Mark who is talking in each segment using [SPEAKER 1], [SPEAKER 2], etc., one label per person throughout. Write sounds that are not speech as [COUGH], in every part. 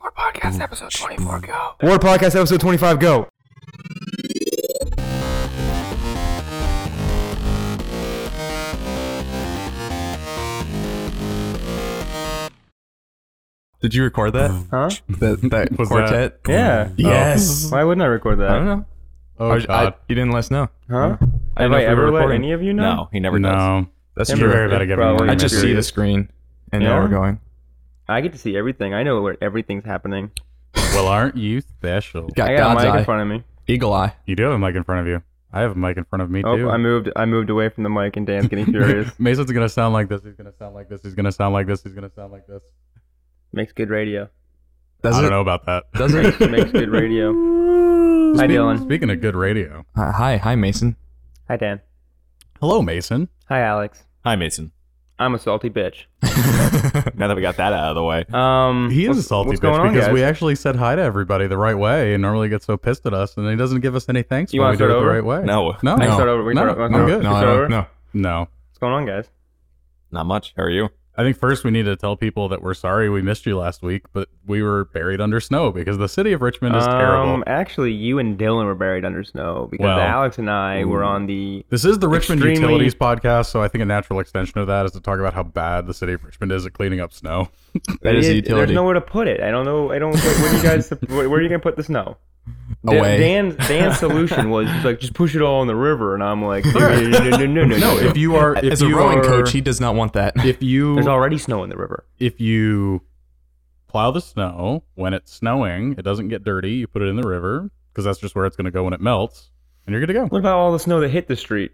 [SPEAKER 1] More podcast episode 24 go.
[SPEAKER 2] War Podcast episode 25, go.
[SPEAKER 3] Did you record that?
[SPEAKER 2] Huh?
[SPEAKER 3] [LAUGHS] that, Um, that
[SPEAKER 1] Was
[SPEAKER 3] quartet?
[SPEAKER 2] Yeah.
[SPEAKER 3] Yes.
[SPEAKER 2] Why wouldn't I record that?
[SPEAKER 3] I don't know.
[SPEAKER 1] Oh,
[SPEAKER 3] I- I-
[SPEAKER 1] God.
[SPEAKER 3] you didn't let us know.
[SPEAKER 2] Huh?
[SPEAKER 3] I
[SPEAKER 2] Have
[SPEAKER 3] didn't know
[SPEAKER 2] I
[SPEAKER 3] if we were
[SPEAKER 2] ever let
[SPEAKER 3] recording.
[SPEAKER 2] any of you know?
[SPEAKER 3] Oh,
[SPEAKER 4] No, he never does.
[SPEAKER 1] no.
[SPEAKER 3] That's
[SPEAKER 2] Never
[SPEAKER 3] true.
[SPEAKER 1] very bad at giving
[SPEAKER 2] Probably
[SPEAKER 1] away
[SPEAKER 3] I just see
[SPEAKER 2] material.
[SPEAKER 3] the screen and
[SPEAKER 2] Yeah?
[SPEAKER 3] know we're going.
[SPEAKER 2] I get to see everything. I know where everything's happening.
[SPEAKER 1] [LAUGHS] Well, aren't you special?
[SPEAKER 3] Got
[SPEAKER 2] I got a
[SPEAKER 3] God's
[SPEAKER 2] mic
[SPEAKER 3] eye.
[SPEAKER 2] in front of me.
[SPEAKER 3] Eagle eye.
[SPEAKER 1] You do have a mic in front of you. I have a mic in front of me
[SPEAKER 2] Oh,
[SPEAKER 1] too.
[SPEAKER 2] I
[SPEAKER 1] [LAUGHS]
[SPEAKER 2] moved. I moved away from the mic, and Dan's
[SPEAKER 3] [LAUGHS]
[SPEAKER 2] getting furious.
[SPEAKER 1] Mason's gonna sound like this. He's gonna sound like this. He's gonna sound like this. He's gonna sound like this.
[SPEAKER 2] Makes good radio.
[SPEAKER 3] Does
[SPEAKER 1] I
[SPEAKER 3] it?
[SPEAKER 1] don't know about that.
[SPEAKER 3] Does it?
[SPEAKER 1] [LAUGHS]
[SPEAKER 2] Makes good radio.
[SPEAKER 3] [LAUGHS]
[SPEAKER 2] Hi, Dylan.
[SPEAKER 1] Speaking of good radio,
[SPEAKER 3] Uh, hi, hi, Mason.
[SPEAKER 2] Hi, Dan.
[SPEAKER 1] hello Mason.
[SPEAKER 2] Hi, Alex.
[SPEAKER 3] [LAUGHS]
[SPEAKER 4] Hi, Mason.
[SPEAKER 2] I'm a salty bitch.
[SPEAKER 4] Now that we got that out of the way,
[SPEAKER 2] Um,
[SPEAKER 1] He is
[SPEAKER 2] what's-
[SPEAKER 1] a salty
[SPEAKER 2] what's
[SPEAKER 1] bitch
[SPEAKER 2] going on,
[SPEAKER 1] because
[SPEAKER 2] guys?
[SPEAKER 1] we actually said hi to everybody the right way, and normally gets so pissed at us, and he doesn't give us any thanks
[SPEAKER 2] You
[SPEAKER 1] when
[SPEAKER 2] wanna
[SPEAKER 1] we do
[SPEAKER 2] start
[SPEAKER 1] it
[SPEAKER 2] over?
[SPEAKER 1] the right way.
[SPEAKER 4] no,
[SPEAKER 1] no,
[SPEAKER 2] I can
[SPEAKER 1] no,
[SPEAKER 2] start over. We can
[SPEAKER 1] no,
[SPEAKER 2] start over.
[SPEAKER 1] I'm
[SPEAKER 2] No,
[SPEAKER 1] good.
[SPEAKER 3] No, I
[SPEAKER 2] It's over?
[SPEAKER 3] don't, no.
[SPEAKER 1] no.
[SPEAKER 2] What's going on, guys?
[SPEAKER 4] not much. How are you?
[SPEAKER 1] I think first we need to tell people that we're sorry we missed you last week, but we were buried under snow because the city of Richmond is terrible.
[SPEAKER 2] Um, Actually, you and Dylan were buried under snow because
[SPEAKER 1] Well.
[SPEAKER 2] Alex and I were on the.
[SPEAKER 1] This is the Richmond
[SPEAKER 2] extremely-
[SPEAKER 1] Utilities podcast, so I think a natural extension of that is to talk about how bad the city of Richmond is at cleaning up snow.
[SPEAKER 3] That is a
[SPEAKER 2] It- There's
[SPEAKER 3] utility.
[SPEAKER 2] nowhere to put it. I don't know. I don't. Where, where do you [LAUGHS] guys? Where, where are you gonna put the snow? Dan-
[SPEAKER 3] Away.
[SPEAKER 2] Dan's [LAUGHS] Dan's solution was he's like just push it all in the river, and I'm like, no, no, no, no, [LAUGHS] no, no.
[SPEAKER 1] No, [LAUGHS] if you are, if
[SPEAKER 3] As a
[SPEAKER 1] you
[SPEAKER 3] rowing
[SPEAKER 1] are,
[SPEAKER 3] coach, he does not want that.
[SPEAKER 1] if you,
[SPEAKER 2] There's already snow in the river.
[SPEAKER 1] if you plow the snow when it's snowing, it doesn't get dirty. You put it in the river because that's just where it's going to go when it melts, and you're good to go.
[SPEAKER 2] What about all the snow that hit the street?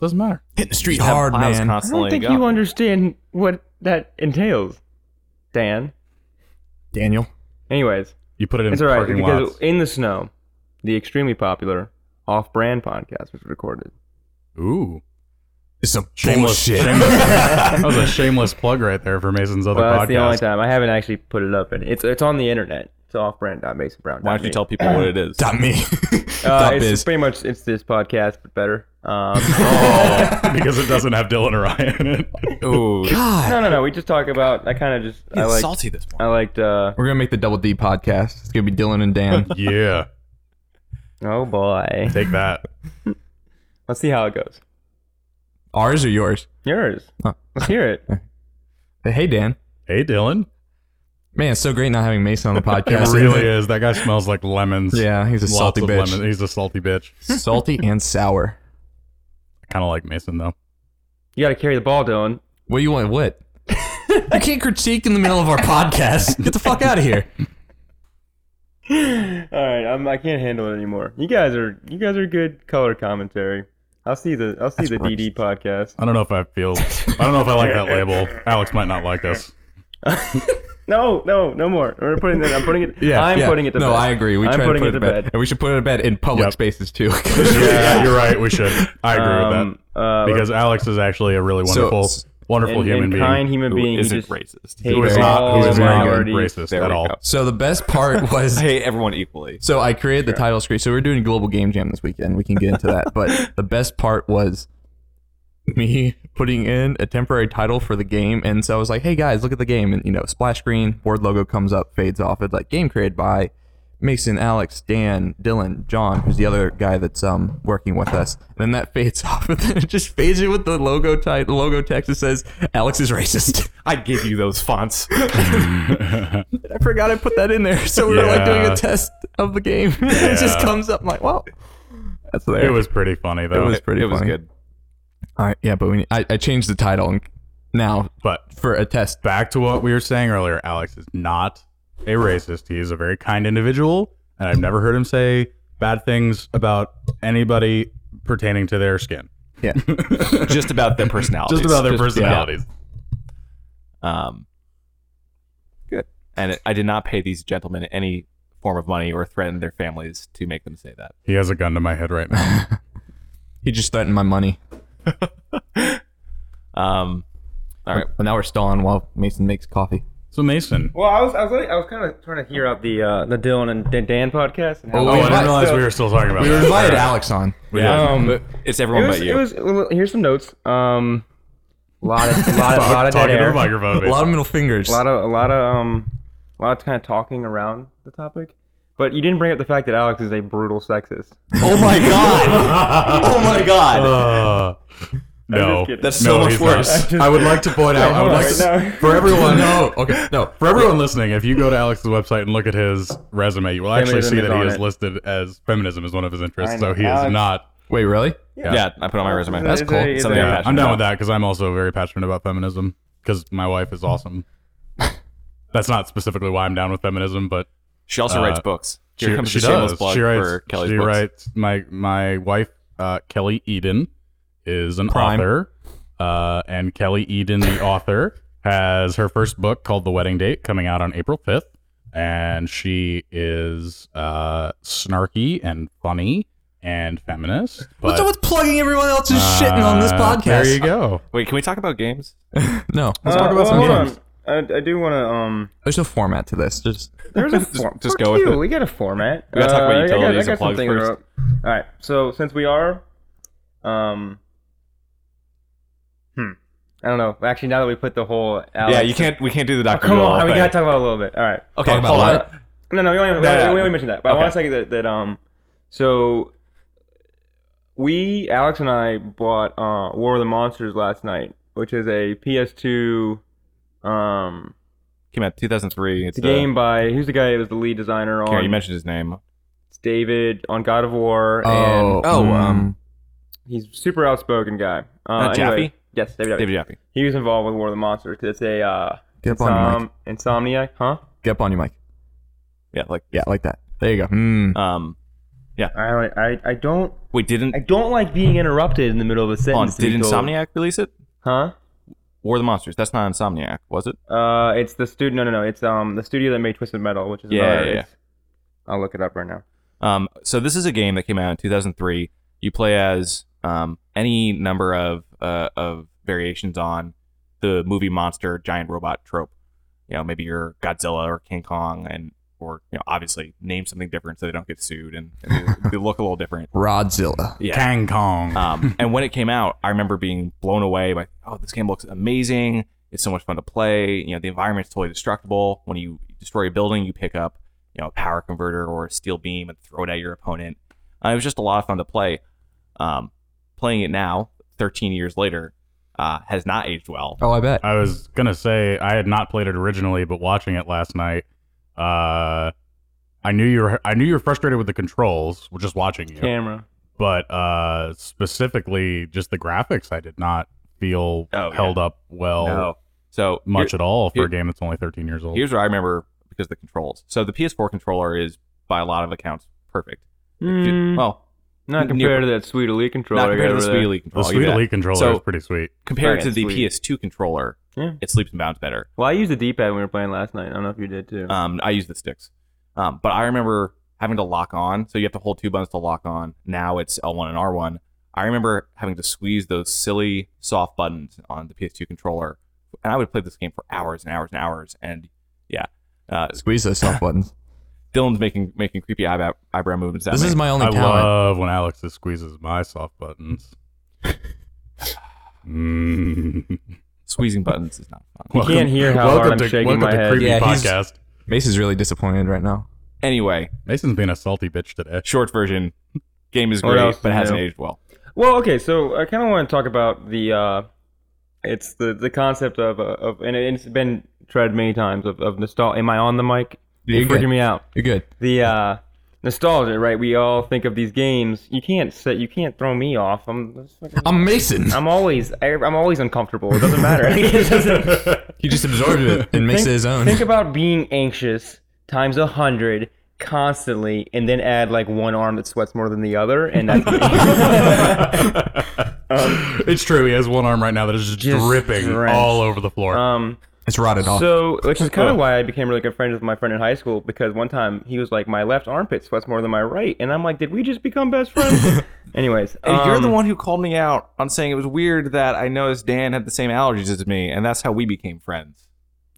[SPEAKER 1] Doesn't matter.
[SPEAKER 3] Hitting the street
[SPEAKER 4] Have
[SPEAKER 3] hard,
[SPEAKER 4] piles
[SPEAKER 3] man.
[SPEAKER 2] I
[SPEAKER 4] Constantly
[SPEAKER 2] don't think
[SPEAKER 4] going.
[SPEAKER 2] you understand what that entails, Dan.
[SPEAKER 3] Daniel.
[SPEAKER 2] Anyways,
[SPEAKER 1] You put it in
[SPEAKER 2] it's all right
[SPEAKER 1] parking
[SPEAKER 2] because
[SPEAKER 1] lots.
[SPEAKER 2] in the snow, the extremely popular off-brand podcast was recorded.
[SPEAKER 1] Ooh,
[SPEAKER 3] It's some
[SPEAKER 1] shameless.
[SPEAKER 3] bullshit.
[SPEAKER 1] [LAUGHS] shameless. that was a shameless plug right there for Mason's other
[SPEAKER 2] Well, that's the only
[SPEAKER 1] podcast.
[SPEAKER 2] time I haven't actually put it up, and it's it's on the internet. It's off-brand.masonbrown.
[SPEAKER 4] Why don't you tell people what it is?
[SPEAKER 3] Dot me.
[SPEAKER 2] Uh,
[SPEAKER 3] [LAUGHS] Dot
[SPEAKER 2] it's
[SPEAKER 3] biz.
[SPEAKER 2] pretty much it's this podcast, but better. Um,
[SPEAKER 3] Oh.
[SPEAKER 1] [LAUGHS] because it doesn't have Dylan or I in it.
[SPEAKER 2] [LAUGHS]
[SPEAKER 4] Ooh,
[SPEAKER 2] no,
[SPEAKER 3] God.
[SPEAKER 2] no, no. We just talk about. I kind of just. I
[SPEAKER 4] it's
[SPEAKER 2] like.
[SPEAKER 4] salty this morning.
[SPEAKER 2] I liked. Uh,
[SPEAKER 3] We're going to make the Double D podcast. It's going to be Dylan and
[SPEAKER 1] [LAUGHS]
[SPEAKER 3] Dan.
[SPEAKER 1] [LAUGHS] Yeah,
[SPEAKER 2] oh boy.
[SPEAKER 1] take that.
[SPEAKER 2] Let's see how it goes.
[SPEAKER 3] Ours or yours?
[SPEAKER 2] Yours.
[SPEAKER 3] Huh.
[SPEAKER 2] Let's hear it.
[SPEAKER 3] Hey, Dan.
[SPEAKER 1] Hey, Dylan.
[SPEAKER 3] Man, it's so great not having Mason on the
[SPEAKER 1] [LAUGHS] It
[SPEAKER 3] podcast.
[SPEAKER 1] really is. That guy smells like lemons.
[SPEAKER 3] Yeah, he's a
[SPEAKER 1] Lots
[SPEAKER 3] salty
[SPEAKER 1] of
[SPEAKER 3] bitch.
[SPEAKER 1] lemon- [LAUGHS] He's a salty bitch.
[SPEAKER 3] salty and sour.
[SPEAKER 1] I kind of like Mason though.
[SPEAKER 2] You got to carry the ball, Dylan. [LAUGHS]
[SPEAKER 3] What do you want? What? you can't critique in the middle of our podcast. Get the fuck out of here.
[SPEAKER 2] All right, I'm, I can't handle it anymore. You guys are. You guys are good color commentary. I'll see the. I'll see the DD podcast.
[SPEAKER 1] I don't know if I feel. I don't know if I like that label. Alex might not like us.
[SPEAKER 2] No, no, no more. We're putting that. I'm putting it.
[SPEAKER 1] Yeah,
[SPEAKER 2] I'm
[SPEAKER 3] [LAUGHS] Yeah.
[SPEAKER 2] putting it to
[SPEAKER 3] no,
[SPEAKER 2] bed.
[SPEAKER 3] I agree. We
[SPEAKER 2] I'm
[SPEAKER 3] try
[SPEAKER 2] putting
[SPEAKER 3] to put it to bed. and we should put it to bed in public
[SPEAKER 1] Yep.
[SPEAKER 3] spaces too. [LAUGHS]
[SPEAKER 1] Yeah, you're right. We should. I agree with
[SPEAKER 2] Um, uh,
[SPEAKER 1] that because Alex is actually a really
[SPEAKER 3] So-
[SPEAKER 1] wonderful, wonderful
[SPEAKER 2] and,
[SPEAKER 1] human
[SPEAKER 2] and
[SPEAKER 1] being.
[SPEAKER 2] kind human
[SPEAKER 4] Who
[SPEAKER 2] being. he
[SPEAKER 4] isn't
[SPEAKER 2] just hates
[SPEAKER 4] racist?
[SPEAKER 1] who is
[SPEAKER 2] all
[SPEAKER 1] not, who is not
[SPEAKER 2] minorities.
[SPEAKER 1] racist
[SPEAKER 4] There
[SPEAKER 1] at
[SPEAKER 4] we
[SPEAKER 1] all.
[SPEAKER 4] go.
[SPEAKER 3] so the best part was.
[SPEAKER 4] I hate everyone equally.
[SPEAKER 3] So I created the title screen. So we're doing Global Game Jam this weekend. We can get into that. But the best part was me putting in a temporary title for the game. And so I was like, hey guys, look at the game. And, you know, splash screen, board logo comes up, fades off. It's like game created by Mason, Alex, Dan, Dylan, John, who's the other guy that's um working with us. And then that fades [LAUGHS] off. And then it just fades in with the logo title, logo text that says, Alex is racist.
[SPEAKER 4] I give you those fonts.
[SPEAKER 3] I forgot I put that in there. [LAUGHS] So we were like doing
[SPEAKER 1] Yeah.
[SPEAKER 3] a test of the game. [LAUGHS] it just
[SPEAKER 1] Yeah.
[SPEAKER 3] comes up. I'm like, wow. That's there.
[SPEAKER 1] [LAUGHS] It was pretty funny though.
[SPEAKER 3] was- pretty
[SPEAKER 4] it was
[SPEAKER 3] funny.
[SPEAKER 4] good.
[SPEAKER 3] All right, yeah, but we I, I changed the title and now
[SPEAKER 1] but
[SPEAKER 3] for a test.
[SPEAKER 1] back to what we were saying earlier. Alex is not a racist. He is a very kind individual, and I've never heard him say bad things about anybody pertaining to their skin.
[SPEAKER 3] Yeah,
[SPEAKER 4] Just about their personalities.
[SPEAKER 1] Just about their
[SPEAKER 4] yeah.
[SPEAKER 1] personalities.
[SPEAKER 4] Um, good. And it, I did not pay these gentlemen any form of money or threaten their families to make them say that.
[SPEAKER 1] He has a gun to my head right now.
[SPEAKER 3] he just threatened my money.
[SPEAKER 4] Um, all right. Um,
[SPEAKER 3] But now we're stalling while Mason makes coffee.
[SPEAKER 1] So Mason.
[SPEAKER 2] Well, I was I was like, I was kind of trying to hear out the uh, the Dylan and Dan- Dan podcast. And how
[SPEAKER 1] Oh,
[SPEAKER 3] we
[SPEAKER 1] I didn't
[SPEAKER 3] might
[SPEAKER 1] realize
[SPEAKER 2] still-
[SPEAKER 1] we were still talking about
[SPEAKER 3] We
[SPEAKER 1] that.
[SPEAKER 3] invited Alex on.
[SPEAKER 1] Yeah.
[SPEAKER 2] Um,
[SPEAKER 4] It's everyone
[SPEAKER 2] it was,
[SPEAKER 4] but
[SPEAKER 2] it
[SPEAKER 4] you.
[SPEAKER 2] was well, here's some notes. Um, lot of lot of
[SPEAKER 1] [LAUGHS]
[SPEAKER 2] lot of dead
[SPEAKER 1] talking to the
[SPEAKER 2] air. A
[SPEAKER 1] microphone.
[SPEAKER 3] A lot of middle fingers.
[SPEAKER 2] lot of a lot of um, a lot of kind of talking around the topic. But you didn't bring up the fact that Alex is a brutal sexist.
[SPEAKER 4] oh
[SPEAKER 1] [LAUGHS]
[SPEAKER 4] my god! [LAUGHS] Oh my god!
[SPEAKER 1] Uh, no,
[SPEAKER 2] kidding.
[SPEAKER 4] That's so
[SPEAKER 1] No,
[SPEAKER 4] much
[SPEAKER 1] he's
[SPEAKER 4] worse.
[SPEAKER 1] not. I would like
[SPEAKER 2] [LAUGHS]
[SPEAKER 1] to point out. I would
[SPEAKER 2] Hold on,
[SPEAKER 1] like to,
[SPEAKER 2] wait, no. [LAUGHS]
[SPEAKER 1] for everyone.
[SPEAKER 3] no. Okay. No.
[SPEAKER 1] For everyone listening, if you go to Alex's website and look at his resume, you will actually
[SPEAKER 2] Feminism
[SPEAKER 1] see
[SPEAKER 2] is
[SPEAKER 1] that he
[SPEAKER 2] on
[SPEAKER 1] is
[SPEAKER 2] it.
[SPEAKER 1] listed as feminism is one of his interests.
[SPEAKER 2] I know.
[SPEAKER 1] So he is
[SPEAKER 2] Alex-
[SPEAKER 1] not.
[SPEAKER 3] Wait, really?
[SPEAKER 4] yeah. I put on my resume.
[SPEAKER 2] It's a-
[SPEAKER 3] cool.
[SPEAKER 2] it's a- it's
[SPEAKER 4] Something
[SPEAKER 2] a-
[SPEAKER 4] I'm
[SPEAKER 1] I'm
[SPEAKER 4] passionate
[SPEAKER 1] down
[SPEAKER 4] about.
[SPEAKER 1] with that because I'm also very passionate about feminism because my wife
[SPEAKER 2] [LAUGHS]
[SPEAKER 1] is awesome. That's not specifically why I'm down with feminism, but
[SPEAKER 4] She also
[SPEAKER 1] Uh,
[SPEAKER 4] writes books. Here comes the shameless plug
[SPEAKER 1] She writes.
[SPEAKER 4] for Kelly's
[SPEAKER 1] she
[SPEAKER 4] books.
[SPEAKER 1] writes. My my wife uh, Kelly Eden is an
[SPEAKER 3] Prime.
[SPEAKER 1] author, uh, and Kelly Eden, the [LAUGHS] author, has her first book called The Wedding Date coming out on April fifth, and she is uh, snarky and funny and feminist. But,
[SPEAKER 3] What's up with plugging everyone else's
[SPEAKER 1] uh,
[SPEAKER 3] shitting on this podcast?
[SPEAKER 1] There you go.
[SPEAKER 4] Wait, can we talk about games?
[SPEAKER 3] No.
[SPEAKER 2] Uh,
[SPEAKER 1] talk about some
[SPEAKER 2] hold
[SPEAKER 1] games.
[SPEAKER 2] on. I, I do want to um.
[SPEAKER 3] There's no format to this. Just
[SPEAKER 2] There's a
[SPEAKER 4] Just-
[SPEAKER 2] form.
[SPEAKER 4] just
[SPEAKER 2] Fuck
[SPEAKER 4] go with
[SPEAKER 2] you,
[SPEAKER 4] it.
[SPEAKER 2] We got a format. Uh,
[SPEAKER 4] We gotta talk about
[SPEAKER 2] I got-
[SPEAKER 4] utilities
[SPEAKER 2] I
[SPEAKER 4] and
[SPEAKER 2] got
[SPEAKER 4] plugs
[SPEAKER 2] something
[SPEAKER 4] first.
[SPEAKER 2] wrote. All right. So since we are, um, hmm, I don't know. Actually, now that we put the whole Alex,
[SPEAKER 4] Yeah, you can't. We can't do the
[SPEAKER 2] Oh,
[SPEAKER 4] Doctor.
[SPEAKER 2] come on, we gotta talk about it a little bit. All right.
[SPEAKER 4] Okay,
[SPEAKER 3] Talk about
[SPEAKER 4] hold
[SPEAKER 3] what?
[SPEAKER 4] on.
[SPEAKER 2] No, no, we only, we
[SPEAKER 4] No, no,
[SPEAKER 2] only- we only
[SPEAKER 4] no.
[SPEAKER 2] mentioned that. But I
[SPEAKER 4] Okay.
[SPEAKER 2] want to say that, that um, so we Alex and I bought uh, War of the Monsters last night, which is a PS2 um
[SPEAKER 4] Came out 2003.
[SPEAKER 2] it's
[SPEAKER 4] It's
[SPEAKER 2] a game by who's the guy who was the lead designer
[SPEAKER 4] Karen,
[SPEAKER 2] on
[SPEAKER 4] you mentioned his name.
[SPEAKER 2] it's David on God of War,
[SPEAKER 3] oh
[SPEAKER 2] and
[SPEAKER 4] oh,
[SPEAKER 3] um,
[SPEAKER 2] he's a super outspoken guy. Uh,
[SPEAKER 4] Uh, Jaffe?
[SPEAKER 2] anyway, yes, David, Jaffe.
[SPEAKER 4] David Jaffe.
[SPEAKER 2] He was involved with War of the Monsters because it's a uh,
[SPEAKER 3] get up on your mic.
[SPEAKER 2] som- insomniac, huh?
[SPEAKER 3] Get up on your mic.
[SPEAKER 4] Yeah, like
[SPEAKER 3] Yeah, like that. There you go. Mm.
[SPEAKER 4] um.
[SPEAKER 2] I, I I don't
[SPEAKER 4] Wait, didn't
[SPEAKER 2] I don't like being interrupted in the middle of a
[SPEAKER 4] hold on,
[SPEAKER 2] sentence. to
[SPEAKER 4] did
[SPEAKER 2] be told.
[SPEAKER 4] Insomniac release it?
[SPEAKER 2] Huh?
[SPEAKER 4] War of the Monsters. That's not Insomniac, was it?
[SPEAKER 2] Uh, it's the studio. No, no, no. It's um the studio that made Twisted Metal, which is
[SPEAKER 4] Yeah,
[SPEAKER 2] another-
[SPEAKER 4] yeah, yeah.
[SPEAKER 2] I'll look it up right now.
[SPEAKER 4] Um, so this is a game that came out in 2003. You play as um, any number of uh, of variations on the movie monster giant robot trope. You know, maybe you're Godzilla or King Kong, and or you know, obviously name something different so they don't get sued and, and they, they look a little
[SPEAKER 3] [LAUGHS]
[SPEAKER 4] different.
[SPEAKER 3] Rodzilla.
[SPEAKER 4] Yeah.
[SPEAKER 1] Kang Kong.
[SPEAKER 4] Um, and when it came out, I remember being blown away by, oh, this game looks amazing. It's so much fun to play. You know, the environment's totally destructible. When you destroy a building, you pick up, you know, a power converter or a steel beam and throw it at your opponent. Uh, it was just a lot of fun to play. Um, playing it now, 13 years later, uh, has not aged well.
[SPEAKER 3] Oh, I bet.
[SPEAKER 1] I was gonna say I had not played it originally, but watching it last night, uh, I knew you were I knew you were frustrated with the controls, just watching you.
[SPEAKER 2] Camera.
[SPEAKER 1] But uh, specifically, just the graphics, I did not feel
[SPEAKER 4] Oh, yeah.
[SPEAKER 1] held up well
[SPEAKER 4] So
[SPEAKER 1] much at all for
[SPEAKER 4] here-
[SPEAKER 1] a game that's only 13 years old.
[SPEAKER 4] here's what I remember because of the controls. So the PS4 controller is, by a lot of accounts, perfect.
[SPEAKER 2] Mm,
[SPEAKER 4] Well,
[SPEAKER 2] not compared to that sweet Elite controller.
[SPEAKER 4] not compared to the
[SPEAKER 2] over there.
[SPEAKER 4] Sweet Elite
[SPEAKER 1] the
[SPEAKER 4] controller. I'll give you
[SPEAKER 1] Sweet
[SPEAKER 4] that.
[SPEAKER 1] Elite controller
[SPEAKER 4] So-
[SPEAKER 1] is pretty sweet.
[SPEAKER 4] compared
[SPEAKER 2] Right,
[SPEAKER 4] to the
[SPEAKER 2] sweet.
[SPEAKER 4] PS2 controller,
[SPEAKER 2] Yeah.
[SPEAKER 4] it sleeps and bounds better.
[SPEAKER 2] Well, I used the D-pad when we were playing last night. I don't know if you did too.
[SPEAKER 4] Um, I use the sticks, um, but I remember having to lock on. So you have to hold two buttons to lock on. Now it's L1 and R1. I remember having to squeeze those silly soft buttons on the PS2 controller, and I would play this game for hours and hours and hours. And yeah, uh,
[SPEAKER 3] Squeeze those [LAUGHS] soft buttons.
[SPEAKER 4] Dylan's making making creepy eyebrow eyebrow movements. At
[SPEAKER 3] This
[SPEAKER 4] me.
[SPEAKER 3] is my only
[SPEAKER 1] I
[SPEAKER 3] talent.
[SPEAKER 1] love when Alex squeezes my soft
[SPEAKER 2] [LAUGHS]
[SPEAKER 1] buttons. Mm.
[SPEAKER 4] squeezing buttons is not fun.
[SPEAKER 2] You can't hear how
[SPEAKER 1] welcome
[SPEAKER 2] hard I'm
[SPEAKER 1] to,
[SPEAKER 2] shaking
[SPEAKER 1] welcome
[SPEAKER 2] my
[SPEAKER 1] to
[SPEAKER 2] head.
[SPEAKER 1] Creepy
[SPEAKER 3] Yeah, he's-
[SPEAKER 1] Podcast.
[SPEAKER 3] Mace is really disappointed right now.
[SPEAKER 4] Anyway,
[SPEAKER 1] Mason's being a salty bitch today.
[SPEAKER 4] short version, game is
[SPEAKER 2] What
[SPEAKER 4] great,
[SPEAKER 2] else
[SPEAKER 4] but
[SPEAKER 2] is
[SPEAKER 4] hasn't
[SPEAKER 2] new?
[SPEAKER 4] aged well.
[SPEAKER 2] Well, okay, so I kind of want to talk about the uh, it's the the concept of uh, of and it's been tried many times of of nostalgia. Am I on the mic?
[SPEAKER 3] You're
[SPEAKER 2] You're freaking
[SPEAKER 3] good.
[SPEAKER 2] me out.
[SPEAKER 3] You're good.
[SPEAKER 2] The uh, nostalgia, right? We all think of these games. You can't set. You can't throw me off. I'm
[SPEAKER 3] I'm Mason.
[SPEAKER 2] I'm always I, I'm always uncomfortable. It doesn't matter. It doesn't-
[SPEAKER 3] He just
[SPEAKER 2] [LAUGHS]
[SPEAKER 3] absorbed it [LAUGHS] and makes it his own.
[SPEAKER 2] think about being anxious times a hundred constantly, and then add like one arm that sweats more than the other, and that's me.
[SPEAKER 1] it's true. He has one arm right now that is just,
[SPEAKER 2] Um, Just
[SPEAKER 1] dripping
[SPEAKER 2] drenched.
[SPEAKER 1] all over the floor.
[SPEAKER 2] um.
[SPEAKER 3] It's rotted
[SPEAKER 4] Oh.
[SPEAKER 3] off.
[SPEAKER 2] So, which is kind of why I became really good friends with my friend in high school because one time he was like, "My left armpit sweats more than my right," and I'm like, "Did we just become best
[SPEAKER 4] [LAUGHS]
[SPEAKER 2] friends?" Anyways,
[SPEAKER 4] And you're the
[SPEAKER 2] um,
[SPEAKER 4] one who called me out on saying it was weird that I noticed Dan had the same allergies as me, and that's how we became friends.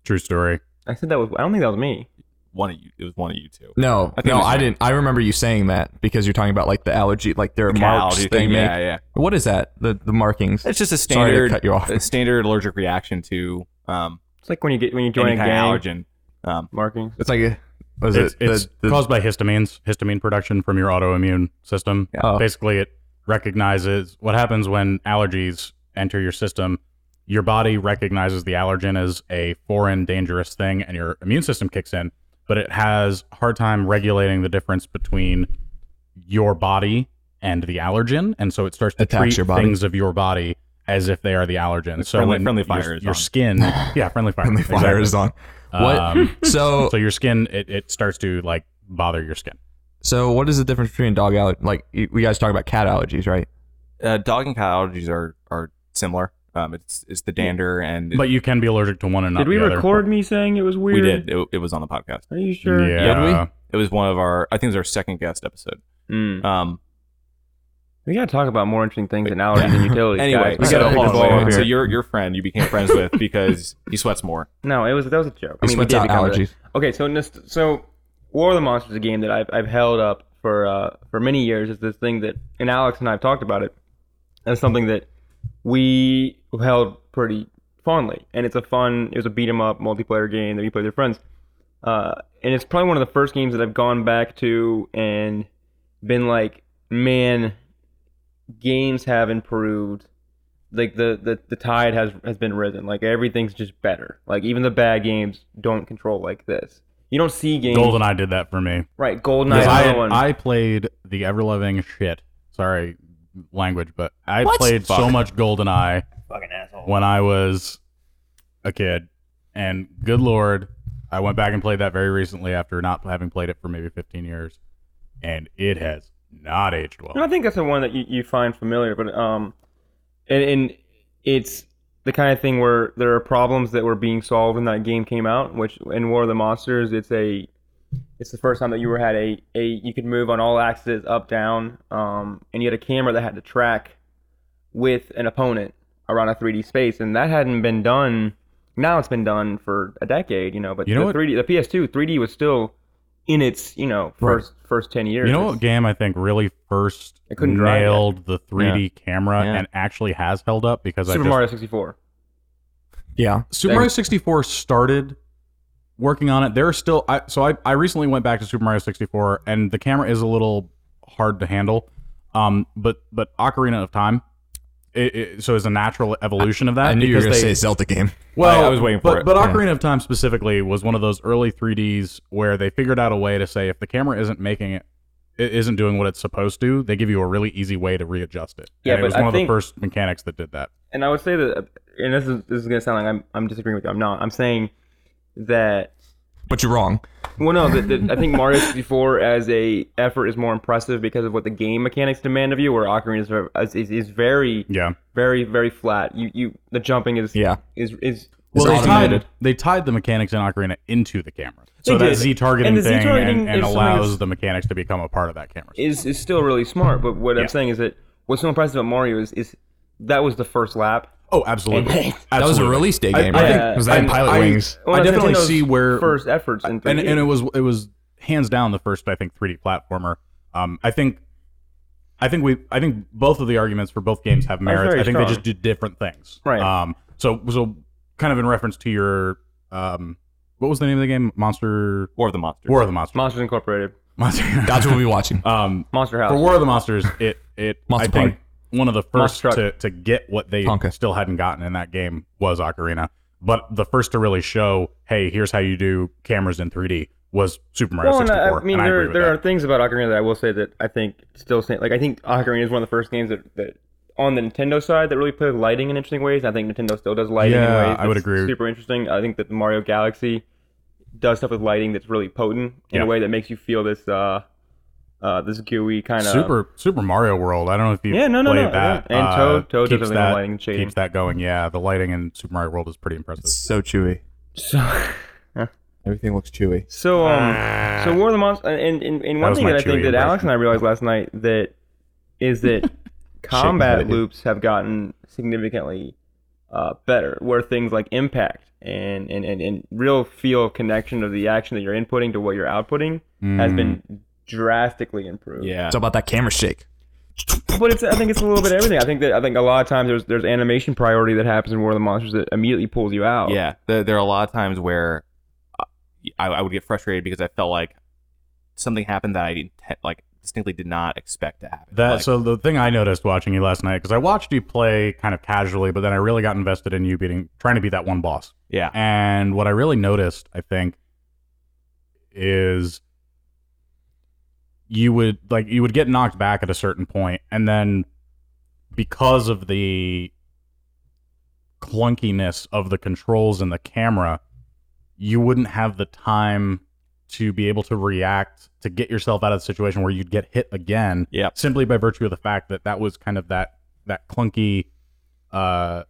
[SPEAKER 1] true story.
[SPEAKER 2] I said that was. I don't think that was me.
[SPEAKER 4] One of you. It was one of you two.
[SPEAKER 3] No,
[SPEAKER 4] I think
[SPEAKER 3] no,
[SPEAKER 4] it's-
[SPEAKER 3] I didn't. I remember you saying that because you're talking about like the allergy, like their marks
[SPEAKER 4] Cow, do you
[SPEAKER 3] they
[SPEAKER 4] think?
[SPEAKER 3] make.
[SPEAKER 4] Yeah, yeah.
[SPEAKER 3] What is that? The the markings.
[SPEAKER 4] It's just a
[SPEAKER 3] Sorry to
[SPEAKER 4] standard
[SPEAKER 3] cut you off.
[SPEAKER 4] a standard allergic reaction to um
[SPEAKER 2] It's like when you get when you join
[SPEAKER 4] any
[SPEAKER 2] a
[SPEAKER 4] kind
[SPEAKER 2] gang.
[SPEAKER 4] of allergen. Um,
[SPEAKER 2] Markings.
[SPEAKER 3] It's like a, was
[SPEAKER 1] It's,
[SPEAKER 3] it
[SPEAKER 1] it's
[SPEAKER 3] the, the,
[SPEAKER 1] caused by histamines, histamine production from your autoimmune system.
[SPEAKER 4] Yeah.
[SPEAKER 3] Oh.
[SPEAKER 1] Basically, it recognizes what happens when allergies enter your system. Your body recognizes the allergen as a foreign, dangerous thing, and your immune system kicks in. But it has a hard time regulating the difference between your body and the allergen, and so it starts to
[SPEAKER 3] Attacks
[SPEAKER 1] treat
[SPEAKER 3] your body.
[SPEAKER 1] things of your body as if they are the allergen. so
[SPEAKER 4] friendly-
[SPEAKER 1] when
[SPEAKER 4] friendly
[SPEAKER 1] your-
[SPEAKER 4] fire is
[SPEAKER 1] your
[SPEAKER 4] on.
[SPEAKER 1] skin, yeah, friendly fire,
[SPEAKER 3] friendly fire
[SPEAKER 1] exactly.
[SPEAKER 3] is on. What? [LAUGHS] Oh.
[SPEAKER 1] Um,
[SPEAKER 3] so
[SPEAKER 1] so your skin, it, it starts to like bother your skin.
[SPEAKER 3] so what is the difference between dog allergy? Like you you guys talk about cat allergies, right?
[SPEAKER 4] uh, dog and cat allergies are are similar. Um, it's it's the dander and
[SPEAKER 1] But you can be allergic to one and not
[SPEAKER 2] Did we
[SPEAKER 1] the other.
[SPEAKER 2] record me saying it was weird?
[SPEAKER 4] we did. It, it was on the podcast.
[SPEAKER 2] Are you sure?
[SPEAKER 1] Yeah.
[SPEAKER 4] It was one of our. I think it was our second guest episode.
[SPEAKER 2] Mm.
[SPEAKER 4] Um,
[SPEAKER 2] We gotta talk about more interesting things than allergies
[SPEAKER 4] [LAUGHS]
[SPEAKER 2] and utilities.
[SPEAKER 4] anyway,
[SPEAKER 2] guys. we
[SPEAKER 4] so,
[SPEAKER 2] gotta
[SPEAKER 4] hold
[SPEAKER 2] pick
[SPEAKER 4] on,
[SPEAKER 2] a ball
[SPEAKER 4] wait,
[SPEAKER 2] up
[SPEAKER 4] wait.
[SPEAKER 2] here.
[SPEAKER 4] so your your friend you became friends with because he sweats more.
[SPEAKER 2] No, it was that was a joke. I mean, we
[SPEAKER 3] sweats
[SPEAKER 2] did
[SPEAKER 3] out
[SPEAKER 2] become-
[SPEAKER 3] allergies.
[SPEAKER 2] Okay, so Nest- so War of the Monsters is a game that I've, I've held up for uh, for many years. Is this thing that and Alex and I've talked about it as something that we held pretty fondly, and it's a fun. It was a beat 'em up multiplayer game that you play with your friends, uh, and it's probably one of the first games that I've gone back to and been like, man, games have improved like the, the the tide has has been risen. Like everything's just better. Like even the bad games don't control like this. You don't see games
[SPEAKER 1] Goldeneye did that for me.
[SPEAKER 2] right. Goldeneye,
[SPEAKER 1] Because
[SPEAKER 2] is
[SPEAKER 1] I,
[SPEAKER 2] another one.
[SPEAKER 1] I played the ever loving shit. Sorry, language, but I played so much Goldeneye
[SPEAKER 2] fucking asshole.
[SPEAKER 1] when I was a kid. And good lord, I went back and played that very recently after not having played it for maybe 15 years. And it has not aged
[SPEAKER 2] No, I
[SPEAKER 1] well.
[SPEAKER 2] think that's the one that you, you find familiar, but um, and, and it's the kind of thing where there are problems that were being solved when that game came out. Which in War of the Monsters, it's a it's the first time that you were had a, a you could move on all axes up down, um, and you had a camera that had to track with an opponent around a 3D space, and that hadn't been done. Now it's been done for a decade, you know. But
[SPEAKER 1] You know
[SPEAKER 2] the
[SPEAKER 1] what-
[SPEAKER 2] 3D, the PS2 3D was still in its you know
[SPEAKER 3] Right.
[SPEAKER 2] first first 10 years.
[SPEAKER 1] You know
[SPEAKER 2] It's-
[SPEAKER 1] what game I think really first
[SPEAKER 2] I couldn't drive
[SPEAKER 1] nailed the 3D camera
[SPEAKER 4] Yeah.
[SPEAKER 1] and actually has held up because I
[SPEAKER 2] Super
[SPEAKER 1] just
[SPEAKER 2] Mario 64.
[SPEAKER 3] Yeah.
[SPEAKER 1] Super Mario 64 started working on it. There are still I, so I, I recently went back to Super Mario 64 and the camera is a little hard to handle. Um, but but Ocarina of Time, it, it, so is a natural evolution of that.
[SPEAKER 3] I knew you were
[SPEAKER 1] because
[SPEAKER 3] gonna
[SPEAKER 1] they-
[SPEAKER 3] say Zelda game.
[SPEAKER 1] well,
[SPEAKER 4] I- I was waiting for
[SPEAKER 1] but,
[SPEAKER 4] it.
[SPEAKER 1] But
[SPEAKER 3] Yeah.
[SPEAKER 1] Ocarina of Time specifically was one of those early 3Ds where they figured out a way to say if the camera isn't making it, it isn't doing what it's supposed to, they give you a really easy way to readjust it.
[SPEAKER 2] Yeah,
[SPEAKER 1] and it
[SPEAKER 2] but
[SPEAKER 1] was
[SPEAKER 2] I
[SPEAKER 1] one of
[SPEAKER 2] think-
[SPEAKER 1] the first mechanics that did that.
[SPEAKER 2] and I would say that, and this is this is gonna sound like I'm I'm disagreeing with you. I'm not. I'm saying that.
[SPEAKER 3] But you're wrong.
[SPEAKER 2] Well, no, that, that I think Mario [LAUGHS] 64 as a effort is more impressive because of what the game mechanics demand of you. Where Ocarina is ver- is, is, is very,
[SPEAKER 1] Yeah.
[SPEAKER 2] very, very flat. You you the jumping is
[SPEAKER 3] Yeah.
[SPEAKER 2] is is
[SPEAKER 1] Well, they
[SPEAKER 3] automated.
[SPEAKER 1] tied, they tied the mechanics in Ocarina into the camera. So
[SPEAKER 2] They
[SPEAKER 1] that
[SPEAKER 2] did.
[SPEAKER 1] Z targeting
[SPEAKER 2] And the
[SPEAKER 1] thing and-
[SPEAKER 2] Z-targeting
[SPEAKER 1] and,
[SPEAKER 2] is something
[SPEAKER 1] allows
[SPEAKER 2] that's-
[SPEAKER 1] the mechanics to become a part of that camera.
[SPEAKER 2] is is still really smart. But what
[SPEAKER 1] Yeah.
[SPEAKER 2] I'm saying is that what's so impressive about Mario is is that was the first lap.
[SPEAKER 1] Oh, absolutely.
[SPEAKER 2] And-
[SPEAKER 3] That was a
[SPEAKER 1] Absolutely.
[SPEAKER 3] release day
[SPEAKER 1] I-
[SPEAKER 3] game,
[SPEAKER 1] I
[SPEAKER 3] right?
[SPEAKER 2] think-
[SPEAKER 3] was that in
[SPEAKER 2] I-
[SPEAKER 3] Pilot
[SPEAKER 1] I-
[SPEAKER 3] Wings?
[SPEAKER 2] Well,
[SPEAKER 1] I
[SPEAKER 2] that's
[SPEAKER 1] definitely
[SPEAKER 2] Nintendo's
[SPEAKER 1] see where
[SPEAKER 2] first efforts in 3D.
[SPEAKER 1] and and it was it was hands down the first I think 3D platformer. Um, I think I think we I think both of the arguments for both games have merits.
[SPEAKER 2] very
[SPEAKER 1] I think they
[SPEAKER 2] strong.
[SPEAKER 1] just did different things.
[SPEAKER 2] Right.
[SPEAKER 1] Um. So so kind of in reference to your um, what was the name of the game? Monster
[SPEAKER 4] War of the Monsters.
[SPEAKER 1] War of the Monsters.
[SPEAKER 2] Monsters Incorporated,
[SPEAKER 1] Monster.
[SPEAKER 3] That's what we'll be
[SPEAKER 1] [LAUGHS]
[SPEAKER 3] watching.
[SPEAKER 1] um.
[SPEAKER 2] Monster House.
[SPEAKER 1] For War of the Monsters, it
[SPEAKER 2] [LAUGHS]
[SPEAKER 1] it
[SPEAKER 3] Monster
[SPEAKER 1] I think
[SPEAKER 3] Party.
[SPEAKER 1] one of the
[SPEAKER 2] Monster
[SPEAKER 1] first
[SPEAKER 2] Truck.
[SPEAKER 1] to, to get what they
[SPEAKER 3] Tonka.
[SPEAKER 1] still hadn't gotten in that game was Ocarina. But the first to really show, hey, here's how you do cameras in 3D was Super Mario
[SPEAKER 2] Well, and uh,
[SPEAKER 1] 64.
[SPEAKER 2] I, I mean,
[SPEAKER 1] and I agree
[SPEAKER 2] there,
[SPEAKER 1] with
[SPEAKER 2] there
[SPEAKER 1] that.
[SPEAKER 2] are things about Ocarina that I will say that I think still stand. Like, I think Ocarina is one of the first games that, that on the Nintendo side that really play with lighting in interesting ways. I think Nintendo still does lighting
[SPEAKER 1] Yeah,
[SPEAKER 2] in ways
[SPEAKER 1] I would
[SPEAKER 2] that's
[SPEAKER 1] agree.
[SPEAKER 2] Super interesting. I think that Mario Galaxy does stuff with lighting that's really potent in
[SPEAKER 1] Yeah.
[SPEAKER 2] a way that makes you feel this uh, uh, this gooey kind of
[SPEAKER 1] Super Super Mario World. I don't know if you
[SPEAKER 2] Yeah, no, no,
[SPEAKER 1] played
[SPEAKER 2] no,
[SPEAKER 1] that.
[SPEAKER 2] yeah. And
[SPEAKER 1] Uh,
[SPEAKER 2] Toad- Toad does
[SPEAKER 1] keeps
[SPEAKER 2] everything on
[SPEAKER 1] that,
[SPEAKER 2] lighting and shading.
[SPEAKER 1] keeps that going. Yeah, the lighting in Super Mario World is pretty impressive.
[SPEAKER 3] It's so chewy.
[SPEAKER 2] So,
[SPEAKER 3] Everything looks chewy.
[SPEAKER 2] so um, so War of the Monsters, and and, and one
[SPEAKER 1] was
[SPEAKER 2] thing
[SPEAKER 1] my
[SPEAKER 2] that I think
[SPEAKER 1] Chewie
[SPEAKER 2] that Alex
[SPEAKER 1] impression.
[SPEAKER 2] and I realized last night that is that
[SPEAKER 3] Shaking his head
[SPEAKER 2] combat
[SPEAKER 3] at you.
[SPEAKER 2] loops have gotten significantly uh, better. Where things like impact and, and, and, and real feel of connection of the action that you're inputting to what you're outputting has
[SPEAKER 1] Mm.
[SPEAKER 2] been drastically improved.
[SPEAKER 4] Yeah.
[SPEAKER 3] It's about that camera shake.
[SPEAKER 2] But it's, I think it's a little bit of everything. I think that I think a lot of times there's there's animation priority that happens in War of the Monsters that immediately pulls you
[SPEAKER 1] Oh.
[SPEAKER 2] out.
[SPEAKER 4] Yeah, there, there are a lot of times where uh, I, I would get frustrated because I felt like something happened that I didn't, like distinctly did not expect to happen.
[SPEAKER 1] That
[SPEAKER 4] Like,
[SPEAKER 1] so the thing I noticed watching you last night because I watched you play kind of casually, but then I really got invested in you beating trying to beat that one boss.
[SPEAKER 4] yeah,
[SPEAKER 1] And what I really noticed, I think, is you would like you would get knocked back at a certain point, and then because of the clunkiness of the controls and the camera, you wouldn't have the time to be able to react to get yourself out of the situation where you'd get hit again
[SPEAKER 4] yeah,
[SPEAKER 1] simply by virtue of the fact that that was kind of that that clunky uh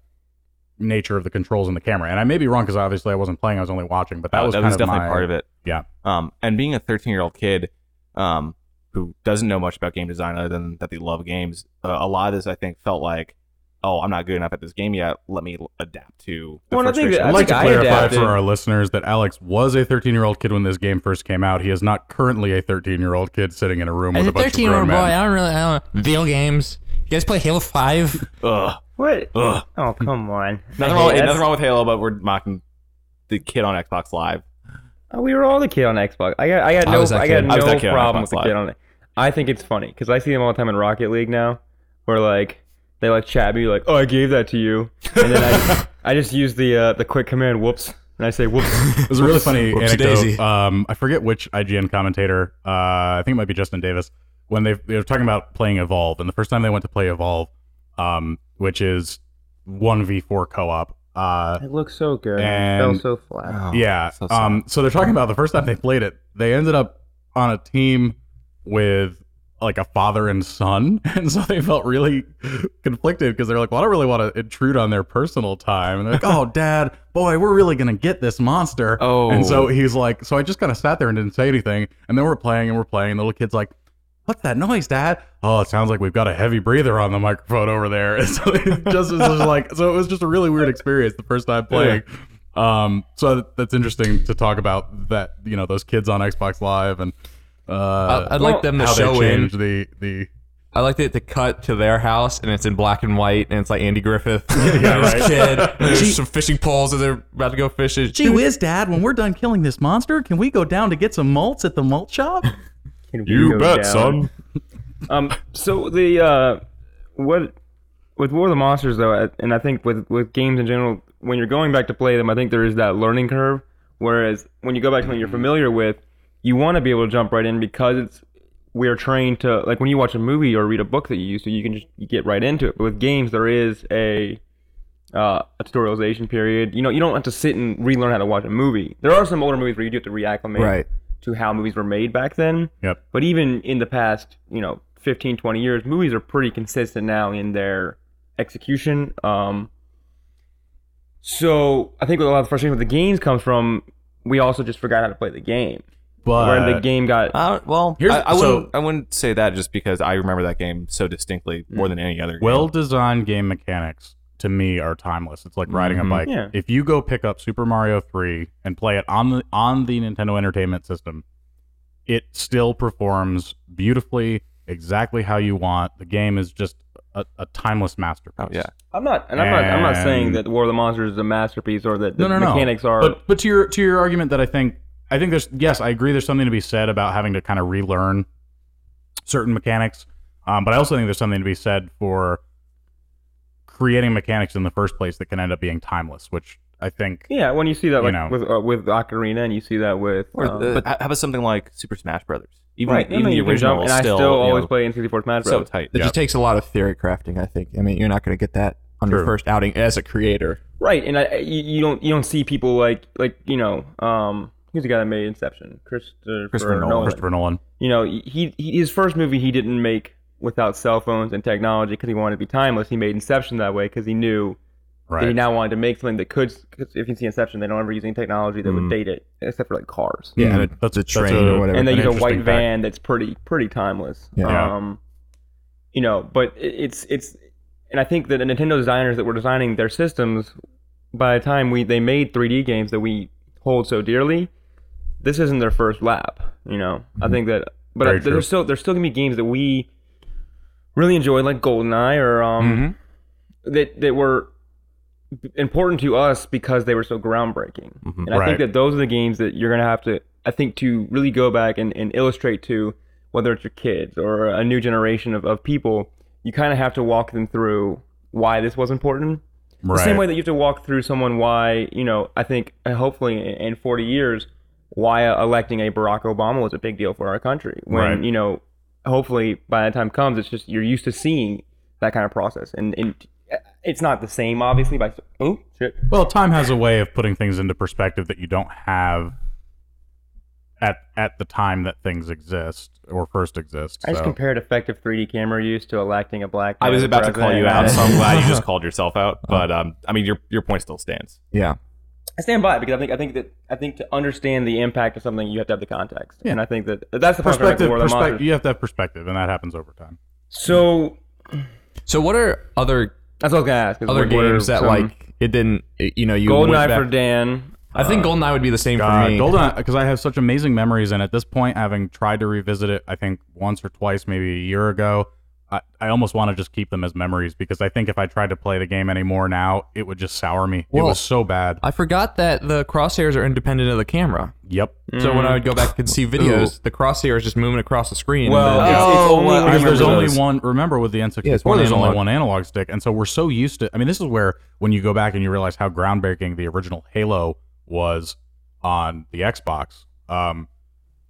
[SPEAKER 1] nature of the controls and the camera and i may be wrong because obviously i wasn't playing i was only watching but that
[SPEAKER 4] Uh,
[SPEAKER 1] was
[SPEAKER 4] that
[SPEAKER 1] kind
[SPEAKER 4] was
[SPEAKER 1] of
[SPEAKER 4] definitely
[SPEAKER 1] my,
[SPEAKER 4] part of it.
[SPEAKER 1] yeah.
[SPEAKER 4] Um, and being a 13 year old kid, um, who doesn't know much about game design other than that they love games, uh, a lot of this I think felt like, oh, I'm not good enough at this game yet. Let me l- adapt to. The
[SPEAKER 2] Well, and I think
[SPEAKER 4] frustration.
[SPEAKER 2] that-
[SPEAKER 1] I'd like to
[SPEAKER 2] I
[SPEAKER 1] clarify
[SPEAKER 2] adapted.
[SPEAKER 1] for our listeners that Alex was a 13 year old kid when this game first came out. He is not currently a 13 year old kid sitting in a room with a bunch of grown men.
[SPEAKER 3] don't really. I don't know. Video games. You guys play Halo Five?
[SPEAKER 4] Ugh,
[SPEAKER 2] What?
[SPEAKER 4] ugh.
[SPEAKER 2] Oh come on.
[SPEAKER 4] Nothing wrong,
[SPEAKER 2] That's-
[SPEAKER 4] nothing wrong with Halo, but we're mocking the kid on Xbox Live.
[SPEAKER 2] Oh, we were all the kid on Xbox. I got, I got
[SPEAKER 3] I was
[SPEAKER 2] no,
[SPEAKER 3] that
[SPEAKER 2] I got
[SPEAKER 3] kid.
[SPEAKER 4] I was
[SPEAKER 2] no
[SPEAKER 4] that kid on
[SPEAKER 2] problem
[SPEAKER 4] Xbox
[SPEAKER 2] with the
[SPEAKER 4] Live.
[SPEAKER 2] kid on it. I think it's funny because I see them all the time in Rocket League now, where like they like chat me like, "Oh, I gave that to you," and then I, just,
[SPEAKER 4] [LAUGHS]
[SPEAKER 2] I just use the uh, the quick command "whoops" and I say "whoops."
[SPEAKER 1] It was a really funny
[SPEAKER 3] Whoopsie
[SPEAKER 1] anecdote.
[SPEAKER 3] daisy.
[SPEAKER 1] Um, I forget which IGN commentator. Uh, I think it might be Justin Davis. When they they were talking about playing Evolve, and the first time they went to play Evolve, um, which is one v four co op. Uh,
[SPEAKER 2] It looks so good.
[SPEAKER 1] And-
[SPEAKER 2] so
[SPEAKER 1] fell
[SPEAKER 2] flat.
[SPEAKER 1] yeah.
[SPEAKER 4] so sad.
[SPEAKER 1] um, so they're talking about the first time they played it. They ended up on a team with like a father and son, [LAUGHS] and so they felt really conflicted because they're like, "Well, I don't really want to intrude on their personal time." And they're like, "Oh, Dad, boy, we're really gonna get this monster."
[SPEAKER 4] Oh.
[SPEAKER 1] and so he's like, "So I just kind of sat there and didn't say anything." And then we're playing and we're playing. And the little kid's like. What's that noise, Dad? Oh, it sounds like we've got a heavy breather on the microphone over there. [LAUGHS] And so it just was just like, so it was just a really weird experience the first time playing. Um, so th- that's interesting to talk about that. You know, those kids on Xbox Live and uh,
[SPEAKER 3] I'd like them to
[SPEAKER 1] how
[SPEAKER 3] show
[SPEAKER 1] they
[SPEAKER 3] in.
[SPEAKER 1] change the the
[SPEAKER 3] I like it to cut to their house and it's in black and white and it's like Andy Griffith.
[SPEAKER 1] [LAUGHS] Yeah,
[SPEAKER 3] This
[SPEAKER 1] right.
[SPEAKER 3] Kid,
[SPEAKER 1] [LAUGHS]
[SPEAKER 3] there's some fishing poles and they're about to go fishing.
[SPEAKER 1] whiz, Dad! When we're done killing this monster, can we go down to get some malts at the malt shop?
[SPEAKER 2] [LAUGHS] Um. So the uh, what with War of the Monsters though, I- and I think with with games in general, when you're going back to play them, I think there is that learning curve. Whereas when you go back to something you're familiar with, you want to be able to jump right in because it's we're trained to like when you watch a movie or read a book that you used to, you can just get right into it. But with games, there is a uh, a tutorialization period. You know, you don't have to sit and relearn how to watch a movie. There are some older movies where you do have to reacclimate
[SPEAKER 3] Right.
[SPEAKER 2] to how movies were made back then.
[SPEAKER 1] Yep.
[SPEAKER 2] But even in the past, you know, 15, 20 years, movies are pretty consistent now in their execution. Um, so I think a lot of the frustration with the games comes from we also just forgot how to play the game. where the
[SPEAKER 1] But
[SPEAKER 2] game got
[SPEAKER 4] Uh, well,
[SPEAKER 1] Here's-
[SPEAKER 4] I, I
[SPEAKER 1] so-
[SPEAKER 4] wouldn't. I wouldn't say that just because I remember that game so distinctly more than any other.
[SPEAKER 1] well designed game mechanics to me are timeless. It's like riding
[SPEAKER 4] Mhm.
[SPEAKER 1] a bike.
[SPEAKER 2] Yeah.
[SPEAKER 1] If you go pick up Super Mario Three and play it on the on the Nintendo Entertainment System, it still performs beautifully, exactly how you want. The game is just a, a timeless masterpiece.
[SPEAKER 4] game. Oh yeah.
[SPEAKER 2] I'm not and I'm not I'm not saying
[SPEAKER 1] And-
[SPEAKER 2] that War of the Monsters is a masterpiece or that the
[SPEAKER 1] No, no, no.
[SPEAKER 2] mechanics are
[SPEAKER 1] But but to your to your argument that I think I think there's yes I agree there's something to be said about having to kind of relearn certain mechanics, um, but I also think there's something to be said for creating mechanics in the first place that can end up being timeless, which I think
[SPEAKER 2] yeah, when you see that like
[SPEAKER 1] You know.
[SPEAKER 2] with uh, with Ocarina and you see that with
[SPEAKER 4] Or
[SPEAKER 2] um,
[SPEAKER 4] the, how how about something like Super Smash Brothers? Even
[SPEAKER 2] right, no,
[SPEAKER 4] even
[SPEAKER 2] no,
[SPEAKER 4] the
[SPEAKER 2] you can
[SPEAKER 4] original
[SPEAKER 2] jump, and I
[SPEAKER 4] still,
[SPEAKER 2] still
[SPEAKER 4] you
[SPEAKER 2] always
[SPEAKER 4] know,
[SPEAKER 2] play in 64 Smash
[SPEAKER 4] so
[SPEAKER 2] Bros.
[SPEAKER 4] tight.
[SPEAKER 3] It
[SPEAKER 1] Yeah.
[SPEAKER 3] just takes a lot of theory crafting, I think. I mean, you're not going to get that on your
[SPEAKER 1] True.
[SPEAKER 3] first outing as a creator.
[SPEAKER 2] Right, and I, I- you, you don't you don't see people like like you know um who's the guy that made Inception, Christopher,
[SPEAKER 4] Christopher Nolan.
[SPEAKER 2] Nolan.
[SPEAKER 1] Christopher Nolan.
[SPEAKER 2] You know he, he his first movie he didn't make without cell phones and technology because he wanted to be timeless. He made Inception that way because he knew that he
[SPEAKER 1] Right.
[SPEAKER 2] now wanted to make something that could. Cause if you see Inception, they don't ever use any technology that would date it except for like cars.
[SPEAKER 3] Yeah,
[SPEAKER 1] Mhm.
[SPEAKER 3] and a-
[SPEAKER 1] That's-
[SPEAKER 3] Mm-hmm. the
[SPEAKER 1] that's
[SPEAKER 3] train
[SPEAKER 1] a-
[SPEAKER 3] or whatever.
[SPEAKER 2] And they
[SPEAKER 1] an
[SPEAKER 2] use a white
[SPEAKER 1] interesting fact.
[SPEAKER 2] van that's pretty pretty timeless.
[SPEAKER 3] Yeah.
[SPEAKER 1] Yeah.
[SPEAKER 2] Um, you know, but it, it's it's and I think that the Nintendo designers that were designing their systems, by the time we they made 3D games that we hold so dearly, this isn't their first lap. You know, I think that, but
[SPEAKER 1] Mm-hmm. Very
[SPEAKER 2] I,
[SPEAKER 1] true.
[SPEAKER 2] there's still there's still gonna be games that we really enjoy, like GoldenEye, or
[SPEAKER 1] Mm-hmm.
[SPEAKER 3] Mm-hmm.
[SPEAKER 2] um, that that were important to us because they were so groundbreaking. And I
[SPEAKER 1] Right.
[SPEAKER 2] think that those are the games that you're gonna have to, I think, to really go back and, and illustrate to whether it's your kids or a new generation of, of people, you kind of have to walk them through why this was important.
[SPEAKER 1] Right.
[SPEAKER 2] The same way that you have to walk through someone why, you know, I think uh, hopefully in- in 40 years, why uh, electing a Barack Obama was a big deal for our country. When,
[SPEAKER 1] Right.
[SPEAKER 2] you know, hopefully by the time comes, it's just you're used to seeing that kind of process. And, and uh, it's not the same, obviously, by. Oh, shit.
[SPEAKER 1] Well, time has a way of putting things into perspective that you don't have at at the time that things exist or first exist.
[SPEAKER 2] I just
[SPEAKER 1] so.
[SPEAKER 2] compared effective 3D camera use to electing a black.
[SPEAKER 4] I was
[SPEAKER 2] man
[SPEAKER 4] about to call you
[SPEAKER 2] president.
[SPEAKER 4] out, so I'm glad you just called yourself out. But um, I mean, your your point still stands.
[SPEAKER 3] Yeah.
[SPEAKER 2] I stand by it because I think I think that I think to understand the impact of something, you have to have the context, and I think that that's the part
[SPEAKER 1] perspective,
[SPEAKER 2] of the
[SPEAKER 1] perspective.
[SPEAKER 2] monsters.
[SPEAKER 1] You have to have perspective, and that happens over time.
[SPEAKER 2] So
[SPEAKER 3] So what are other
[SPEAKER 2] that's what I was gonna ask. is
[SPEAKER 3] other
[SPEAKER 2] what- what are
[SPEAKER 3] games that
[SPEAKER 2] some-
[SPEAKER 3] like it didn't? it- you know, you went
[SPEAKER 2] GoldenEye
[SPEAKER 3] back-
[SPEAKER 2] for Dan.
[SPEAKER 3] I think GoldenEye would be the same
[SPEAKER 1] Uh,
[SPEAKER 3] for me.
[SPEAKER 1] Goldeneye, because I have such amazing memories, and at this point, having tried to revisit it, I think once or twice, maybe a year ago, I, I almost want to just keep them as memories because I think if I tried to play the game anymore now, it would just sour me. it
[SPEAKER 3] Well-
[SPEAKER 1] was so bad.
[SPEAKER 3] I forgot that the crosshairs are independent of the camera.
[SPEAKER 1] Yep.
[SPEAKER 3] So when I would go back and see videos, the crosshair is just moving across the screen.
[SPEAKER 2] Well,
[SPEAKER 3] and then-
[SPEAKER 2] it's, it's
[SPEAKER 4] Oh,
[SPEAKER 2] only when
[SPEAKER 4] well, I
[SPEAKER 1] Because
[SPEAKER 2] you
[SPEAKER 4] remember
[SPEAKER 1] there's only
[SPEAKER 4] those.
[SPEAKER 1] one. Remember with the N64,
[SPEAKER 3] Yeah, it's one
[SPEAKER 1] there's only
[SPEAKER 3] analog.
[SPEAKER 1] one analog stick, and so we're so used to. I mean, this is where when you go back and you realize how groundbreaking the original Halo was on the Xbox. Um,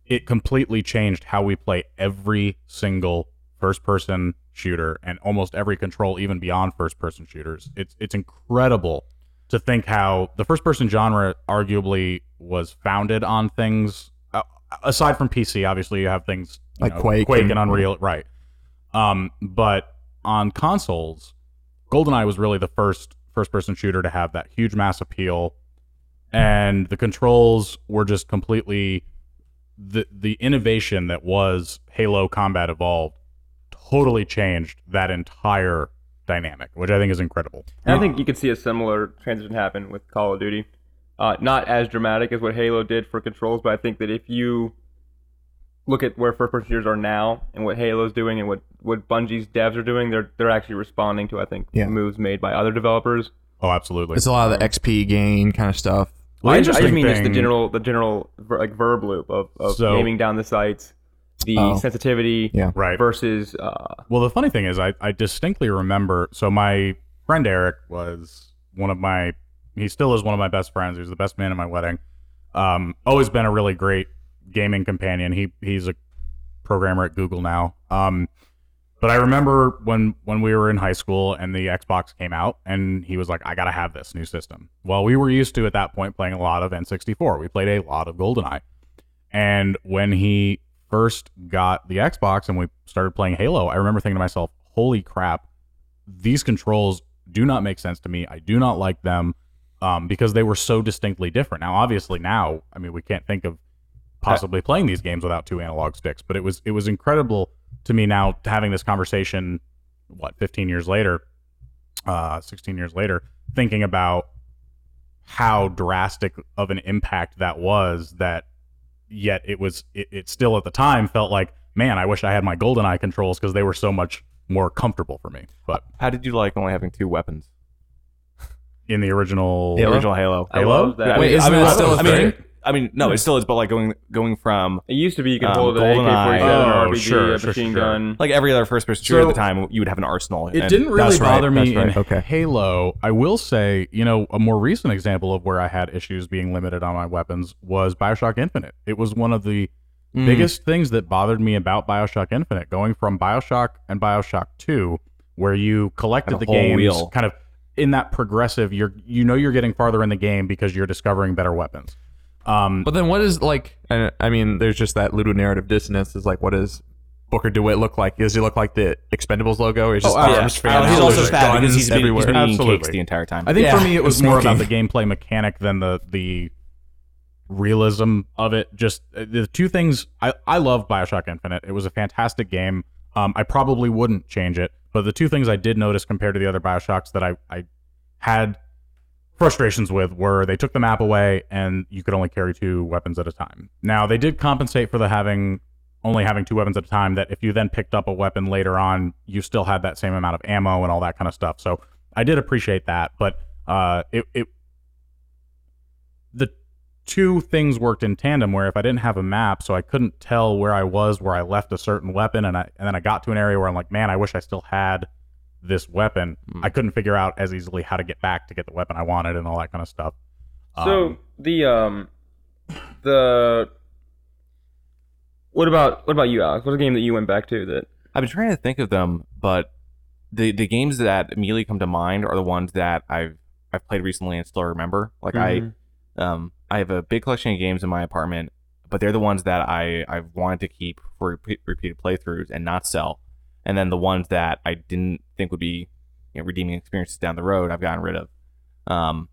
[SPEAKER 1] it completely changed how we play every single first-person shooter and almost every control, even beyond first-person shooters. It's it's incredible to think how the first-person genre arguably was founded on things. Uh, aside from PC, obviously you have things you
[SPEAKER 3] Like Quake
[SPEAKER 1] Quake and,
[SPEAKER 3] and-
[SPEAKER 1] Unreal, right? Um, but on consoles, GoldenEye was really the first first-person shooter to have that huge mass appeal, and the controls were just completely the the innovation that was Halo Combat Evolved totally changed that entire dynamic, which I think is incredible.
[SPEAKER 2] And I think you could see a similar transition happen with Call of Duty. Uh, not as dramatic as what Halo did for controls, but I think that if you look at where first person shooters are now and what Halo's doing and what, what Bungie's devs are doing, they're they're actually responding to I think
[SPEAKER 3] Yeah.
[SPEAKER 2] moves made by other developers.
[SPEAKER 1] Oh, absolutely.
[SPEAKER 3] it's a lot of the XP gain kind of stuff.
[SPEAKER 1] Well,
[SPEAKER 2] I, I
[SPEAKER 1] interesting
[SPEAKER 2] just mean it's the
[SPEAKER 1] thing-
[SPEAKER 2] general the general ver- like verb loop of, of
[SPEAKER 1] So-
[SPEAKER 2] aiming down the sights, the
[SPEAKER 3] Oh.
[SPEAKER 2] sensitivity
[SPEAKER 3] Yeah.
[SPEAKER 1] Right.
[SPEAKER 2] versus uh,
[SPEAKER 1] Well, the funny thing is, I, I distinctly remember. So my friend Eric was one of my. He still is one of my best friends. He was the best man at my wedding. Um, always been a really great gaming companion. He he's a programmer at Google now. Um, but I remember when when we were in high school and the Xbox came out, and he was like, "I gotta have this new system." Well, we were used to at that point playing a lot of N64. We played a lot of GoldenEye, and when he first got the Xbox and we started playing Halo, I remember thinking to myself, "Holy crap, these controls do not make sense to me. I do not like them um, because they were so distinctly different." Now, obviously, now I mean we can't think of possibly playing these games without two analog sticks, but it was it was incredible to me now having this conversation. What, 15 years later, uh, 16 years later, thinking about how drastic of an impact that was that yet it was it, it still at the time felt like man i wish i had my golden eye controls because they were so much more comfortable for me but
[SPEAKER 4] How did you like only having two weapons?
[SPEAKER 1] in the original
[SPEAKER 4] The original Halo.
[SPEAKER 2] I
[SPEAKER 1] Halo?
[SPEAKER 2] love that.
[SPEAKER 4] Yeah, I
[SPEAKER 3] Wait,
[SPEAKER 4] mean-
[SPEAKER 3] isn't
[SPEAKER 4] I mean,
[SPEAKER 3] that
[SPEAKER 4] I-
[SPEAKER 3] still a
[SPEAKER 4] I mean,
[SPEAKER 3] thing?
[SPEAKER 4] I mean, no, it still is, but like going going from
[SPEAKER 2] It used to be you could
[SPEAKER 4] Um,
[SPEAKER 2] hold an AK
[SPEAKER 4] GoldenEye.
[SPEAKER 2] forty seven
[SPEAKER 1] Oh,
[SPEAKER 2] or RPG,
[SPEAKER 1] sure,
[SPEAKER 2] a
[SPEAKER 1] sure,
[SPEAKER 2] machine
[SPEAKER 1] sure.
[SPEAKER 2] gun.
[SPEAKER 4] like every other first person shooter
[SPEAKER 1] So-
[SPEAKER 4] at the time, you would have an arsenal.
[SPEAKER 1] It
[SPEAKER 4] and-
[SPEAKER 1] didn't really
[SPEAKER 3] That's right,
[SPEAKER 1] bother me
[SPEAKER 3] that's right,
[SPEAKER 1] in
[SPEAKER 3] okay.
[SPEAKER 1] Halo. I will say, you know, a more recent example of where I had issues being limited on my weapons was Bioshock Infinite. It was one of the
[SPEAKER 4] Mm.
[SPEAKER 1] biggest things that bothered me about Bioshock Infinite, going from Bioshock and Bioshock 2, where you collected
[SPEAKER 4] Kind
[SPEAKER 1] the
[SPEAKER 4] of whole
[SPEAKER 1] games
[SPEAKER 4] wheel.
[SPEAKER 1] kind of in that progressive, you're you know you're getting farther in the game because you're discovering better weapons. Um,
[SPEAKER 3] But then what is like? I I mean, there's just that ludonarrative dissonance. Is like, what does Booker DeWitt look like? Does he look like the Expendables logo? Or is just
[SPEAKER 1] Oh, yeah.
[SPEAKER 3] arms,
[SPEAKER 1] Oh,
[SPEAKER 3] fan
[SPEAKER 4] he's
[SPEAKER 3] out,
[SPEAKER 4] also
[SPEAKER 3] there's
[SPEAKER 4] fat
[SPEAKER 3] guns
[SPEAKER 4] because he's been, he's
[SPEAKER 3] everywhere.
[SPEAKER 4] been eating
[SPEAKER 1] Absolutely.
[SPEAKER 4] cakes the entire time.
[SPEAKER 1] I think
[SPEAKER 3] Yeah,
[SPEAKER 1] for me it was
[SPEAKER 3] and
[SPEAKER 1] more about the
[SPEAKER 3] smoking.
[SPEAKER 1] gameplay mechanic than the the realism of it. Just uh, the two things I I love Bioshock Infinite. It was a fantastic game. Um, I probably wouldn't change it, but the two things I did notice compared to the other Bioshocks that I, I had frustrations with were they took the map away and you could only carry two weapons at a time. Now they did compensate for the having only having two weapons at a time. That if you then picked up a weapon later on, you still had that same amount of ammo and all that kind of stuff. So I did appreciate that, but uh, it it the two things worked in tandem where if I didn't have a map, so I couldn't tell where I was, where I left a certain weapon, and I and then I got to an area where I'm like, man, I wish I still had this weapon.
[SPEAKER 3] Hmm.
[SPEAKER 4] Mm.
[SPEAKER 1] I couldn't figure out as easily how to get back to get the weapon I wanted and all that kind of stuff.
[SPEAKER 2] So
[SPEAKER 1] Um,
[SPEAKER 2] the um the what about what about you, Alex? What's a game that you went back to that
[SPEAKER 4] I've been trying to think of them, but the the games that immediately come to mind are the ones that I've I've played recently and still remember. Like
[SPEAKER 2] Mhm.
[SPEAKER 4] I um I have a big collection of games in my apartment, but they're the ones that I I've wanted to keep for repeat, repeated playthroughs and not sell. And then the ones that I didn't think would be you know, redeeming experiences down the road, I've gotten rid of. Um,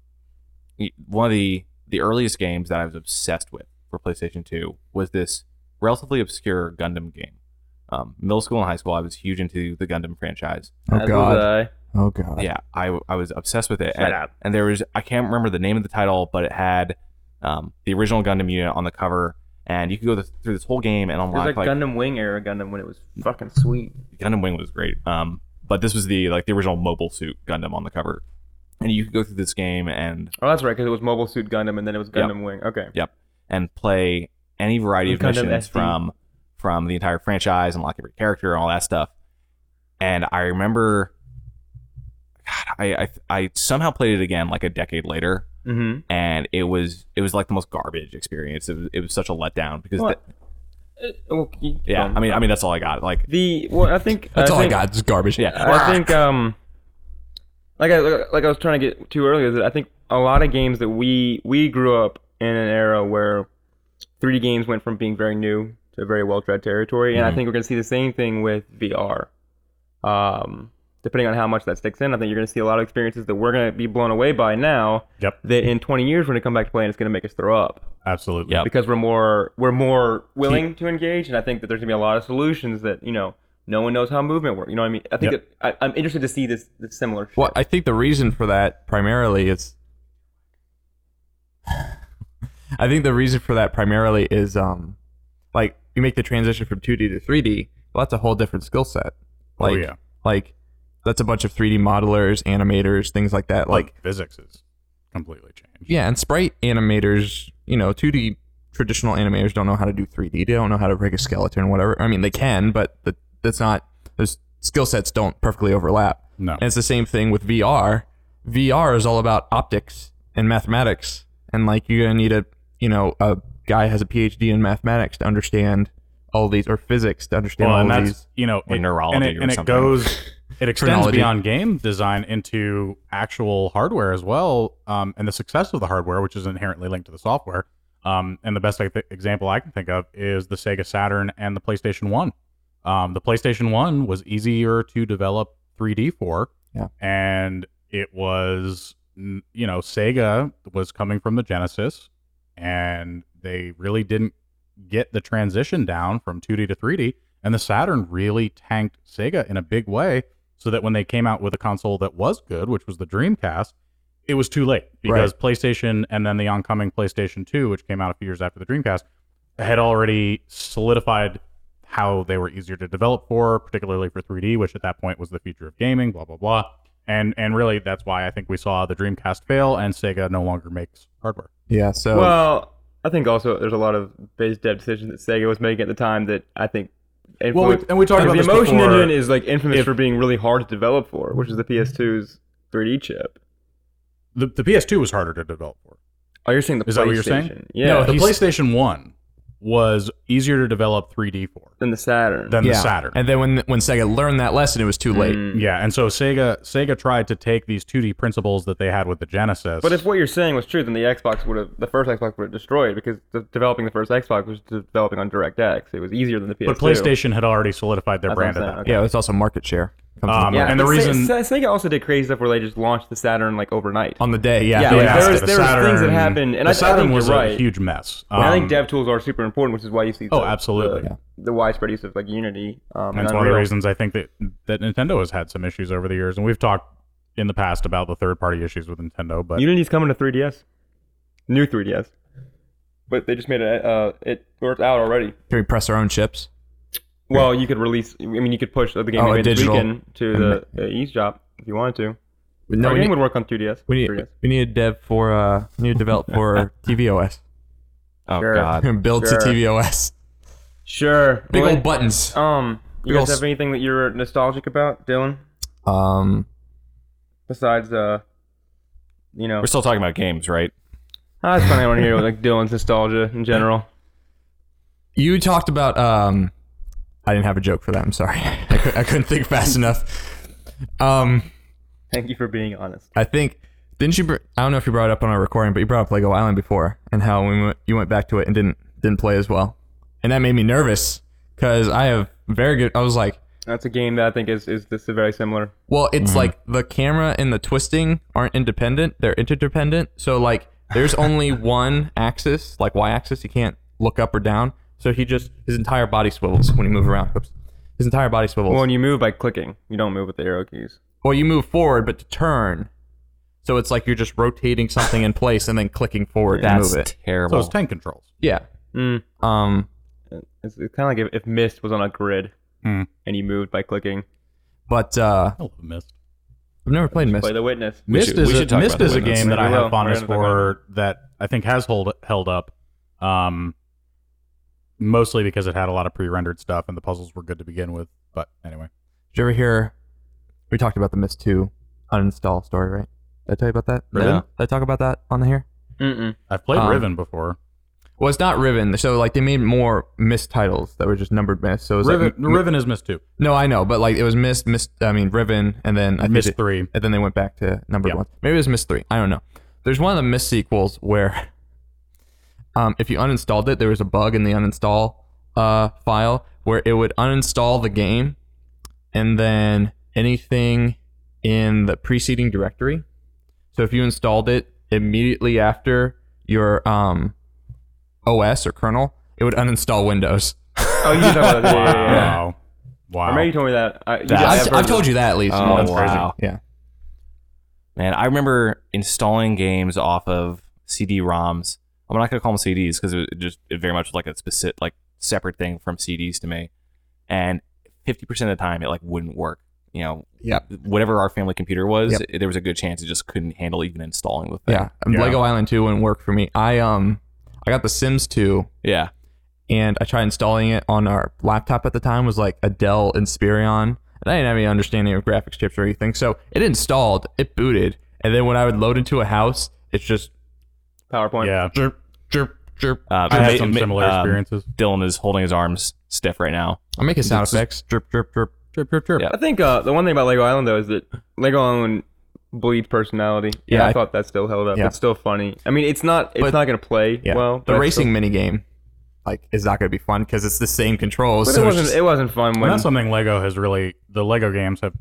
[SPEAKER 4] y- one of the the earliest games that I was obsessed with for PlayStation 2 was this relatively obscure Gundam game um, middle school and high school, I was huge into the Gundam franchise.
[SPEAKER 3] Oh
[SPEAKER 2] As
[SPEAKER 3] god.
[SPEAKER 2] was
[SPEAKER 3] oh god.
[SPEAKER 4] uh, Yeah, I, I was obsessed with it.
[SPEAKER 2] uh, Shut
[SPEAKER 4] and,
[SPEAKER 2] up.
[SPEAKER 4] and there was, I can't remember the name of the title, but it had um, the original Gundam unit on the cover. And you could go th- through this whole game and
[SPEAKER 2] I. It was
[SPEAKER 4] unlock
[SPEAKER 2] like,
[SPEAKER 4] like,
[SPEAKER 2] Gundam Wing era Gundam when it was fucking sweet.
[SPEAKER 4] Gundam Wing was great. Um, but this was the like the original mobile suit Gundam on the cover, and you could go through this game and
[SPEAKER 2] Oh, that's right, because it was Mobile Suit Gundam, and then it was Gundam Wing. Okay.
[SPEAKER 4] and play any variety of
[SPEAKER 2] Gundam
[SPEAKER 4] missions
[SPEAKER 2] SD.
[SPEAKER 4] from from the entire franchise, unlock every character, and all that stuff. And I remember, God, I, I I somehow played it again like a decade later,
[SPEAKER 2] Mm-hmm.
[SPEAKER 4] and it was it was like the most garbage experience. It was, it was such a letdown because
[SPEAKER 2] What?
[SPEAKER 4] the-
[SPEAKER 2] well, keep
[SPEAKER 4] yeah,
[SPEAKER 2] going.
[SPEAKER 4] I mean I mean that's all I got. Like
[SPEAKER 2] the well, I think
[SPEAKER 3] That's
[SPEAKER 2] I
[SPEAKER 3] all
[SPEAKER 2] think-
[SPEAKER 3] I got. Just garbage.
[SPEAKER 4] yeah,
[SPEAKER 2] I think um, like I like I was trying to get to earlier is that I think a lot of games that we we grew up in an era where 3D games went from being very new to very well tread territory, and I
[SPEAKER 4] Mhm.
[SPEAKER 2] think we're gonna see the same thing with VR. Um, depending on how much that sticks in, I think you're gonna see a lot of experiences that we're gonna be blown away by now.
[SPEAKER 1] Yep.
[SPEAKER 2] That in 20 years we're gonna come back to play and it's gonna make us throw up
[SPEAKER 1] absolutely.
[SPEAKER 4] Yeah.
[SPEAKER 2] because we're more we're more willing to engage, and I think that there's gonna be a lot of solutions that you know no one knows how movement works. You know what I mean? I think
[SPEAKER 1] Yep.
[SPEAKER 2] that I, I'm interested to see this, this similar. shit.
[SPEAKER 3] Well, I think the reason for that primarily is I think the reason for that primarily is um like you make the transition from 2D to 3D, well that's a whole different skill set. Like
[SPEAKER 1] oh yeah.
[SPEAKER 3] like that's a bunch of 3D modelers, animators, things like that. Like
[SPEAKER 1] But physics is completely changed.
[SPEAKER 3] yeah, and sprite animators, you know, 2D traditional animators don't know how to do 3D. They don't know how to rig a skeleton or whatever. I mean, they can, but that- that's not those skill sets don't perfectly overlap.
[SPEAKER 1] No.
[SPEAKER 3] And it's the same thing with VR. VR is all about optics and mathematics, and like you're gonna need a you know a guy has a PhD in mathematics to understand all these or physics to understand
[SPEAKER 1] well, and
[SPEAKER 3] all
[SPEAKER 1] that's
[SPEAKER 3] these.
[SPEAKER 1] you know
[SPEAKER 4] Or
[SPEAKER 1] it-
[SPEAKER 4] neurology
[SPEAKER 1] and it,
[SPEAKER 4] or
[SPEAKER 1] and it
[SPEAKER 3] [LAUGHS]
[SPEAKER 4] something.
[SPEAKER 1] goes it extends
[SPEAKER 3] Phrenology.
[SPEAKER 1] beyond game design into actual hardware as well um, and the success of the hardware which is inherently linked to the software um, and the best like, example i can think of is the sega saturn and the playstation 1 um, the playstation 1 was easier to develop 3d for
[SPEAKER 3] Yeah.
[SPEAKER 1] and it was n- you know sega was coming from the genesis and they really didn't get the transition down from 2d to 3d and the Saturn really tanked Sega in a big way so that when they came out with a console that was good, which was the Dreamcast, it was too late because PlayStation and then the oncoming PlayStation 2, which came out a few years after the Dreamcast, had already solidified how they were easier to develop for, particularly for 3D, which at that point was the future of gaming, blah, blah, blah. And, and really, that's why I think we saw the Dreamcast fail and Sega no longer makes hardware.
[SPEAKER 3] Yeah. So
[SPEAKER 2] well, I think also there's a lot of base dead decisions that Sega was making at the time that I think. influenced-
[SPEAKER 1] and we talked
[SPEAKER 2] Because the Emotion Engine is like infamous
[SPEAKER 1] If-
[SPEAKER 2] for being really hard to develop for, which is the PS2's 3D chip.
[SPEAKER 1] the, the PS2 was harder to develop for.
[SPEAKER 2] Oh, you're saying the
[SPEAKER 1] Is that what you're saying?
[SPEAKER 2] PlayStation. Yeah.
[SPEAKER 1] no, the
[SPEAKER 3] he's-
[SPEAKER 1] PlayStation One was easier to develop 3D for
[SPEAKER 2] than the Saturn.
[SPEAKER 1] than
[SPEAKER 3] yeah.
[SPEAKER 1] the Saturn.
[SPEAKER 3] And then when when Sega learned that lesson, it was too late.
[SPEAKER 2] Mm.
[SPEAKER 1] yeah, and so Sega Sega tried to take these 2D principles that they had with the Genesis.
[SPEAKER 2] But if what you're saying was true, then the Xbox would have, the first Xbox would have destroyed because the, developing the first Xbox was developing on DirectX. It was easier than the PS2.
[SPEAKER 1] but PlayStation had already solidified their
[SPEAKER 2] That's what
[SPEAKER 1] brand
[SPEAKER 2] I'm
[SPEAKER 1] at
[SPEAKER 2] saying,
[SPEAKER 1] that.
[SPEAKER 2] okay.
[SPEAKER 3] Yeah, it's also market share. comes
[SPEAKER 1] Um,
[SPEAKER 3] in
[SPEAKER 1] Yeah. and the
[SPEAKER 2] Sa-
[SPEAKER 1] reason- Um,
[SPEAKER 2] Sa- Sega also did crazy stuff where they just launched the Saturn like overnight.
[SPEAKER 3] on the day. Yeah,
[SPEAKER 2] Yeah,
[SPEAKER 3] yeah.
[SPEAKER 2] like, there was-
[SPEAKER 1] the
[SPEAKER 2] there was things that
[SPEAKER 1] Saturn-
[SPEAKER 2] happened, and
[SPEAKER 1] the
[SPEAKER 2] I- I
[SPEAKER 1] Saturn
[SPEAKER 2] think
[SPEAKER 1] was
[SPEAKER 2] you're
[SPEAKER 1] a
[SPEAKER 2] right.
[SPEAKER 1] huge mess.
[SPEAKER 2] And I
[SPEAKER 1] Um,
[SPEAKER 2] think dev tools are super important, which is why you see
[SPEAKER 1] Oh,
[SPEAKER 2] the,
[SPEAKER 1] absolutely.
[SPEAKER 2] the, the widespread use of like Unity. Um,
[SPEAKER 1] And that's one of the reasons I think that that Nintendo has had some issues over the years, and we've talked in the past about the third party issues with Nintendo. But
[SPEAKER 2] Unity's coming to 3DS, new 3DS, but they just made it. Uh, it or it's out already.
[SPEAKER 3] Can we press our own chips?
[SPEAKER 2] Well, you could release. I mean, you could push the game
[SPEAKER 3] Oh,
[SPEAKER 2] we
[SPEAKER 3] a
[SPEAKER 2] made this
[SPEAKER 3] digital.
[SPEAKER 2] weekend to the uh, eShop if you wanted to.
[SPEAKER 3] No,
[SPEAKER 2] Our
[SPEAKER 3] we
[SPEAKER 2] game
[SPEAKER 3] need,
[SPEAKER 2] would work on 2DS.
[SPEAKER 3] we need
[SPEAKER 2] 3DS.
[SPEAKER 3] we need a dev for uh, we need a develop for TVOS.
[SPEAKER 4] Oh
[SPEAKER 2] Sure.
[SPEAKER 3] [LAUGHS]
[SPEAKER 4] god.
[SPEAKER 3] Build
[SPEAKER 2] Sure.
[SPEAKER 3] to TVOS.
[SPEAKER 2] Sure.
[SPEAKER 3] Big
[SPEAKER 2] Well,
[SPEAKER 3] old buttons.
[SPEAKER 2] Um, you
[SPEAKER 3] big
[SPEAKER 2] guys
[SPEAKER 3] ol'
[SPEAKER 2] have anything that you're nostalgic about, Dylan?
[SPEAKER 3] Um,
[SPEAKER 2] Besides, uh, you know,
[SPEAKER 4] We're still talking about games, right?
[SPEAKER 2] Ah, it's funny. I want to hear
[SPEAKER 3] [LAUGHS]
[SPEAKER 2] like Dylan's nostalgia in general.
[SPEAKER 3] you talked about um, I didn't have a joke for that. I'm sorry. [LAUGHS] I, cou- I couldn't think fast enough. Um,
[SPEAKER 2] Thank you for being honest.
[SPEAKER 3] I think didn't you? Br- I don't know if you brought it up on our recording, but you brought up Lego Island before, and how we went, you went back to it and didn't didn't play as well, and that made me nervous because I have very good. I was like,
[SPEAKER 2] That's a game that I think is is this is very similar.
[SPEAKER 3] well, it's
[SPEAKER 2] Mm-hmm.
[SPEAKER 3] like the camera and the twisting aren't independent; they're interdependent. So like, there's
[SPEAKER 2] [LAUGHS]
[SPEAKER 3] only one axis, like y axis. You can't look up or down. So he just his entire body swivels when you move around. Oops. His entire body swivels.
[SPEAKER 2] Well, and you move by clicking. You don't move with the arrow keys.
[SPEAKER 3] Well, you move forward, but to turn. So it's like you're just rotating something in place and then clicking forward
[SPEAKER 4] That's
[SPEAKER 3] to move it.
[SPEAKER 1] so
[SPEAKER 4] terrible.
[SPEAKER 1] it's tank controls.
[SPEAKER 3] Yeah.
[SPEAKER 2] Mm.
[SPEAKER 3] Um,
[SPEAKER 2] It's, it's kind of like if, if Mist was on a grid
[SPEAKER 1] Hmm.
[SPEAKER 2] and you moved by clicking.
[SPEAKER 3] but uh,
[SPEAKER 1] I love Myst.
[SPEAKER 3] I've never played Myst.
[SPEAKER 2] Play the witness.
[SPEAKER 1] Myst
[SPEAKER 4] should-
[SPEAKER 1] is
[SPEAKER 4] we should
[SPEAKER 1] a,
[SPEAKER 4] talk
[SPEAKER 1] Myst
[SPEAKER 4] about
[SPEAKER 1] is
[SPEAKER 4] the
[SPEAKER 1] a
[SPEAKER 4] witness.
[SPEAKER 1] game that I
[SPEAKER 2] We will.
[SPEAKER 1] have
[SPEAKER 2] We're
[SPEAKER 1] fondness
[SPEAKER 2] gonna talk
[SPEAKER 1] for that I think has hold held up, um, mostly because it had a lot of pre-rendered stuff and the puzzles were good to begin with. But anyway,
[SPEAKER 3] Did you ever hear? We talked about the Myst Two uninstall story, right? Did I tell you about that?
[SPEAKER 1] Riven?
[SPEAKER 3] Did I talk about that on the here?
[SPEAKER 2] Mm-mm.
[SPEAKER 1] I've played
[SPEAKER 3] Um,
[SPEAKER 1] Riven before.
[SPEAKER 3] Well, it's not Riven. So like they made more Myst titles that were just numbered Myst. So it was like-
[SPEAKER 1] Riven, Riven is Myst two,
[SPEAKER 3] no, I know, but like it was Myst, Myst. I mean Riven, and then I think
[SPEAKER 1] Myst
[SPEAKER 3] it-
[SPEAKER 1] three.
[SPEAKER 3] and then they went back to number
[SPEAKER 1] Yeah.
[SPEAKER 3] one. Maybe it was Miss Three. I don't know. There's one of the Miss sequels where, [LAUGHS] um, if you uninstalled it, there was a bug in the uninstall uh, file where it would uninstall the game, and then anything in the preceding directory. So if you installed it immediately after your um, OS or kernel, it would uninstall Windows.
[SPEAKER 2] Oh, you talk about that. Yeah, yeah, yeah, yeah.
[SPEAKER 3] [LAUGHS]
[SPEAKER 2] I
[SPEAKER 1] Wow, Oh, wow.
[SPEAKER 2] remember you told me that. I, you
[SPEAKER 4] That-
[SPEAKER 2] I
[SPEAKER 4] I've-
[SPEAKER 2] have
[SPEAKER 3] I've,
[SPEAKER 2] heard
[SPEAKER 3] I've told you that at least.
[SPEAKER 4] Oh,
[SPEAKER 1] That's crazy.
[SPEAKER 4] wow.
[SPEAKER 3] Yeah.
[SPEAKER 4] Man, I remember installing games off of CD-ROMs. I'm not gonna call them CDs because it was just it very much was like a specific, like separate thing from CDs to me. And 50% of the time, it like wouldn't work. You know,
[SPEAKER 3] Yeah.
[SPEAKER 4] whatever our family computer was,
[SPEAKER 3] Yep.
[SPEAKER 4] it- there was a good chance it just couldn't handle even installing the thing.
[SPEAKER 3] Yeah.
[SPEAKER 1] Yeah.
[SPEAKER 3] Lego Island 2 wouldn't work for me. I um I got the Sims 2
[SPEAKER 4] yeah.
[SPEAKER 3] and I tried installing it on our laptop at the time was like a Dell Inspiron. And I didn't have any understanding of graphics chips or anything. So it installed, it booted, and then when I would load into a house, it's just
[SPEAKER 2] PowerPoint.
[SPEAKER 1] yeah,
[SPEAKER 3] jerp, jerp, jerp.
[SPEAKER 4] Uh,
[SPEAKER 1] I
[SPEAKER 4] ma-
[SPEAKER 1] had some
[SPEAKER 4] ma-
[SPEAKER 1] similar
[SPEAKER 4] um,
[SPEAKER 1] experiences.
[SPEAKER 4] Dylan is holding his arms stiff right now.
[SPEAKER 3] I'm making sound effects. Drip, drip, drip.
[SPEAKER 1] Chirp, chirp, chirp.
[SPEAKER 4] Yeah.
[SPEAKER 2] I think uh, the one thing about Lego Island though is that Lego Island bleeds personality. and
[SPEAKER 3] Yeah,
[SPEAKER 2] I,
[SPEAKER 3] I-
[SPEAKER 2] thought that still held up.
[SPEAKER 3] yeah.
[SPEAKER 2] It's still funny. I mean, it's not. It's
[SPEAKER 3] But-
[SPEAKER 2] not going to play
[SPEAKER 3] Yeah.
[SPEAKER 2] well. but
[SPEAKER 3] the
[SPEAKER 2] it's
[SPEAKER 3] racing minigame like is not gonna be fun because it's the same controls.
[SPEAKER 2] Still, but it
[SPEAKER 3] so it's
[SPEAKER 2] wasn't.
[SPEAKER 3] just-
[SPEAKER 2] It wasn't fun
[SPEAKER 1] And
[SPEAKER 2] when.
[SPEAKER 1] that's something Lego has really the Lego games have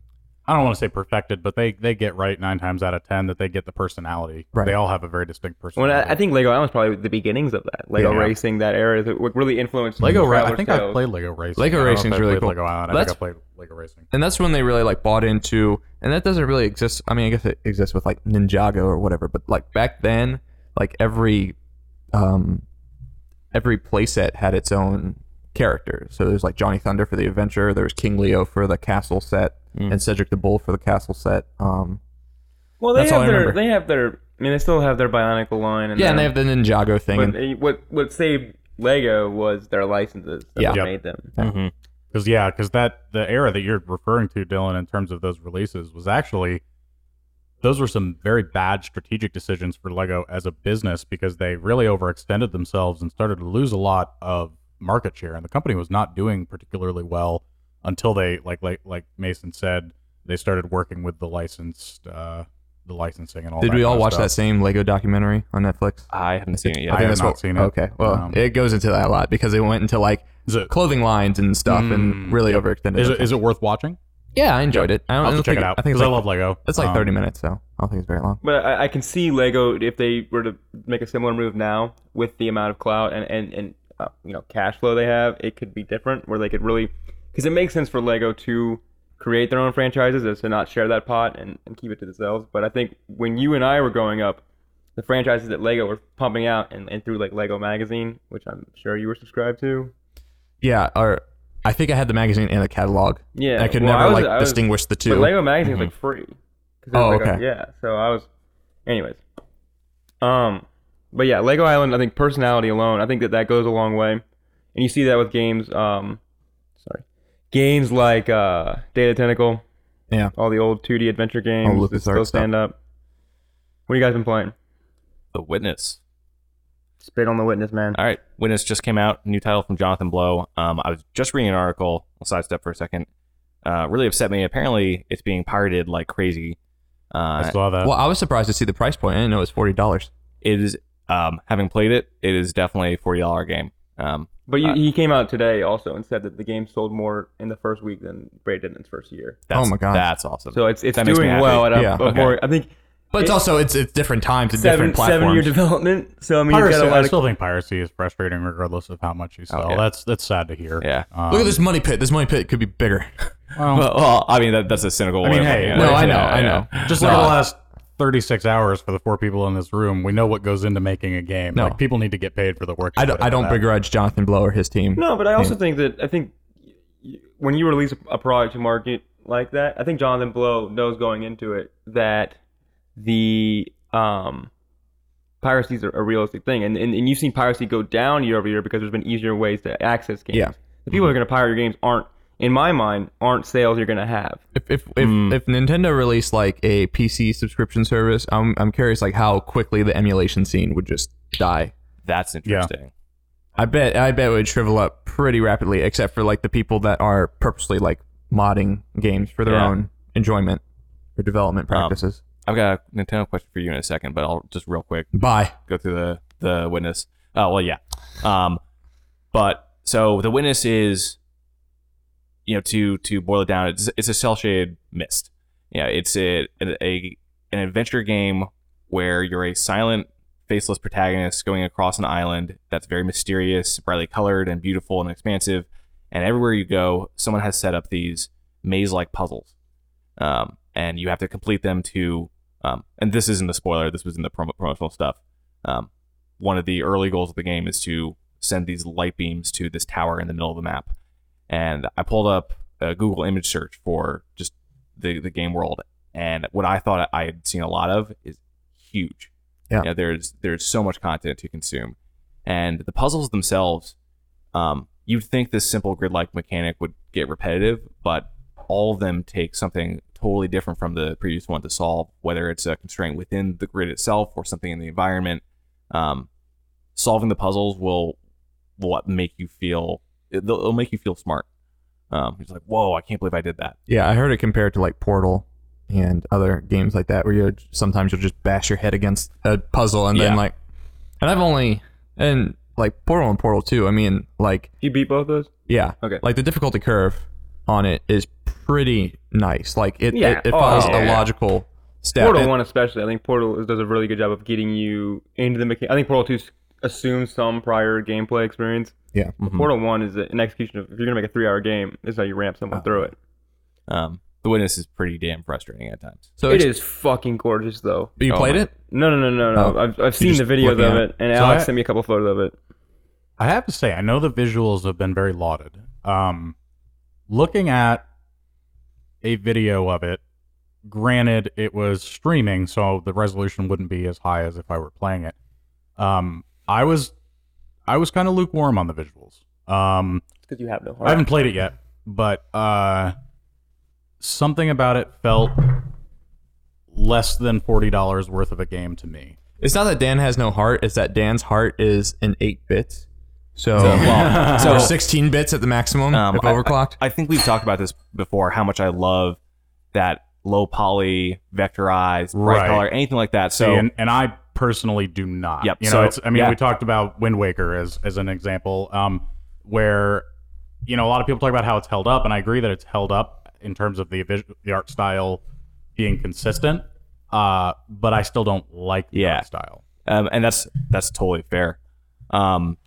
[SPEAKER 1] I don't want to say perfected, but they they get right nine times out of ten that they get the personality.
[SPEAKER 3] Right.
[SPEAKER 1] They all have a very distinct
[SPEAKER 2] When
[SPEAKER 1] personality.
[SPEAKER 2] I, I think Lego Island was probably the beginnings of that. Lego
[SPEAKER 1] Yeah.
[SPEAKER 2] racing, that era, that what really influenced
[SPEAKER 1] Mm-hmm. Lego Ra- I
[SPEAKER 2] Traveler's
[SPEAKER 1] think
[SPEAKER 2] Tales.
[SPEAKER 1] I've played Lego Racing.
[SPEAKER 3] Lego
[SPEAKER 1] I don't know if
[SPEAKER 3] Racing's
[SPEAKER 1] I
[SPEAKER 3] really
[SPEAKER 1] played
[SPEAKER 3] cool.
[SPEAKER 1] Lego Island. I
[SPEAKER 3] That's-
[SPEAKER 1] think I played Lego Racing.
[SPEAKER 3] and that's when they really like bought into and that doesn't really exist i mean i guess it exists with like ninjago or whatever but like back then like every um every playset had its own character so there's like johnny thunder for the adventure there was king leo for the castle set
[SPEAKER 4] Mm.
[SPEAKER 3] and cedric the bull for the castle set um
[SPEAKER 2] Well, they
[SPEAKER 3] That's all
[SPEAKER 2] have
[SPEAKER 3] I
[SPEAKER 2] their.
[SPEAKER 3] remember.
[SPEAKER 2] They have their. I mean, they still have their Bionicle line. And
[SPEAKER 3] yeah and they
[SPEAKER 2] their-
[SPEAKER 3] have the ninjago thing
[SPEAKER 2] But
[SPEAKER 3] and,
[SPEAKER 2] they- what what saved Lego was their licenses that
[SPEAKER 3] Yeah.
[SPEAKER 1] Yep.
[SPEAKER 2] made them.
[SPEAKER 4] Mm-hmm.
[SPEAKER 1] Because yeah, because that the era that you're referring to, Dylan, in terms of those releases, was actually those were some very bad strategic decisions for Lego as a business because they really overextended themselves and started to lose a lot of market share, and the company was not doing particularly well until they like like like Mason said they started working with the licensed uh, the licensing and all.
[SPEAKER 3] did
[SPEAKER 1] that
[SPEAKER 3] we all
[SPEAKER 1] kind of
[SPEAKER 3] watch that
[SPEAKER 1] stuff.
[SPEAKER 3] same lego documentary on netflix
[SPEAKER 4] I haven't seen it
[SPEAKER 1] I
[SPEAKER 4] yet.
[SPEAKER 1] have
[SPEAKER 3] that's
[SPEAKER 1] not
[SPEAKER 3] what-
[SPEAKER 1] seen it.
[SPEAKER 3] okay well
[SPEAKER 1] Um,
[SPEAKER 3] it goes into that a lot because they went into like
[SPEAKER 1] Is
[SPEAKER 3] [LAUGHS]
[SPEAKER 1] it
[SPEAKER 3] clothing lines and stuff and
[SPEAKER 1] Mm,
[SPEAKER 3] really overextended
[SPEAKER 1] is it,
[SPEAKER 3] themselves.
[SPEAKER 1] is it worth watching?
[SPEAKER 3] Yeah, I enjoyed it. I don't,
[SPEAKER 1] I'll
[SPEAKER 3] I
[SPEAKER 1] have
[SPEAKER 3] don't
[SPEAKER 1] to check
[SPEAKER 3] think-
[SPEAKER 1] it out.
[SPEAKER 3] I think it's
[SPEAKER 1] 'cause I
[SPEAKER 3] like,
[SPEAKER 1] love Lego.
[SPEAKER 3] it's like
[SPEAKER 1] Um,
[SPEAKER 3] 30 minutes, so I don't think it's very long.
[SPEAKER 2] But I, I can see Lego if they were to make a similar move now with the amount of clout and and and uh, you know cash flow they have, it could be different where they could really because it makes sense for Lego to create their own franchises as to not share that pot and, and keep it to themselves. But I think when you and I were growing up, the franchises that Lego were pumping out and, and through like Lego magazine, which I'm sure you were subscribed to.
[SPEAKER 3] Yeah, or I think I had the magazine and the catalog.
[SPEAKER 2] Yeah,
[SPEAKER 3] I could
[SPEAKER 2] well,
[SPEAKER 3] never
[SPEAKER 2] was-
[SPEAKER 3] like
[SPEAKER 2] I was-
[SPEAKER 3] distinguish the two.
[SPEAKER 2] But Lego magazine was like free. 'Cause it was
[SPEAKER 3] Oh,
[SPEAKER 2] like a-
[SPEAKER 3] okay.
[SPEAKER 2] yeah. So I was, anyways. Um, but yeah, Lego Island. I think personality alone. I think that that goes a long way, and you see that with games. Um, sorry, games like uh, Data Tentacle.
[SPEAKER 3] Yeah.
[SPEAKER 2] All the old 2D adventure games
[SPEAKER 3] look
[SPEAKER 2] that
[SPEAKER 3] at that
[SPEAKER 2] still
[SPEAKER 3] stuff.
[SPEAKER 2] stand up. What you guys been playing?
[SPEAKER 4] The Witness.
[SPEAKER 2] Spit on the Witness, man.
[SPEAKER 4] All right, Witness just came out. New title from Jonathan Blow. Um, I was just reading an article. I'll sidestep for a second. Uh, really upset me. Apparently, it's being pirated like crazy.
[SPEAKER 1] I
[SPEAKER 4] Uh,
[SPEAKER 1] saw that.
[SPEAKER 3] well, I was surprised to see the price point. I didn't know it was forty dollars.
[SPEAKER 4] it is um, having played it. It is definitely a forty dollar game. Um,
[SPEAKER 2] But you,
[SPEAKER 4] Uh,
[SPEAKER 2] he came out today also and said that the game sold more in the first week than Braid did in its first year.
[SPEAKER 4] that's,
[SPEAKER 3] Oh my God.
[SPEAKER 4] that's awesome.
[SPEAKER 2] So it's it's
[SPEAKER 4] That makes me
[SPEAKER 2] doing
[SPEAKER 4] happy.
[SPEAKER 2] well. At a,
[SPEAKER 3] Yeah,
[SPEAKER 2] a
[SPEAKER 4] okay.
[SPEAKER 2] more- I think
[SPEAKER 3] But it's
[SPEAKER 2] It-
[SPEAKER 3] also it's it's different times and
[SPEAKER 2] seven
[SPEAKER 3] different platforms.
[SPEAKER 2] seven year development. So I mean, you've
[SPEAKER 1] Piracy,
[SPEAKER 2] got a
[SPEAKER 1] I
[SPEAKER 2] lot of
[SPEAKER 1] still think piracy is frustrating, regardless of how much you sell.
[SPEAKER 4] yeah.
[SPEAKER 1] That's that's sad to hear.
[SPEAKER 4] Yeah.
[SPEAKER 1] Um,
[SPEAKER 3] Look at this money pit. This money pit could be bigger. [LAUGHS]
[SPEAKER 1] well,
[SPEAKER 4] [LAUGHS] well, well, I mean, that, that's a cynical.
[SPEAKER 1] I mean,
[SPEAKER 4] way of
[SPEAKER 1] hey,
[SPEAKER 4] looking at
[SPEAKER 1] no,
[SPEAKER 4] it.
[SPEAKER 1] I know,
[SPEAKER 4] Yeah,
[SPEAKER 3] I
[SPEAKER 4] yeah.
[SPEAKER 3] know.
[SPEAKER 1] just look at the last 36 hours for the four people in this room. We know what goes into making a game.
[SPEAKER 3] No.
[SPEAKER 1] Like people need to get paid for the work.
[SPEAKER 3] I
[SPEAKER 1] you
[SPEAKER 3] don't,
[SPEAKER 1] put
[SPEAKER 3] I
[SPEAKER 1] into
[SPEAKER 3] don't
[SPEAKER 1] that.
[SPEAKER 3] begrudge Jonathan Blow or his team.
[SPEAKER 2] No, but I also think that I think y- when you release a- a product to market like that, I think Jonathan Blow knows going into it that the um, piracy is a a realistic thing, and, and and you've seen piracy go down year over year because there's been easier ways to access games.
[SPEAKER 3] Yeah.
[SPEAKER 2] The people who are going to pirate your games aren't, in my mind, aren't sales you're going to have.
[SPEAKER 3] If if if,
[SPEAKER 2] Hmm.
[SPEAKER 3] if Nintendo released like a PC subscription service, I'm I'm curious like how quickly the emulation scene would just die.
[SPEAKER 4] That's interesting.
[SPEAKER 3] I bet I bet it would shrivel up pretty rapidly, except for like the people that are purposely like modding games for their
[SPEAKER 4] Yeah.
[SPEAKER 3] own enjoyment or development practices.
[SPEAKER 4] I've got a Nintendo question for you in a second, but I'll just real quick
[SPEAKER 3] Bye.
[SPEAKER 4] go through the the witness. Oh well, yeah. Um, but so the witness is, you know, to to boil it down, it's it's a cell shaded mist. Yeah, it's a, a an adventure game where you're a silent, faceless protagonist going across an island that's very mysterious, brightly colored, and beautiful and expansive. And everywhere you go, someone has set up these maze-like puzzles, um, and you have to complete them to. Um, and this isn't a spoiler. This was in the promo- promotional stuff. Um, one of the early goals of the game is to send these light beams to this tower in the middle of the map. And I pulled up a Google image search for just the, the game world, and what I thought I had seen a lot of is huge.
[SPEAKER 3] Yeah.
[SPEAKER 4] You know, there's there's so much content to consume, and the puzzles themselves. Um, you'd think this simple grid-like mechanic would get repetitive, but all of them take something totally different from the previous one to solve, whether it's a constraint within the grid itself or something in the environment. Um, solving the puzzles will will make you feel it'll, it'll make you feel smart. Um, it's like, whoa, I can't believe I did that.
[SPEAKER 3] Yeah, I heard it compared to like Portal and other games like that, where you sometimes you'll just bash your head against a puzzle and then
[SPEAKER 4] Yeah.
[SPEAKER 3] like, and I've only and like Portal and Portal Two. I mean, like
[SPEAKER 2] You beat both those.
[SPEAKER 3] yeah,
[SPEAKER 2] Okay.
[SPEAKER 3] like the difficulty curve on it is pretty nice. Like it
[SPEAKER 2] Yeah.
[SPEAKER 3] it, it
[SPEAKER 2] Oh,
[SPEAKER 3] follows a
[SPEAKER 2] yeah.
[SPEAKER 3] logical step.
[SPEAKER 2] Portal
[SPEAKER 3] And-
[SPEAKER 2] One, especially, I think Portal is- does a really good job of getting you into the mechanic. I think Portal Two s- assumes some prior gameplay experience.
[SPEAKER 3] Yeah.
[SPEAKER 2] But Portal One is an execution of if you're gonna make a three hour game, this is how you ramp someone through it.
[SPEAKER 4] Um, the witness is pretty damn frustrating at times.
[SPEAKER 3] So
[SPEAKER 2] it
[SPEAKER 3] it's-
[SPEAKER 2] is fucking gorgeous, though.
[SPEAKER 3] You
[SPEAKER 4] Oh
[SPEAKER 3] played
[SPEAKER 4] my-
[SPEAKER 3] it?
[SPEAKER 2] No, no, no, no, no.
[SPEAKER 3] Oh.
[SPEAKER 2] I've, I've seen
[SPEAKER 3] just
[SPEAKER 2] the videos of
[SPEAKER 3] looking at
[SPEAKER 2] it, and Alex
[SPEAKER 1] I-
[SPEAKER 2] sent me a couple photos of it.
[SPEAKER 1] I have to say, I know the visuals have been very lauded. Um, looking at a video of it, granted, it was streaming, so the resolution wouldn't be as high as if I were playing it. Um, I was, I was kind of lukewarm on the visuals. Um,
[SPEAKER 2] Because you have no
[SPEAKER 1] I haven't played it yet, but uh, something about it felt less than forty dollars worth of a game to me.
[SPEAKER 3] It's not that Dan has no heart. It's that Dan's heart is in eight bits. So,
[SPEAKER 4] well,
[SPEAKER 3] [LAUGHS] so
[SPEAKER 4] so-
[SPEAKER 3] sixteen bits at the maximum
[SPEAKER 4] Um,
[SPEAKER 3] if
[SPEAKER 4] I-
[SPEAKER 3] overclocked.
[SPEAKER 4] I think we've talked about this before. How much I love that low poly, vectorized, bright
[SPEAKER 1] Right.
[SPEAKER 4] color, anything like that.
[SPEAKER 1] See,
[SPEAKER 4] So
[SPEAKER 1] and, and I personally do not.
[SPEAKER 4] Yep,
[SPEAKER 1] You know,
[SPEAKER 4] so-
[SPEAKER 1] it's, I mean,
[SPEAKER 4] yeah.
[SPEAKER 1] we talked about Wind Waker as, as an example, um, where, you know, a lot of people talk about how it's held up, and I agree that it's held up in terms of the vis- the art style being consistent. Uh, but I still don't like the
[SPEAKER 4] Yeah.
[SPEAKER 1] art style.
[SPEAKER 4] um, and that's that's totally fair. Um,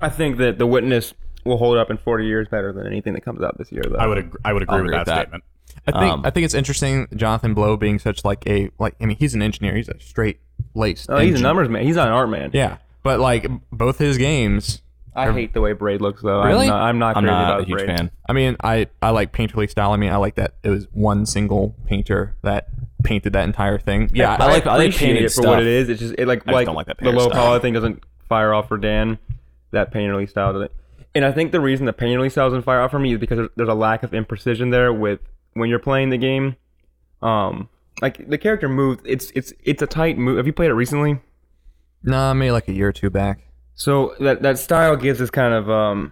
[SPEAKER 2] I think that The Witness will hold up in 40 years better than anything that comes out this year, though.
[SPEAKER 1] I would ag- I would agree,
[SPEAKER 4] I'll
[SPEAKER 1] with,
[SPEAKER 4] agree
[SPEAKER 1] that,
[SPEAKER 4] with that.
[SPEAKER 1] statement.
[SPEAKER 3] I think
[SPEAKER 4] Um,
[SPEAKER 3] I think it's interesting Jonathan Blow being such like a like I mean he's an engineer he's a straight laced
[SPEAKER 2] Oh, he's a numbers man. He's not an art man.
[SPEAKER 3] yeah but like both his games
[SPEAKER 2] I hate the way Braid looks, though.
[SPEAKER 3] Really?
[SPEAKER 2] I'm not, I'm not
[SPEAKER 4] I'm
[SPEAKER 2] crazy
[SPEAKER 4] not
[SPEAKER 2] about
[SPEAKER 4] a huge
[SPEAKER 2] Braid.
[SPEAKER 4] fan.
[SPEAKER 3] I mean I I like painterly style I mean I like that it was one single painter that painted that entire thing yeah
[SPEAKER 4] I like I like
[SPEAKER 2] Appreciate
[SPEAKER 4] painted
[SPEAKER 2] it for
[SPEAKER 4] stuff.
[SPEAKER 2] what it is. It's just it like
[SPEAKER 4] just
[SPEAKER 2] like,
[SPEAKER 4] don't like that
[SPEAKER 2] the
[SPEAKER 4] painted
[SPEAKER 2] low
[SPEAKER 4] style.
[SPEAKER 2] poly thing doesn't fire off for Dan. That painterly style doesn't. And I think the reason the painterly style doesn't fire off for me is because there's- there's a lack of imprecision there with when you're playing the game. Um, like the character moves. It's it's it's a tight move. Have you played it recently?
[SPEAKER 3] nah maybe like a year or two back
[SPEAKER 2] So that that style gives this kind of um,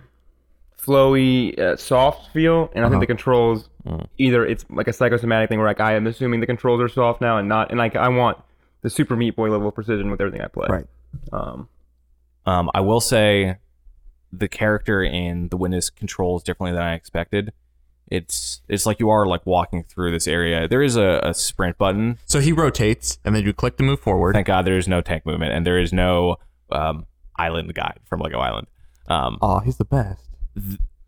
[SPEAKER 2] flowy, uh, soft feel, and I
[SPEAKER 3] Uh-huh.
[SPEAKER 2] think the controls
[SPEAKER 3] Mm.
[SPEAKER 2] either it's like a psychosomatic thing where like I am assuming the controls are soft now and not, and like I want the Super Meat Boy level of precision with everything I play.
[SPEAKER 3] Right.
[SPEAKER 2] Um,
[SPEAKER 4] Um, I will say the character in The Witness controls differently than I expected. It's it's like you are like walking through this area. There is a, a sprint button.
[SPEAKER 3] so he rotates and then you click to move forward
[SPEAKER 4] Thank God there is no tank movement and there is no um, island guide from Lego Island. Um,
[SPEAKER 3] oh he's the best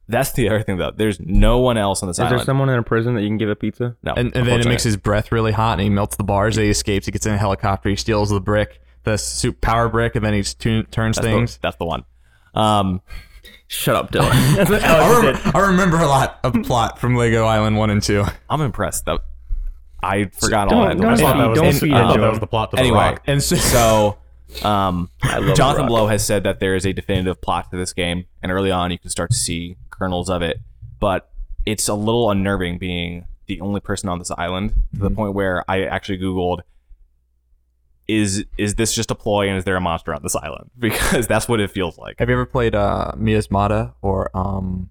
[SPEAKER 4] that's the other thing though. There's no one else on this
[SPEAKER 2] is there
[SPEAKER 4] island.
[SPEAKER 2] someone in a prison that you can give a pizza?
[SPEAKER 4] no,
[SPEAKER 3] and, and then it
[SPEAKER 4] unfortunately.
[SPEAKER 3] makes his breath really hot and he melts the bars he escapes he gets in a helicopter he steals the brick the soup power brick and then he tu- turns
[SPEAKER 4] that's
[SPEAKER 3] things
[SPEAKER 4] The, that's the one. Um,
[SPEAKER 2] Shut up, Dylan. That's what
[SPEAKER 3] I,
[SPEAKER 2] Alex
[SPEAKER 3] rem-
[SPEAKER 2] said.
[SPEAKER 3] I remember a lot of the plot from Lego Island 1 and 2.
[SPEAKER 4] I'm impressed. That I forgot all that.
[SPEAKER 2] Don't don't
[SPEAKER 1] I thought that
[SPEAKER 2] feed-
[SPEAKER 1] was,
[SPEAKER 2] don't
[SPEAKER 1] the,
[SPEAKER 2] feed
[SPEAKER 1] I
[SPEAKER 2] that
[SPEAKER 1] thought that
[SPEAKER 2] Dylan.
[SPEAKER 1] was the plot to the
[SPEAKER 4] anyway,
[SPEAKER 1] rock.
[SPEAKER 4] and [LAUGHS] so, um,
[SPEAKER 2] love The
[SPEAKER 4] Jonathan
[SPEAKER 2] Rock.
[SPEAKER 4] Blow has said that there is a definitive plot to this game, and early on you can start to see kernels of it, but it's a little unnerving being the only person on this island to the point where I actually googled is is this just a ploy and is there a monster on this island [LAUGHS] because that's what it feels like.
[SPEAKER 3] Have you ever played uh, Miasmata or um?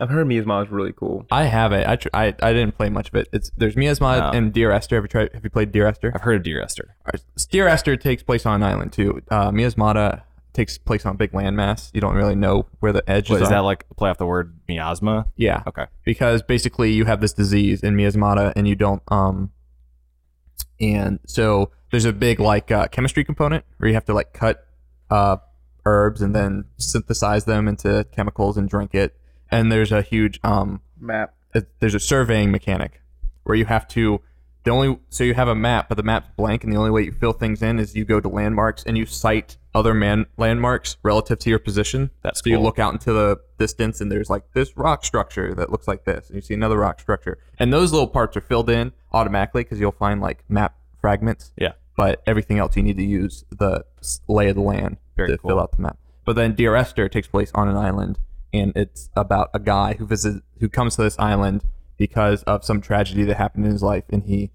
[SPEAKER 2] I've heard Miasma is really cool.
[SPEAKER 3] I have it. I, tr- I I didn't play much of it. It's there's Miasmata
[SPEAKER 4] Oh.
[SPEAKER 3] and Dear Esther. Have you tried? Have you played Dear Esther?
[SPEAKER 4] I've heard of Deer Esther.
[SPEAKER 3] Alright, Dear Esther takes place on an island too. Uh, Miasmata takes place on a big landmass. You don't really know where the edges
[SPEAKER 4] What,
[SPEAKER 3] are.
[SPEAKER 4] is that like play off the word miasma?
[SPEAKER 3] yeah.
[SPEAKER 4] Okay.
[SPEAKER 3] because basically you have this disease in miasmata and you don't um and so there's a big like uh, chemistry component where you have to like cut uh herbs and then synthesize them into chemicals and drink it and there's a huge um
[SPEAKER 2] Map.
[SPEAKER 3] it, there's a surveying mechanic where you have to the only so you have a map but the map's blank and the only way you fill things in is you go to landmarks and you cite other man landmarks relative to your position
[SPEAKER 4] That's
[SPEAKER 3] so you
[SPEAKER 4] cool.
[SPEAKER 3] look out into the distance and there's like this rock structure that looks like this and you see another rock structure and those little parts are filled in automatically because you'll find like map fragments
[SPEAKER 4] Yeah.
[SPEAKER 3] but everything else you need to use the s- lay of the land
[SPEAKER 4] Very
[SPEAKER 3] to
[SPEAKER 4] cool.
[SPEAKER 3] fill out the map. But then Dear Esther takes place on an island, and it's about a guy who visits, who comes to this island because of some tragedy that happened in his life, and he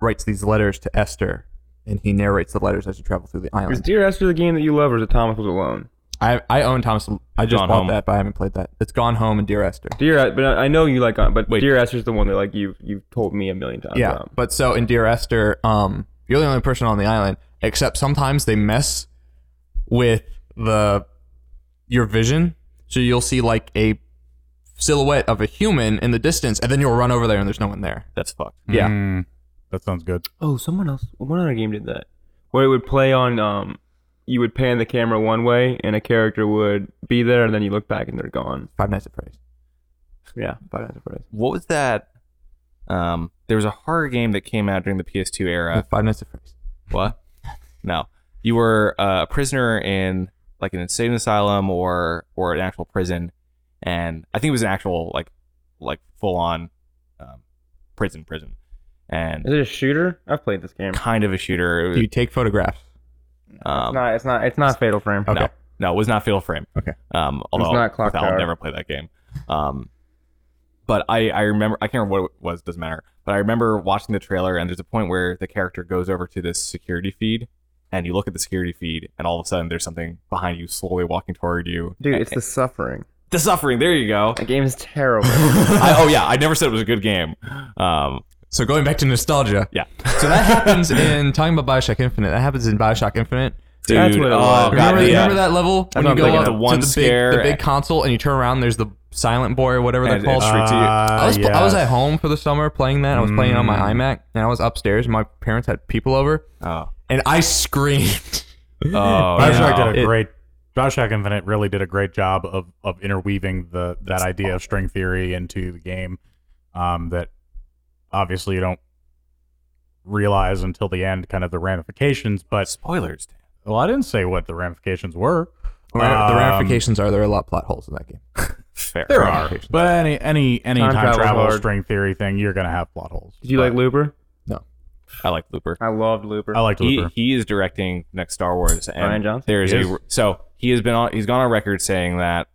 [SPEAKER 3] writes these letters to Esther, and he narrates the letters as you travel through the
[SPEAKER 2] Is
[SPEAKER 3] island.
[SPEAKER 2] Dear Esther the game that you love, or is it Thomas Was Alone?
[SPEAKER 3] I I own Thomas. I just
[SPEAKER 4] Gone
[SPEAKER 3] bought
[SPEAKER 4] Home.
[SPEAKER 3] that, but I haven't played that. It's Gone Home and Dear Esther.
[SPEAKER 2] Dear, but I I know you like, uh, but
[SPEAKER 4] Wait.
[SPEAKER 2] Dear Esther's the one that like you you've told me a million times.
[SPEAKER 3] Yeah,
[SPEAKER 2] about.
[SPEAKER 3] but so in Dear Esther, um, you're the only person on the island. Except sometimes they mess with the your vision, so you'll see like a silhouette of a human in the distance, and then you'll run over there, and there's no one there.
[SPEAKER 4] That's fucked.
[SPEAKER 3] Yeah.
[SPEAKER 1] Mm, that sounds good.
[SPEAKER 2] Oh, someone else. One other game did that, where it would play on. Um, you would pan the camera one way, and a character would be there, and then you look back, and they're gone.
[SPEAKER 3] Five Nights at Freddy's.
[SPEAKER 2] Yeah, Five Nights at Freddy's.
[SPEAKER 4] What was that? Um, there was a horror game that came out during the PS2 era.
[SPEAKER 3] Five Nights at Freddy's.
[SPEAKER 4] What? No. You were uh, a prisoner in like an insane asylum or or an actual prison, and I think it was an actual like like full on um, prison prison,
[SPEAKER 2] Is
[SPEAKER 4] and
[SPEAKER 2] it a shooter? I've played this game.
[SPEAKER 4] kind of a shooter. It was,
[SPEAKER 3] Do you take photographs?
[SPEAKER 4] um,
[SPEAKER 2] no, it's not. It's not Fatal Frame.
[SPEAKER 3] Okay.
[SPEAKER 4] No, no, it was not Fatal Frame.
[SPEAKER 3] Okay.
[SPEAKER 4] Um, although
[SPEAKER 2] not Clock
[SPEAKER 4] I'll
[SPEAKER 2] Tower.
[SPEAKER 4] never play that game. Um, but I, I remember I can't remember what it was. Doesn't matter. But I remember watching the trailer, and there's a point where the character goes over to this security feed, and you look at the security feed, and all of a sudden there's something behind you slowly walking toward you.
[SPEAKER 2] Dude,
[SPEAKER 4] And-
[SPEAKER 2] it's [LAUGHS] the suffering.
[SPEAKER 4] the suffering. There
[SPEAKER 2] [LAUGHS]
[SPEAKER 4] you go.
[SPEAKER 2] That game is terrible.
[SPEAKER 4] I, oh yeah, I never said it was a good game. Um,
[SPEAKER 3] So going back to nostalgia.
[SPEAKER 4] yeah.
[SPEAKER 3] [LAUGHS] So that happens in talking about Bioshock Infinite. That happens in Bioshock Infinite.
[SPEAKER 4] Dude,
[SPEAKER 2] That's what it was.
[SPEAKER 4] oh, God,
[SPEAKER 3] Remember,
[SPEAKER 4] yeah.
[SPEAKER 3] remember that level
[SPEAKER 2] That's
[SPEAKER 3] when
[SPEAKER 2] what
[SPEAKER 3] you
[SPEAKER 2] I'm
[SPEAKER 3] go
[SPEAKER 2] thinking
[SPEAKER 3] up
[SPEAKER 4] of. The
[SPEAKER 3] to
[SPEAKER 4] one
[SPEAKER 3] the big,
[SPEAKER 4] scare
[SPEAKER 3] the big
[SPEAKER 4] and-
[SPEAKER 3] console and you turn around. There's the Silent Boy or whatever they're
[SPEAKER 4] And uh, it's
[SPEAKER 3] called.
[SPEAKER 4] Straight to you.
[SPEAKER 1] Uh,
[SPEAKER 3] I was, I was
[SPEAKER 1] yes.
[SPEAKER 3] at home for the summer playing that. I was playing on my
[SPEAKER 1] Mm.
[SPEAKER 3] iMac, and I was upstairs. And my parents had people over,
[SPEAKER 4] Oh,
[SPEAKER 3] and I screamed. [LAUGHS]
[SPEAKER 4] oh
[SPEAKER 1] Bioshock
[SPEAKER 4] no.
[SPEAKER 1] did a
[SPEAKER 3] It-
[SPEAKER 1] great. Bioshock Infinite really did a great job of of interweaving the that idea of string theory into the game. Um, that obviously you don't realize until the end, kind of the ramifications. But
[SPEAKER 4] spoilers.
[SPEAKER 1] well, I didn't say what the ramifications were.
[SPEAKER 3] Ra- the
[SPEAKER 1] Um,
[SPEAKER 3] ramifications are there are a lot of plot holes in that game.
[SPEAKER 4] Fair.
[SPEAKER 1] There are, but any any any
[SPEAKER 2] Time
[SPEAKER 1] time,
[SPEAKER 2] travel's
[SPEAKER 1] travel
[SPEAKER 2] hard.
[SPEAKER 1] string theory thing, you're gonna have plot holes.
[SPEAKER 2] Did you like Looper?
[SPEAKER 4] I like Looper.
[SPEAKER 2] I loved Looper.
[SPEAKER 1] I like
[SPEAKER 4] He,
[SPEAKER 1] Looper.
[SPEAKER 4] he is directing next Star Wars. And
[SPEAKER 2] Ryan Johnson?
[SPEAKER 4] There is
[SPEAKER 1] He
[SPEAKER 4] a
[SPEAKER 1] is.
[SPEAKER 4] so he has been on. He's gone on record saying that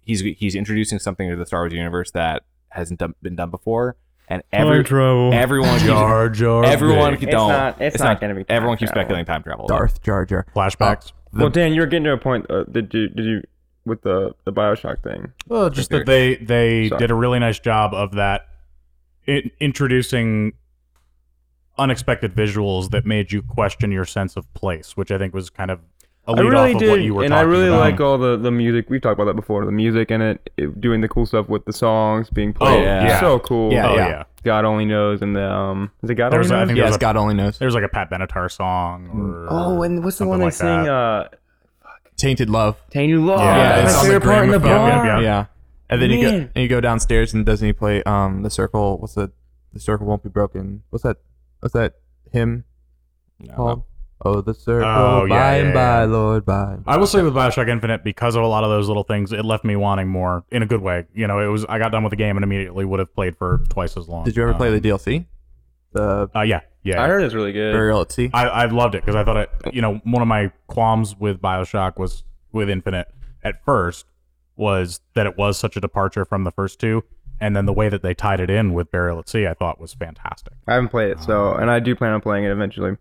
[SPEAKER 4] he's he's introducing something to the Star Wars universe that hasn't done, been done before, and every,
[SPEAKER 1] travel.
[SPEAKER 4] everyone keeps,
[SPEAKER 1] Jar Jar.
[SPEAKER 4] everyone
[SPEAKER 1] Binks.
[SPEAKER 4] keep,
[SPEAKER 2] It's
[SPEAKER 4] don't
[SPEAKER 2] not- it's not gonna be time
[SPEAKER 4] everyone keeps
[SPEAKER 2] travel.
[SPEAKER 4] speculating time travel.
[SPEAKER 3] Darth Jar Jar. Oh,
[SPEAKER 1] flashbacks.
[SPEAKER 2] well, Dan, you were getting to a point. Uh, did you did you with the the Bioshock thing?
[SPEAKER 1] Well, just that they they
[SPEAKER 2] Sorry.
[SPEAKER 1] did a really nice job of that, in, introducing unexpected visuals that made you question your sense of place, which I think was kind of a lead
[SPEAKER 2] I really
[SPEAKER 1] off
[SPEAKER 2] did,
[SPEAKER 1] of what you were
[SPEAKER 2] and I
[SPEAKER 1] talking
[SPEAKER 2] really
[SPEAKER 1] about.
[SPEAKER 2] like all the the music. We've talked about that before. The music in it, it- doing the cool stuff with the songs being played.
[SPEAKER 4] yeah.
[SPEAKER 2] It's so cool.
[SPEAKER 3] Yeah,
[SPEAKER 1] oh yeah,
[SPEAKER 3] yeah.
[SPEAKER 2] God only knows, and the um, is it God
[SPEAKER 1] There's-
[SPEAKER 2] only
[SPEAKER 1] I
[SPEAKER 2] knows?
[SPEAKER 1] think
[SPEAKER 3] Yes,
[SPEAKER 1] there's a-
[SPEAKER 3] God only knows.
[SPEAKER 1] There's like a Pat Benatar song. Or
[SPEAKER 2] Oh, and what's the
[SPEAKER 1] something
[SPEAKER 2] one they
[SPEAKER 1] like
[SPEAKER 2] sing?
[SPEAKER 1] that.
[SPEAKER 2] Uh,
[SPEAKER 3] Tainted Love.
[SPEAKER 2] Tainted Love.
[SPEAKER 1] Yeah,
[SPEAKER 2] That's
[SPEAKER 1] it's
[SPEAKER 2] my
[SPEAKER 1] on the
[SPEAKER 2] favorite part in the
[SPEAKER 1] gramophone.
[SPEAKER 2] bar.
[SPEAKER 1] Yeah, yeah,
[SPEAKER 3] Yeah. And then you go
[SPEAKER 2] Man.
[SPEAKER 3] and you go downstairs and doesn't he play um the circle? What's the the circle won't be broken? What's that? What's that hymn
[SPEAKER 4] No.
[SPEAKER 3] called? Oh, the circle
[SPEAKER 1] Oh, yeah,
[SPEAKER 3] by
[SPEAKER 1] yeah,
[SPEAKER 3] and
[SPEAKER 1] yeah.
[SPEAKER 3] by, Lord by. and by.
[SPEAKER 1] I will say with Bioshock Infinite, because of a lot of those little things, it left me wanting more in a good way. You know, it was I got done with the game and immediately would have played for twice as long.
[SPEAKER 3] Did you ever play
[SPEAKER 1] Um,
[SPEAKER 3] the DLC? The
[SPEAKER 1] Uh, yeah, yeah.
[SPEAKER 2] I heard it's really good.
[SPEAKER 3] burial at sea.
[SPEAKER 1] I, I loved it because I thought it. You know, one of my qualms with Bioshock was with Infinite at first was that it was such a departure from the first two, and then the way that they tied it in with Burial at Sea, I thought was fantastic.
[SPEAKER 2] I haven't played it, so and I do plan on playing it eventually.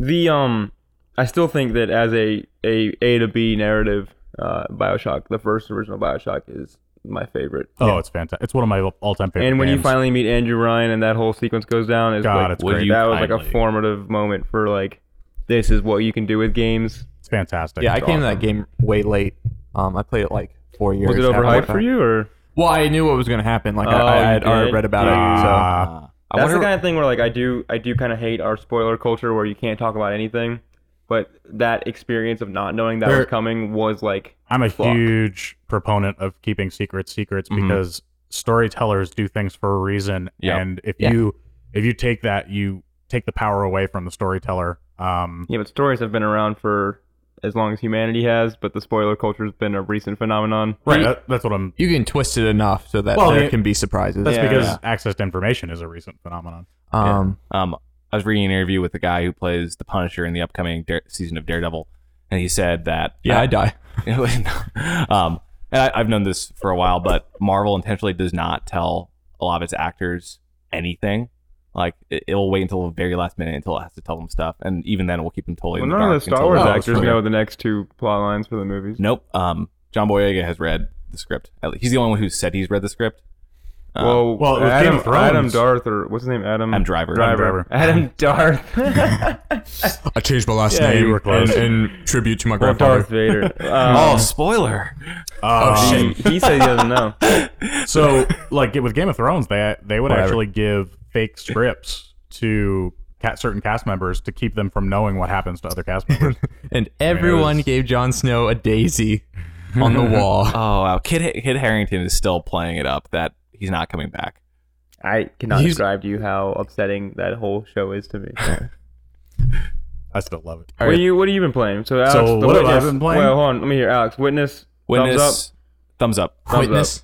[SPEAKER 2] The um, I still think that as a a A to B narrative, uh, Bioshock, the first original Bioshock is my favorite.
[SPEAKER 1] Oh, it's fantastic! It's one of my all-time favorite.
[SPEAKER 2] and when you
[SPEAKER 1] games.
[SPEAKER 2] finally meet Andrew Ryan and that whole sequence goes down, is
[SPEAKER 1] God,
[SPEAKER 2] like,
[SPEAKER 1] it's
[SPEAKER 2] would
[SPEAKER 1] great.
[SPEAKER 2] you that was like a
[SPEAKER 4] kindly.
[SPEAKER 2] formative moment for like, this is what you can do with games.
[SPEAKER 1] it's fantastic.
[SPEAKER 3] yeah, I came to that game way late. Um, I played it like four
[SPEAKER 2] Was
[SPEAKER 3] years.
[SPEAKER 2] it
[SPEAKER 3] after
[SPEAKER 2] overhyped
[SPEAKER 3] that.
[SPEAKER 2] for you, or
[SPEAKER 3] Well, I knew what was gonna happen. Like
[SPEAKER 2] Oh,
[SPEAKER 3] I, I
[SPEAKER 2] you
[SPEAKER 3] had already
[SPEAKER 2] did?
[SPEAKER 3] read about it. So
[SPEAKER 1] Ah,
[SPEAKER 4] Uh, I
[SPEAKER 2] that's
[SPEAKER 4] wonder.
[SPEAKER 2] the kind of thing where like I do I do kind of hate our spoiler culture where you can't talk about anything, but that experience of not knowing that
[SPEAKER 3] There-
[SPEAKER 2] was coming was like
[SPEAKER 1] I'm a
[SPEAKER 2] Fuck.
[SPEAKER 1] huge proponent of keeping secrets secrets
[SPEAKER 4] Mhm.
[SPEAKER 1] because storytellers do things for a reason,
[SPEAKER 4] Yep.
[SPEAKER 1] and if
[SPEAKER 3] Yeah.
[SPEAKER 1] you if you take that, you take the power away from the storyteller. Um,
[SPEAKER 2] Yeah, but stories have been around for as long as humanity has, but the spoiler culture has been a recent phenomenon.
[SPEAKER 1] Right, that- that's what I'm
[SPEAKER 3] you can twist it enough so that
[SPEAKER 1] Well,
[SPEAKER 3] there
[SPEAKER 1] it-
[SPEAKER 3] can be surprises.
[SPEAKER 1] That's
[SPEAKER 2] Yeah.
[SPEAKER 1] because access to information is a recent phenomenon.
[SPEAKER 3] um,
[SPEAKER 4] um, I was reading an interview with the guy who plays the Punisher in the upcoming Dare- season of Daredevil, and he said that uh,
[SPEAKER 3] yeah, I die.
[SPEAKER 4] [LAUGHS] um, and I, I've known this for a while, but Marvel intentionally does not tell a lot of its actors anything. Like it, it'll wait until the very last minute until it has to tell them stuff, and even then, we'll keep them totally.
[SPEAKER 2] Well,
[SPEAKER 4] in the
[SPEAKER 2] none of
[SPEAKER 4] dark
[SPEAKER 2] the Star
[SPEAKER 4] until-
[SPEAKER 2] Wars
[SPEAKER 1] Oh, that's
[SPEAKER 2] actors
[SPEAKER 1] true.
[SPEAKER 2] know the next two plot lines for the movies.
[SPEAKER 4] Nope. Um, John Boyega has read the script. At le- He's the only one who said he's read the script. Um,
[SPEAKER 2] Well,
[SPEAKER 1] Well, it was
[SPEAKER 2] Adam,
[SPEAKER 1] Game of Thrones.
[SPEAKER 2] Adam Darth, or what's his name? Adam
[SPEAKER 4] Adam Driver.
[SPEAKER 1] Driver.
[SPEAKER 2] Adam [LAUGHS] Darth.
[SPEAKER 3] I changed my last
[SPEAKER 1] Yeah, you name were close.
[SPEAKER 3] In, tribute to my
[SPEAKER 2] or Darth Vader.
[SPEAKER 4] oh,
[SPEAKER 2] Um,
[SPEAKER 4] spoiler!
[SPEAKER 1] Um,
[SPEAKER 2] Oh, he, he said he doesn't know.
[SPEAKER 1] So, like with Game of Thrones, they they would
[SPEAKER 3] Whatever.
[SPEAKER 1] actually give fake scripts to ca- certain cast members to keep them from knowing what happens to other cast members.
[SPEAKER 3] And everyone
[SPEAKER 1] was-
[SPEAKER 3] gave Jon Snow a daisy on [LAUGHS] the wall.
[SPEAKER 4] Oh wow, Kid Kid Harrington is still playing it up that he's not coming back.
[SPEAKER 2] [LAUGHS] I cannot
[SPEAKER 3] He's-
[SPEAKER 2] describe to you how upsetting that whole show is to me.
[SPEAKER 1] I still love it.
[SPEAKER 2] What, are you, what have you been playing? So, Alex, the
[SPEAKER 1] what have I
[SPEAKER 2] Witness-
[SPEAKER 1] been playing?
[SPEAKER 2] Well, hold on. Let me hear. Alex, Witness.
[SPEAKER 4] Witness,
[SPEAKER 2] Thumbs up.
[SPEAKER 4] thumbs up, thumbs up,
[SPEAKER 3] Witness,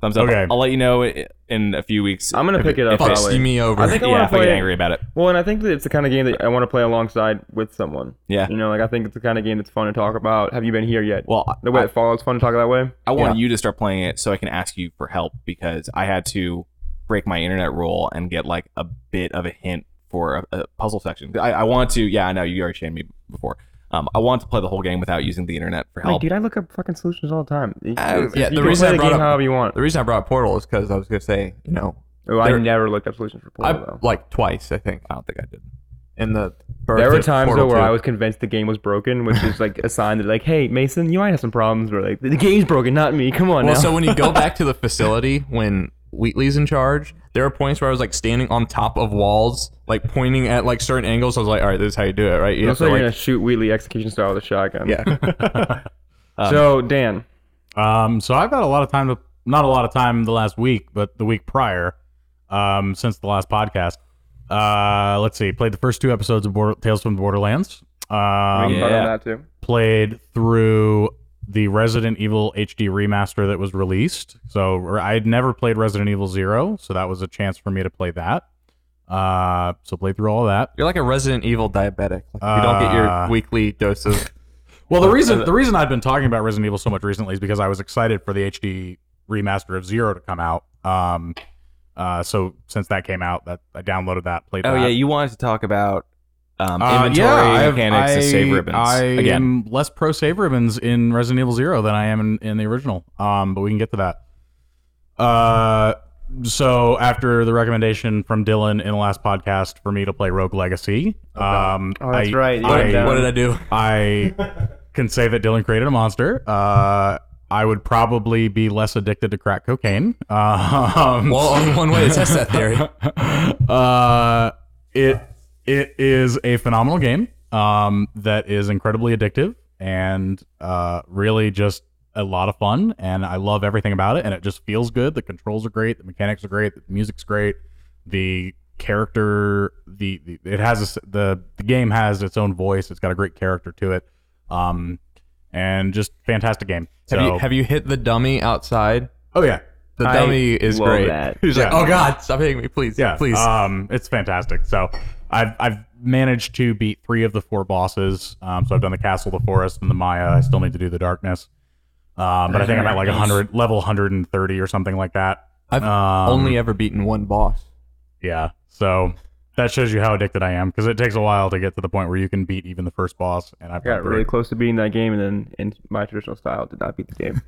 [SPEAKER 4] thumbs up.
[SPEAKER 1] Okay.
[SPEAKER 4] I'll let you know i- in a few weeks.
[SPEAKER 2] I'm going to pick it up.
[SPEAKER 4] if it's-
[SPEAKER 3] fucks
[SPEAKER 2] probably.
[SPEAKER 3] me over.
[SPEAKER 2] I think I
[SPEAKER 4] yeah,
[SPEAKER 2] want
[SPEAKER 4] if
[SPEAKER 2] to
[SPEAKER 4] I get
[SPEAKER 2] play it
[SPEAKER 4] angry about it.
[SPEAKER 2] Well, and I think that it's the kind of game that I want to play alongside with someone.
[SPEAKER 4] Yeah.
[SPEAKER 2] You know, like I think it's the kind of game that's fun to talk about. Have you been here yet?
[SPEAKER 4] Well,
[SPEAKER 2] the way it follows, fun to talk that way.
[SPEAKER 4] I want you to start playing it so I can ask you for help because I had to break my internet rule and get like a bit of a hint for a, a puzzle section. I, I want to. Yeah, I know you already shamed me before. Um, I want to play the whole game without using the internet for
[SPEAKER 2] Like,
[SPEAKER 4] help.
[SPEAKER 2] dude, I look up fucking solutions all the time. You,
[SPEAKER 3] Uh, yeah,
[SPEAKER 2] you
[SPEAKER 3] the
[SPEAKER 2] can
[SPEAKER 3] reason
[SPEAKER 2] play
[SPEAKER 3] I
[SPEAKER 2] the
[SPEAKER 3] brought
[SPEAKER 2] game
[SPEAKER 3] up-
[SPEAKER 2] however you want.
[SPEAKER 3] the reason I brought Portal is because I was gonna say, you know,
[SPEAKER 2] Oh, I
[SPEAKER 3] there-
[SPEAKER 2] never looked up solutions for Portal
[SPEAKER 3] I
[SPEAKER 2] though.
[SPEAKER 3] like twice. I think
[SPEAKER 4] I don't think I did.
[SPEAKER 3] and the birth
[SPEAKER 2] There were
[SPEAKER 3] of
[SPEAKER 2] times though
[SPEAKER 3] Portal
[SPEAKER 2] where I
[SPEAKER 3] 2.
[SPEAKER 2] was convinced the game was broken, which is like a sign that like, hey, Mason, you might have some problems. Where like the game's broken, not me. Come on
[SPEAKER 3] Well,
[SPEAKER 2] now.
[SPEAKER 3] so when you go back to the facility when Wheatley's in charge, there are points where I was like standing on top of walls, like pointing at like certain angles. I was like, all right, this is how you do it, right? You have
[SPEAKER 2] Looks
[SPEAKER 3] to,
[SPEAKER 2] like you're
[SPEAKER 3] like-
[SPEAKER 2] gonna shoot Wheatley execution style with a shotgun.
[SPEAKER 3] yeah.
[SPEAKER 2] [LAUGHS] so Dan,
[SPEAKER 1] Um, so I've had a lot of time to not a lot of time the last week, but the week prior, um, since the last podcast. Uh, let's see. Played the first two episodes of Border, Tales from the Borderlands.
[SPEAKER 2] we
[SPEAKER 1] Um,
[SPEAKER 2] can talk
[SPEAKER 4] yeah.
[SPEAKER 2] about that too.
[SPEAKER 1] played through the Resident Evil HD remaster that was released. So or I had never played Resident Evil Zero, so that was a chance for me to play that. Uh, so played through all of that.
[SPEAKER 3] You're like a Resident Evil diabetic. Like, you don't get your
[SPEAKER 1] Ah.
[SPEAKER 3] weekly dose of.
[SPEAKER 1] Well, the reason the reason I've been talking about Resident Evil so much recently is because I was excited for the HD remaster of Zero to come out. Um, uh, so since that came out, that I downloaded that, played.
[SPEAKER 4] Oh
[SPEAKER 1] that.
[SPEAKER 4] yeah, you wanted to talk about um,
[SPEAKER 1] Uh,
[SPEAKER 4] inventory
[SPEAKER 1] I've-
[SPEAKER 4] mechanics and save ribbons
[SPEAKER 1] I
[SPEAKER 4] again.
[SPEAKER 1] am less pro save ribbons in Resident Evil Zero than I am in, in the original. Um, but we can get to that. Uh, so after the recommendation from Dylan in the last podcast for me to play Rogue Legacy, um,
[SPEAKER 2] Oh, that's
[SPEAKER 1] I-
[SPEAKER 2] right. You
[SPEAKER 1] I-
[SPEAKER 2] went down.
[SPEAKER 3] What did I do?
[SPEAKER 1] [LAUGHS] I can say that Dylan created a monster. Uh, I would probably be less addicted to crack cocaine. [LAUGHS] Um,
[SPEAKER 3] Well, only one way to test that
[SPEAKER 1] [LAUGHS]
[SPEAKER 3] theory.
[SPEAKER 1] uh, it it is a phenomenal game um, that is incredibly addictive and uh, really just a lot of fun. And I love everything about it. And it just feels good. The controls are great. The mechanics are great. The music's great. The character the, the it has a s the the game has its own voice. It's got a great character to it. Um, and just fantastic game.
[SPEAKER 3] Have
[SPEAKER 1] so,
[SPEAKER 3] you have you hit the dummy outside?
[SPEAKER 1] oh yeah.
[SPEAKER 3] The
[SPEAKER 2] I
[SPEAKER 3] dummy is
[SPEAKER 2] love
[SPEAKER 3] great.
[SPEAKER 2] that.
[SPEAKER 3] He's like,
[SPEAKER 1] Yeah.
[SPEAKER 3] oh god, stop hitting me, please,
[SPEAKER 1] Yeah,
[SPEAKER 3] please.
[SPEAKER 1] Um, it's fantastic. So I've I've managed to beat three of the four bosses. Um, so I've done the castle, the forest, and the Maya. I still need to do the darkness. Um, but I think I'm at like hundred level hundred and thirty or something like that.
[SPEAKER 3] I've
[SPEAKER 1] um,
[SPEAKER 3] Only ever beaten one boss.
[SPEAKER 1] yeah. So that shows you how addicted I am because it takes a while to get to the point where you can beat even the first boss. And I've
[SPEAKER 2] I got
[SPEAKER 1] done three.
[SPEAKER 2] really close to beating that game, and then in my traditional style, did not beat the game.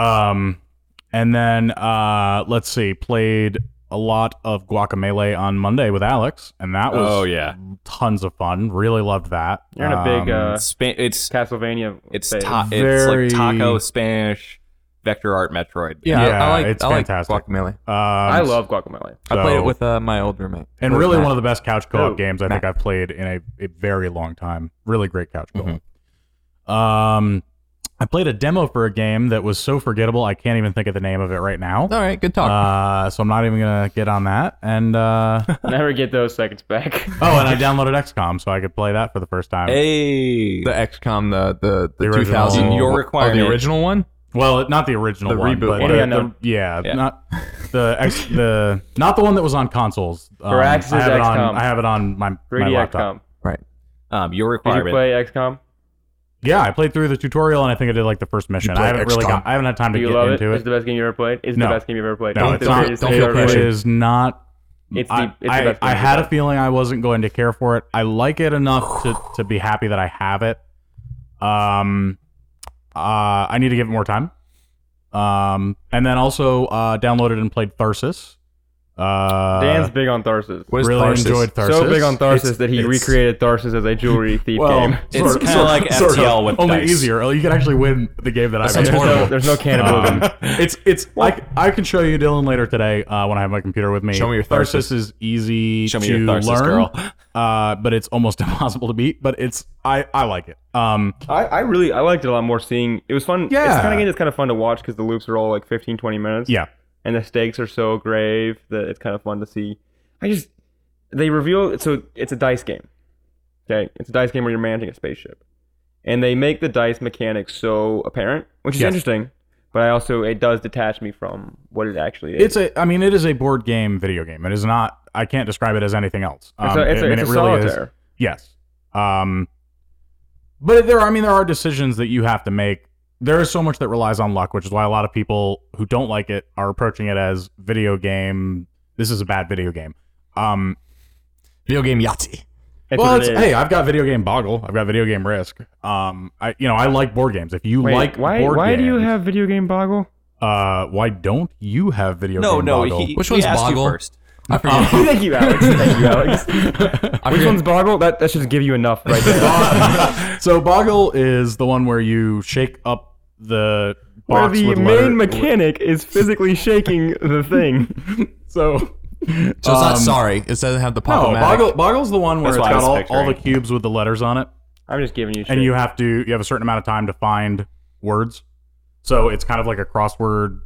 [SPEAKER 1] Um, and then uh, let's see, played a lot of Guacamele on Monday with Alex, and that was
[SPEAKER 4] Oh, yeah.
[SPEAKER 1] tons of fun. Really loved that.
[SPEAKER 2] You're in a big,
[SPEAKER 1] Um,
[SPEAKER 2] uh,
[SPEAKER 4] It's spa- it's
[SPEAKER 2] Castlevania.
[SPEAKER 4] it's,
[SPEAKER 2] phase.
[SPEAKER 4] ta-
[SPEAKER 1] very-
[SPEAKER 4] it's like taco Spanish vector art Metroid.
[SPEAKER 1] Yeah,
[SPEAKER 3] I like
[SPEAKER 1] it's
[SPEAKER 3] I like
[SPEAKER 1] fantastic.
[SPEAKER 3] Guacamelee.
[SPEAKER 1] Um,
[SPEAKER 2] uh, I love Guacamole.
[SPEAKER 3] I played
[SPEAKER 1] so-
[SPEAKER 3] it with uh, my old roommate.
[SPEAKER 1] and really one of the best couch co-op
[SPEAKER 2] Oh,
[SPEAKER 1] games I think I've played in a, a very long time. Really great couch co-op.
[SPEAKER 2] Mm-hmm.
[SPEAKER 1] Um, I played a demo for a game that was so forgettable I can't even think of the name of it right now.
[SPEAKER 3] All right, good talk.
[SPEAKER 1] Uh, so I'm not even gonna get on that. And
[SPEAKER 2] [LAUGHS]
[SPEAKER 1] uh, oh,
[SPEAKER 2] Never get those seconds back. [LAUGHS]
[SPEAKER 1] and I downloaded XCOM so I could play that for the first time.
[SPEAKER 4] Hey,
[SPEAKER 3] the XCOM, the the the,
[SPEAKER 1] The original-
[SPEAKER 3] 2000.
[SPEAKER 1] Your
[SPEAKER 4] requirement.
[SPEAKER 3] Oh, the original one.
[SPEAKER 1] Well, not the original
[SPEAKER 3] The
[SPEAKER 1] one,
[SPEAKER 3] reboot
[SPEAKER 1] but
[SPEAKER 3] one.
[SPEAKER 1] the-
[SPEAKER 2] Yeah,
[SPEAKER 1] the-
[SPEAKER 2] no.
[SPEAKER 1] yeah,
[SPEAKER 4] Yeah.
[SPEAKER 1] not the ex, the not the one that was
[SPEAKER 2] [LAUGHS]
[SPEAKER 1] on consoles. Um,
[SPEAKER 2] Firaxis
[SPEAKER 1] I have it on.
[SPEAKER 2] XCOM.
[SPEAKER 1] I have it on my, my
[SPEAKER 2] 3D
[SPEAKER 1] laptop.
[SPEAKER 2] XCOM.
[SPEAKER 4] um, your
[SPEAKER 2] Did you
[SPEAKER 4] requirement.
[SPEAKER 2] play XCOM?
[SPEAKER 1] Yeah, I played through the tutorial and I think I did like the first mission.
[SPEAKER 3] played
[SPEAKER 1] I haven't really
[SPEAKER 3] XCOM.
[SPEAKER 1] got. I haven't had time
[SPEAKER 2] Do
[SPEAKER 1] to
[SPEAKER 2] you
[SPEAKER 1] get
[SPEAKER 2] love it?
[SPEAKER 1] into
[SPEAKER 2] It's
[SPEAKER 1] it.
[SPEAKER 2] the best game you ever played. It's
[SPEAKER 1] No.
[SPEAKER 2] the best game you ever played.
[SPEAKER 1] No,
[SPEAKER 2] It's
[SPEAKER 1] it's
[SPEAKER 2] the
[SPEAKER 1] not.
[SPEAKER 2] greatest
[SPEAKER 3] Don't
[SPEAKER 2] thing
[SPEAKER 3] feel
[SPEAKER 2] you ever
[SPEAKER 1] It
[SPEAKER 3] pressured.
[SPEAKER 2] played.
[SPEAKER 1] is not.
[SPEAKER 2] It's the,
[SPEAKER 1] I,
[SPEAKER 2] it's the
[SPEAKER 1] I-
[SPEAKER 2] best game
[SPEAKER 1] I
[SPEAKER 2] you've
[SPEAKER 1] had a
[SPEAKER 2] played.
[SPEAKER 1] feeling I wasn't going to care for it. I like it enough to, to be happy that I have it. Um, uh, I need to give it more time. Um, and then also uh, downloaded and played Tharsis. Uh,
[SPEAKER 2] Dan's big on Tharsis.
[SPEAKER 3] What is
[SPEAKER 1] really
[SPEAKER 3] Tharsis?
[SPEAKER 1] enjoyed Tharsis.
[SPEAKER 2] So big on Tharsis
[SPEAKER 3] It's-
[SPEAKER 2] that he
[SPEAKER 3] it's-
[SPEAKER 2] recreated Tharsis as a jewelry thief
[SPEAKER 1] [LAUGHS]
[SPEAKER 2] game.
[SPEAKER 4] It's kinda like FTL with
[SPEAKER 1] only
[SPEAKER 4] dice.
[SPEAKER 1] easier. Oh, You can actually win the game that I
[SPEAKER 3] sounds
[SPEAKER 1] made.
[SPEAKER 2] There's no,
[SPEAKER 1] [LAUGHS]
[SPEAKER 3] horrible.
[SPEAKER 2] there's no cannibalism.
[SPEAKER 1] Um, [LAUGHS] it's it's like I can show you Dylan later today uh, when I have my computer with me.
[SPEAKER 3] Show me your
[SPEAKER 1] Tharsis
[SPEAKER 3] Tharsis.
[SPEAKER 1] is easy
[SPEAKER 4] Show me
[SPEAKER 1] to
[SPEAKER 4] your Tharsis,
[SPEAKER 1] learn,
[SPEAKER 4] girl.
[SPEAKER 1] [LAUGHS] Uh, but it's almost [LAUGHS] impossible to beat. But it's I I like it. Um,
[SPEAKER 2] I, I really I liked it a lot more seeing it was fun. It's
[SPEAKER 1] Yeah.
[SPEAKER 2] the kind of game that's kind of fun to watch because the loops are all like 15, 20 minutes.
[SPEAKER 1] yeah,
[SPEAKER 2] and the stakes are so grave that it's kind of fun to see. I just they reveal so it's a dice game. Okay, it's a dice game where you're managing a spaceship, and they make the dice mechanic so apparent, which is
[SPEAKER 1] Yes.
[SPEAKER 2] interesting. But I also it does detach me from what it actually is.
[SPEAKER 1] it's a. I mean, it is a board game video game. It is not. I can't describe it as anything else. Um,
[SPEAKER 2] it's a, it's
[SPEAKER 1] I
[SPEAKER 2] a,
[SPEAKER 1] mean,
[SPEAKER 2] it's
[SPEAKER 1] it
[SPEAKER 2] a
[SPEAKER 1] really is.
[SPEAKER 2] solitaire.
[SPEAKER 1] Yes. Um, but there, are, I mean, there are decisions that you have to make. There is so much that relies on luck, which is why a lot of people who don't like it are approaching it as video game. This is a bad video game. Um,
[SPEAKER 3] Video game Yahtzee.
[SPEAKER 2] It's
[SPEAKER 1] well,
[SPEAKER 2] what it
[SPEAKER 1] it's,
[SPEAKER 2] is.
[SPEAKER 1] hey, I've got video game Boggle. I've got video game Risk. Um, I, you know, I like board games. If you
[SPEAKER 2] Wait,
[SPEAKER 1] like
[SPEAKER 2] why
[SPEAKER 1] board
[SPEAKER 2] why do you
[SPEAKER 1] games,
[SPEAKER 2] have video game boggle?
[SPEAKER 1] Uh, why don't you have video
[SPEAKER 4] no,
[SPEAKER 1] game
[SPEAKER 4] no.
[SPEAKER 1] Boggle?
[SPEAKER 4] He,
[SPEAKER 3] Which
[SPEAKER 4] he
[SPEAKER 3] one's
[SPEAKER 4] asked you
[SPEAKER 3] Boggle?
[SPEAKER 4] first?
[SPEAKER 1] Uh,
[SPEAKER 3] I
[SPEAKER 2] [LAUGHS]
[SPEAKER 3] forget.
[SPEAKER 2] Thank you, Alex. [LAUGHS] Thank you, Alex.
[SPEAKER 3] I
[SPEAKER 2] Which
[SPEAKER 3] forget-
[SPEAKER 2] one's Boggle? That, that should give you enough [LAUGHS] right there.
[SPEAKER 1] [LAUGHS] so Boggle is the one where you shake up the
[SPEAKER 2] Where
[SPEAKER 1] box
[SPEAKER 2] the
[SPEAKER 1] with
[SPEAKER 2] main
[SPEAKER 1] letter-
[SPEAKER 2] mechanic is physically shaking the thing.
[SPEAKER 1] So
[SPEAKER 3] So it's not
[SPEAKER 1] Um,
[SPEAKER 3] sorry. It doesn't have the
[SPEAKER 1] no,
[SPEAKER 3] pop
[SPEAKER 1] Boggle, Boggle's the one where
[SPEAKER 4] That's
[SPEAKER 1] it's
[SPEAKER 4] what I
[SPEAKER 1] got all,
[SPEAKER 4] was
[SPEAKER 1] all the
[SPEAKER 4] picturing.
[SPEAKER 1] cubes with the letters on it,
[SPEAKER 2] [LAUGHS] I'm just giving you shit.
[SPEAKER 1] and you have to you have a certain amount of time to find words. So it's kind of like a crossword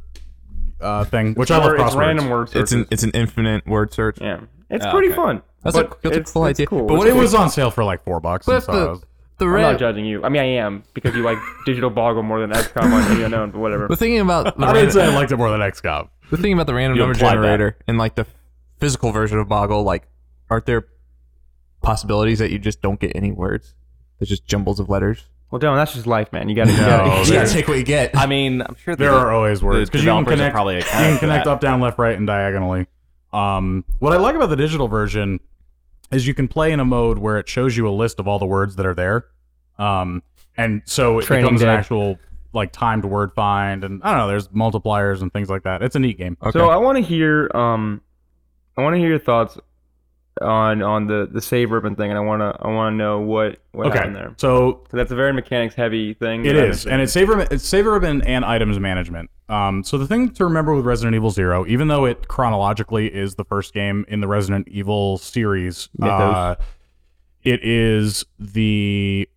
[SPEAKER 1] uh, thing, which I love
[SPEAKER 2] Or
[SPEAKER 1] crosswords.
[SPEAKER 2] it's random words.
[SPEAKER 3] It's an it's an infinite word search.
[SPEAKER 2] yeah, it's
[SPEAKER 4] Oh,
[SPEAKER 2] pretty
[SPEAKER 4] okay.
[SPEAKER 2] fun.
[SPEAKER 3] That's
[SPEAKER 2] but
[SPEAKER 3] a that's a
[SPEAKER 2] it's-
[SPEAKER 3] cool
[SPEAKER 2] it's
[SPEAKER 3] idea.
[SPEAKER 2] cool.
[SPEAKER 3] But
[SPEAKER 1] But
[SPEAKER 3] what
[SPEAKER 1] it was on sale for like four bucks. and
[SPEAKER 3] Cliff,
[SPEAKER 1] so I
[SPEAKER 3] the
[SPEAKER 1] was-
[SPEAKER 3] the
[SPEAKER 2] I'm
[SPEAKER 3] red.
[SPEAKER 2] not judging you. I mean, I am because you like [LAUGHS] digital Boggle more than XCOM on the unknown, but whatever.
[SPEAKER 3] The thing about the,
[SPEAKER 1] [LAUGHS] I didn't say
[SPEAKER 3] random,
[SPEAKER 1] I liked it more than XCOM.
[SPEAKER 3] the thing about the random
[SPEAKER 4] You
[SPEAKER 3] number
[SPEAKER 4] implied that.
[SPEAKER 3] generator and like the physical version of Boggle, like, aren't there possibilities that you just don't get any words? There's just jumbles of letters.
[SPEAKER 2] Well, Dylan, that's just life, man. You gotta, you
[SPEAKER 1] No.
[SPEAKER 2] gotta [LAUGHS]
[SPEAKER 1] Oh,
[SPEAKER 3] you
[SPEAKER 1] there-
[SPEAKER 3] gotta take what you get.
[SPEAKER 4] I mean, I'm sure
[SPEAKER 1] There
[SPEAKER 4] the-
[SPEAKER 1] are always words
[SPEAKER 4] the
[SPEAKER 1] because you can
[SPEAKER 4] developers are
[SPEAKER 1] connect.
[SPEAKER 4] probably
[SPEAKER 1] you
[SPEAKER 4] accounting
[SPEAKER 1] can
[SPEAKER 4] for
[SPEAKER 1] connect
[SPEAKER 4] that.
[SPEAKER 1] up, down, left, right, and diagonally. Um, what I like about the digital version is you can play in a mode where it shows you a list of all the words that are there, um, and so it
[SPEAKER 2] Training
[SPEAKER 1] becomes
[SPEAKER 2] day.
[SPEAKER 1] an actual like timed word find, and I don't know. There's multipliers and things like that. It's a neat game.
[SPEAKER 3] Okay.
[SPEAKER 2] So I want to hear, um, I want to hear your thoughts on on the the save ribbon thing, and I wanna I wanna know what what happened there.
[SPEAKER 1] so
[SPEAKER 2] 'Cause that's a very mechanics heavy thing.
[SPEAKER 1] It
[SPEAKER 2] that I
[SPEAKER 1] is,
[SPEAKER 2] mentioned.
[SPEAKER 1] and it's saver, it's saver ribbon and items management. Um, so the thing to remember with Resident Evil Zero, even though it chronologically is the first game in the Resident Evil series, uh, it is the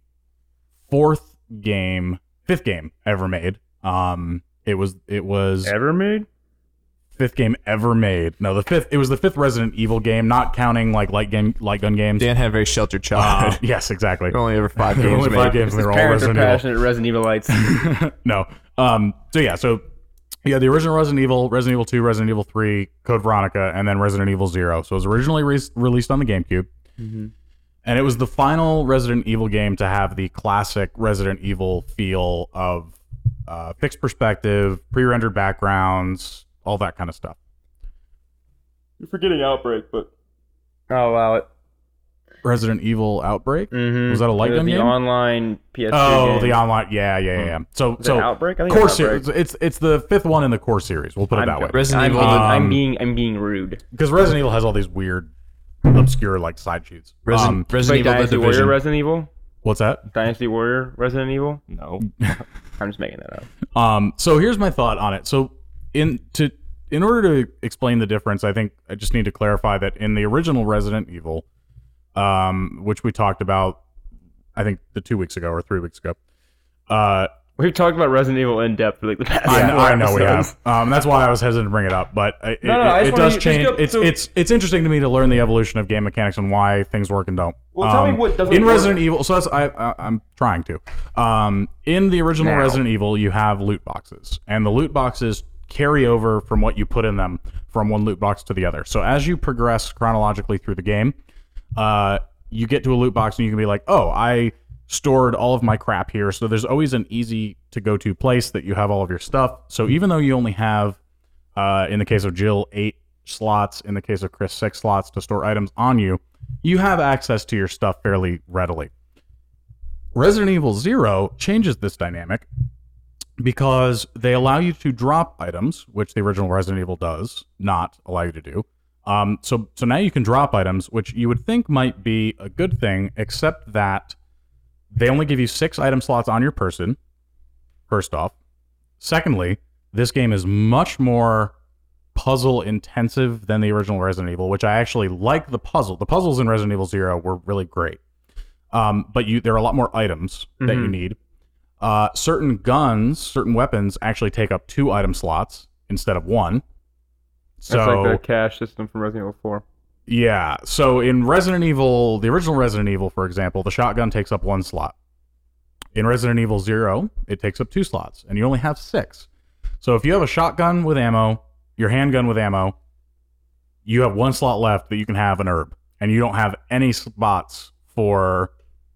[SPEAKER 1] fourth game, fifth game ever made. Um, it was it was
[SPEAKER 2] ever made.
[SPEAKER 1] fifth game ever made. No, the fifth. It was the fifth Resident Evil game, not counting like light game, light gun games.
[SPEAKER 3] Dan had a very sheltered [LAUGHS]
[SPEAKER 1] Uh, [LAUGHS]
[SPEAKER 3] childhood.
[SPEAKER 1] yes, exactly.
[SPEAKER 3] There were [LAUGHS] only ever five
[SPEAKER 1] There were
[SPEAKER 3] games
[SPEAKER 1] only
[SPEAKER 3] made.
[SPEAKER 1] five games. and they
[SPEAKER 2] His
[SPEAKER 1] were all
[SPEAKER 2] parents are
[SPEAKER 1] Resident Evil.
[SPEAKER 2] passionate Resident Evilites.
[SPEAKER 1] [LAUGHS] no. Um, so yeah, so yeah, the original Resident Evil, Resident Evil 2, Resident Evil 3, Code Veronica, and then Resident Evil 0. So it was originally re- released on the GameCube.
[SPEAKER 2] Mm-hmm.
[SPEAKER 1] And it was the final Resident Evil game to have the classic Resident Evil feel of uh, fixed perspective, pre rendered backgrounds, all that kind of stuff.
[SPEAKER 2] [LAUGHS] You're forgetting Outbreak, but I'll allow it.
[SPEAKER 1] Resident Evil Outbreak?
[SPEAKER 2] Oh, Mm-hmm.
[SPEAKER 1] Was that a light
[SPEAKER 2] the,
[SPEAKER 1] gun
[SPEAKER 2] the
[SPEAKER 1] game?
[SPEAKER 2] online PS2
[SPEAKER 1] Oh,
[SPEAKER 2] game.
[SPEAKER 1] the online. Yeah, yeah, yeah, yeah. So,
[SPEAKER 2] Was it
[SPEAKER 1] so
[SPEAKER 2] Hmm. Outbreak. I think it
[SPEAKER 1] core
[SPEAKER 2] was Outbreak.
[SPEAKER 1] series. It's it's the fifth one in the core series. We'll put it
[SPEAKER 2] I'm
[SPEAKER 1] that way.
[SPEAKER 3] Resident
[SPEAKER 2] I'm,
[SPEAKER 3] Evil,
[SPEAKER 2] being-
[SPEAKER 1] Um,
[SPEAKER 2] I'm being I'm being rude.
[SPEAKER 1] because Resident Evil has all these weird, obscure like side shoots.
[SPEAKER 3] the, Resident,
[SPEAKER 1] Um,
[SPEAKER 2] Wait,
[SPEAKER 3] Resident Evil, the
[SPEAKER 2] Dynasty Warrior
[SPEAKER 3] division.
[SPEAKER 2] Resident Evil?
[SPEAKER 1] what's that?
[SPEAKER 2] Dynasty Warrior Resident Evil?
[SPEAKER 1] [LAUGHS]
[SPEAKER 4] No.
[SPEAKER 2] I'm just making that up.
[SPEAKER 1] Um, so here's my thought on it. So in to in order to explain the difference, I think I just need to clarify that in the original Resident Evil, um, which we talked about, I think the two weeks ago or three weeks ago. Uh,
[SPEAKER 2] We've talked about Resident Evil in depth for like the past.
[SPEAKER 1] I,
[SPEAKER 2] four
[SPEAKER 1] know, I know we
[SPEAKER 2] episodes.
[SPEAKER 1] have. Um, that's why I was hesitant to bring it up, but it,
[SPEAKER 2] No,
[SPEAKER 1] it-
[SPEAKER 2] no, I
[SPEAKER 1] it,
[SPEAKER 2] just wanna-
[SPEAKER 1] does
[SPEAKER 2] just
[SPEAKER 1] change.
[SPEAKER 2] go-
[SPEAKER 1] it's
[SPEAKER 2] so-
[SPEAKER 1] it's it's interesting to me to learn the evolution of game mechanics and why things work and don't. Um,
[SPEAKER 2] Well, tell me what doesn't
[SPEAKER 1] in
[SPEAKER 2] work.
[SPEAKER 1] Resident Evil. So that's I, I I'm trying to. Um, in the original
[SPEAKER 2] Now.
[SPEAKER 1] Resident Evil, you have loot boxes, and the loot boxes carry over from what you put in them from one loot box to the other. So as you progress chronologically through the game, uh, you get to a loot box and you can be like, oh, I stored all of my crap here. So there's always an easy to go to place that you have all of your stuff. So even though you only have, uh, in the case of Jill, eight slots, in the case of Chris, six slots to store items on you, you have access to your stuff fairly readily. Resident Evil Zero changes this dynamic because they allow you to drop items, which the original Resident Evil does not allow you to do. Um, so, so now you can drop items, which you would think might be a good thing, except that they only give you six item slots on your person. First off, secondly, this game is much more puzzle intensive than the original Resident Evil, which I actually like the puzzle. The puzzles in Resident Evil Zero were really great, um, but you there are a lot more items that you
[SPEAKER 2] Mhm.
[SPEAKER 1] need. Uh, certain guns, certain weapons actually take up two item slots instead of one.
[SPEAKER 2] [LAUGHS]
[SPEAKER 1] So
[SPEAKER 2] That's like the cash system from Resident Evil 4.
[SPEAKER 1] yeah. So in Resident Evil, the original Resident Evil, for example, the shotgun takes up one slot. In Resident Evil Zero, it takes up two slots, and you only have six. So if you have a shotgun with ammo, your handgun with ammo, you have one slot left that you can have an herb, and you don't have any spots for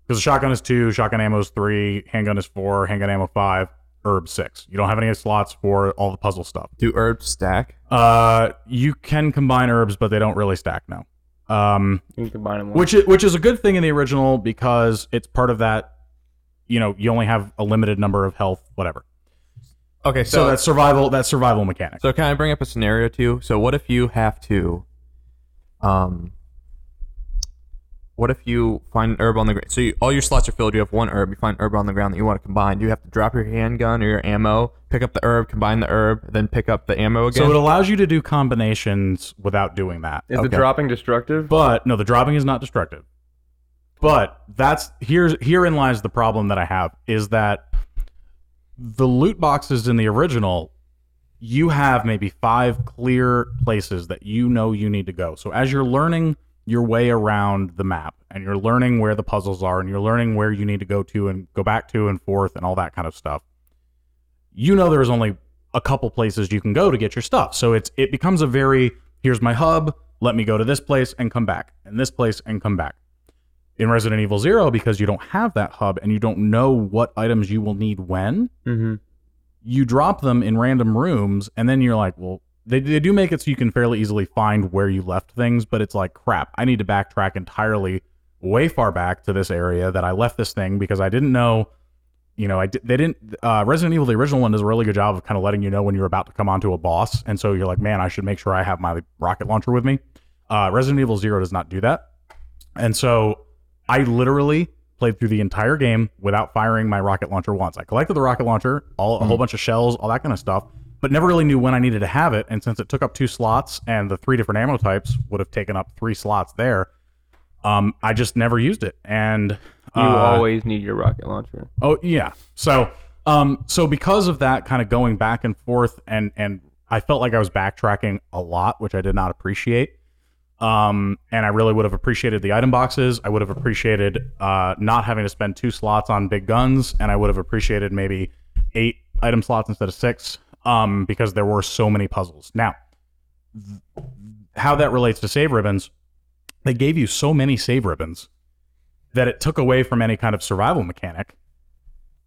[SPEAKER 1] because the shotgun is two, shotgun ammo is three, handgun is four, handgun ammo five, herb six. You don't have any slots for all the puzzle stuff.
[SPEAKER 3] Do herbs stack?
[SPEAKER 1] Uh, you can combine herbs, but they don't really stack now. Um,
[SPEAKER 2] You can combine them. all.
[SPEAKER 1] which is, which is a good thing in the original because it's part of that. You know, you only have a limited number of health, whatever.
[SPEAKER 3] Okay,
[SPEAKER 1] So, that's survival. That's survival mechanic.
[SPEAKER 3] So can I bring up a scenario too? So what if you have to Um, what if you find an herb on the ground? So you, all your slots are filled. You have one herb. You find an herb on the ground that you want to combine. You have to drop your handgun or your ammo, pick up the herb, combine the herb, then pick up the ammo again.
[SPEAKER 1] So it allows you to do combinations without doing that.
[SPEAKER 2] Is
[SPEAKER 3] Okay.
[SPEAKER 2] the dropping destructive?
[SPEAKER 1] But no, the dropping is not destructive. But that's here's herein lies the problem that I have is that the loot boxes in the original, you have maybe five clear places that you know you need to go. So as you're learning your way around the map and you're learning where the puzzles are and you're learning where you need to go to and go back to and forth and all that kind of stuff, you know there's only a couple places you can go to get your stuff. So it's it becomes a very here's my hub, let me go to this place and come back, and this place and come back. In Resident Evil 0 because you don't have that hub and you don't know what items you will need when,
[SPEAKER 2] mm-hmm.
[SPEAKER 1] you drop them in random rooms and then you're like, well, they, they do make it so you can fairly easily find where you left things, but it's like, crap, I need to backtrack entirely way far back to this area that I left this thing because I didn't know, you know, I di- they didn't, uh, Resident Evil, the original one does a really good job of kind of letting you know when you're about to come onto a boss. And so you're like, man, I should make sure I have my rocket launcher with me. Uh, Resident Evil Zero does not do that. And so I literally played through the entire game without firing my rocket launcher once. I collected the rocket launcher, all a whole bunch of shells, all that kind of stuff, but never really knew when I needed to have it. And since it took up two slots and the three different ammo types would have taken up three slots there, um, I just never used it. And
[SPEAKER 2] You
[SPEAKER 1] uh,
[SPEAKER 2] always need your rocket launcher.
[SPEAKER 1] Oh yeah. So um so because of that kind of going back and forth and and I felt like I was backtracking a lot, which I did not appreciate. Um and I really would have appreciated the item boxes. I would have appreciated uh not having to spend two slots on big guns and I would have appreciated maybe eight item slots instead of six um because there were so many puzzles. Now, th- how that relates to save ribbons, they gave you so many save ribbons that it took away from any kind of survival mechanic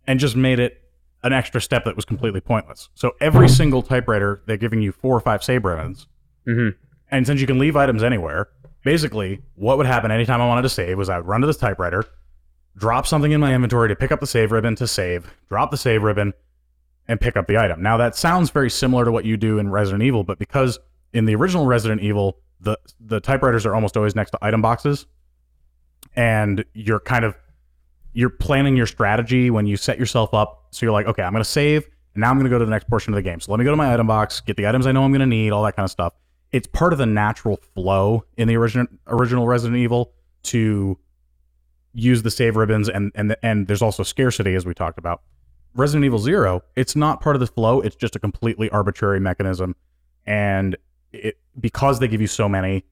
[SPEAKER 1] and just made it an extra step that was completely pointless. So every single typewriter, they're giving you four or five save ribbons.
[SPEAKER 2] Mhm.
[SPEAKER 1] And since you can leave items anywhere, basically what would happen anytime I wanted to save was I would run to this typewriter, drop something in my inventory to pick up the save ribbon to save, drop the save ribbon, and pick up the item. Now that sounds very similar to what you do in Resident Evil, but because in the original Resident Evil, the the typewriters are almost always next to item boxes, and you're kind of you're planning your strategy when you set yourself up. So you're like, okay, I'm going to save, and now I'm going to go to the next portion of the game. So let me go to my item box, get the items I know I'm going to need, all that kind of stuff. It's part of the natural flow in the original original Resident Evil to use the save ribbons, and and and there's also scarcity as we talked about. Resident Evil Zero, it's not part of the flow. It's just a completely arbitrary mechanism, and it because they give you so many,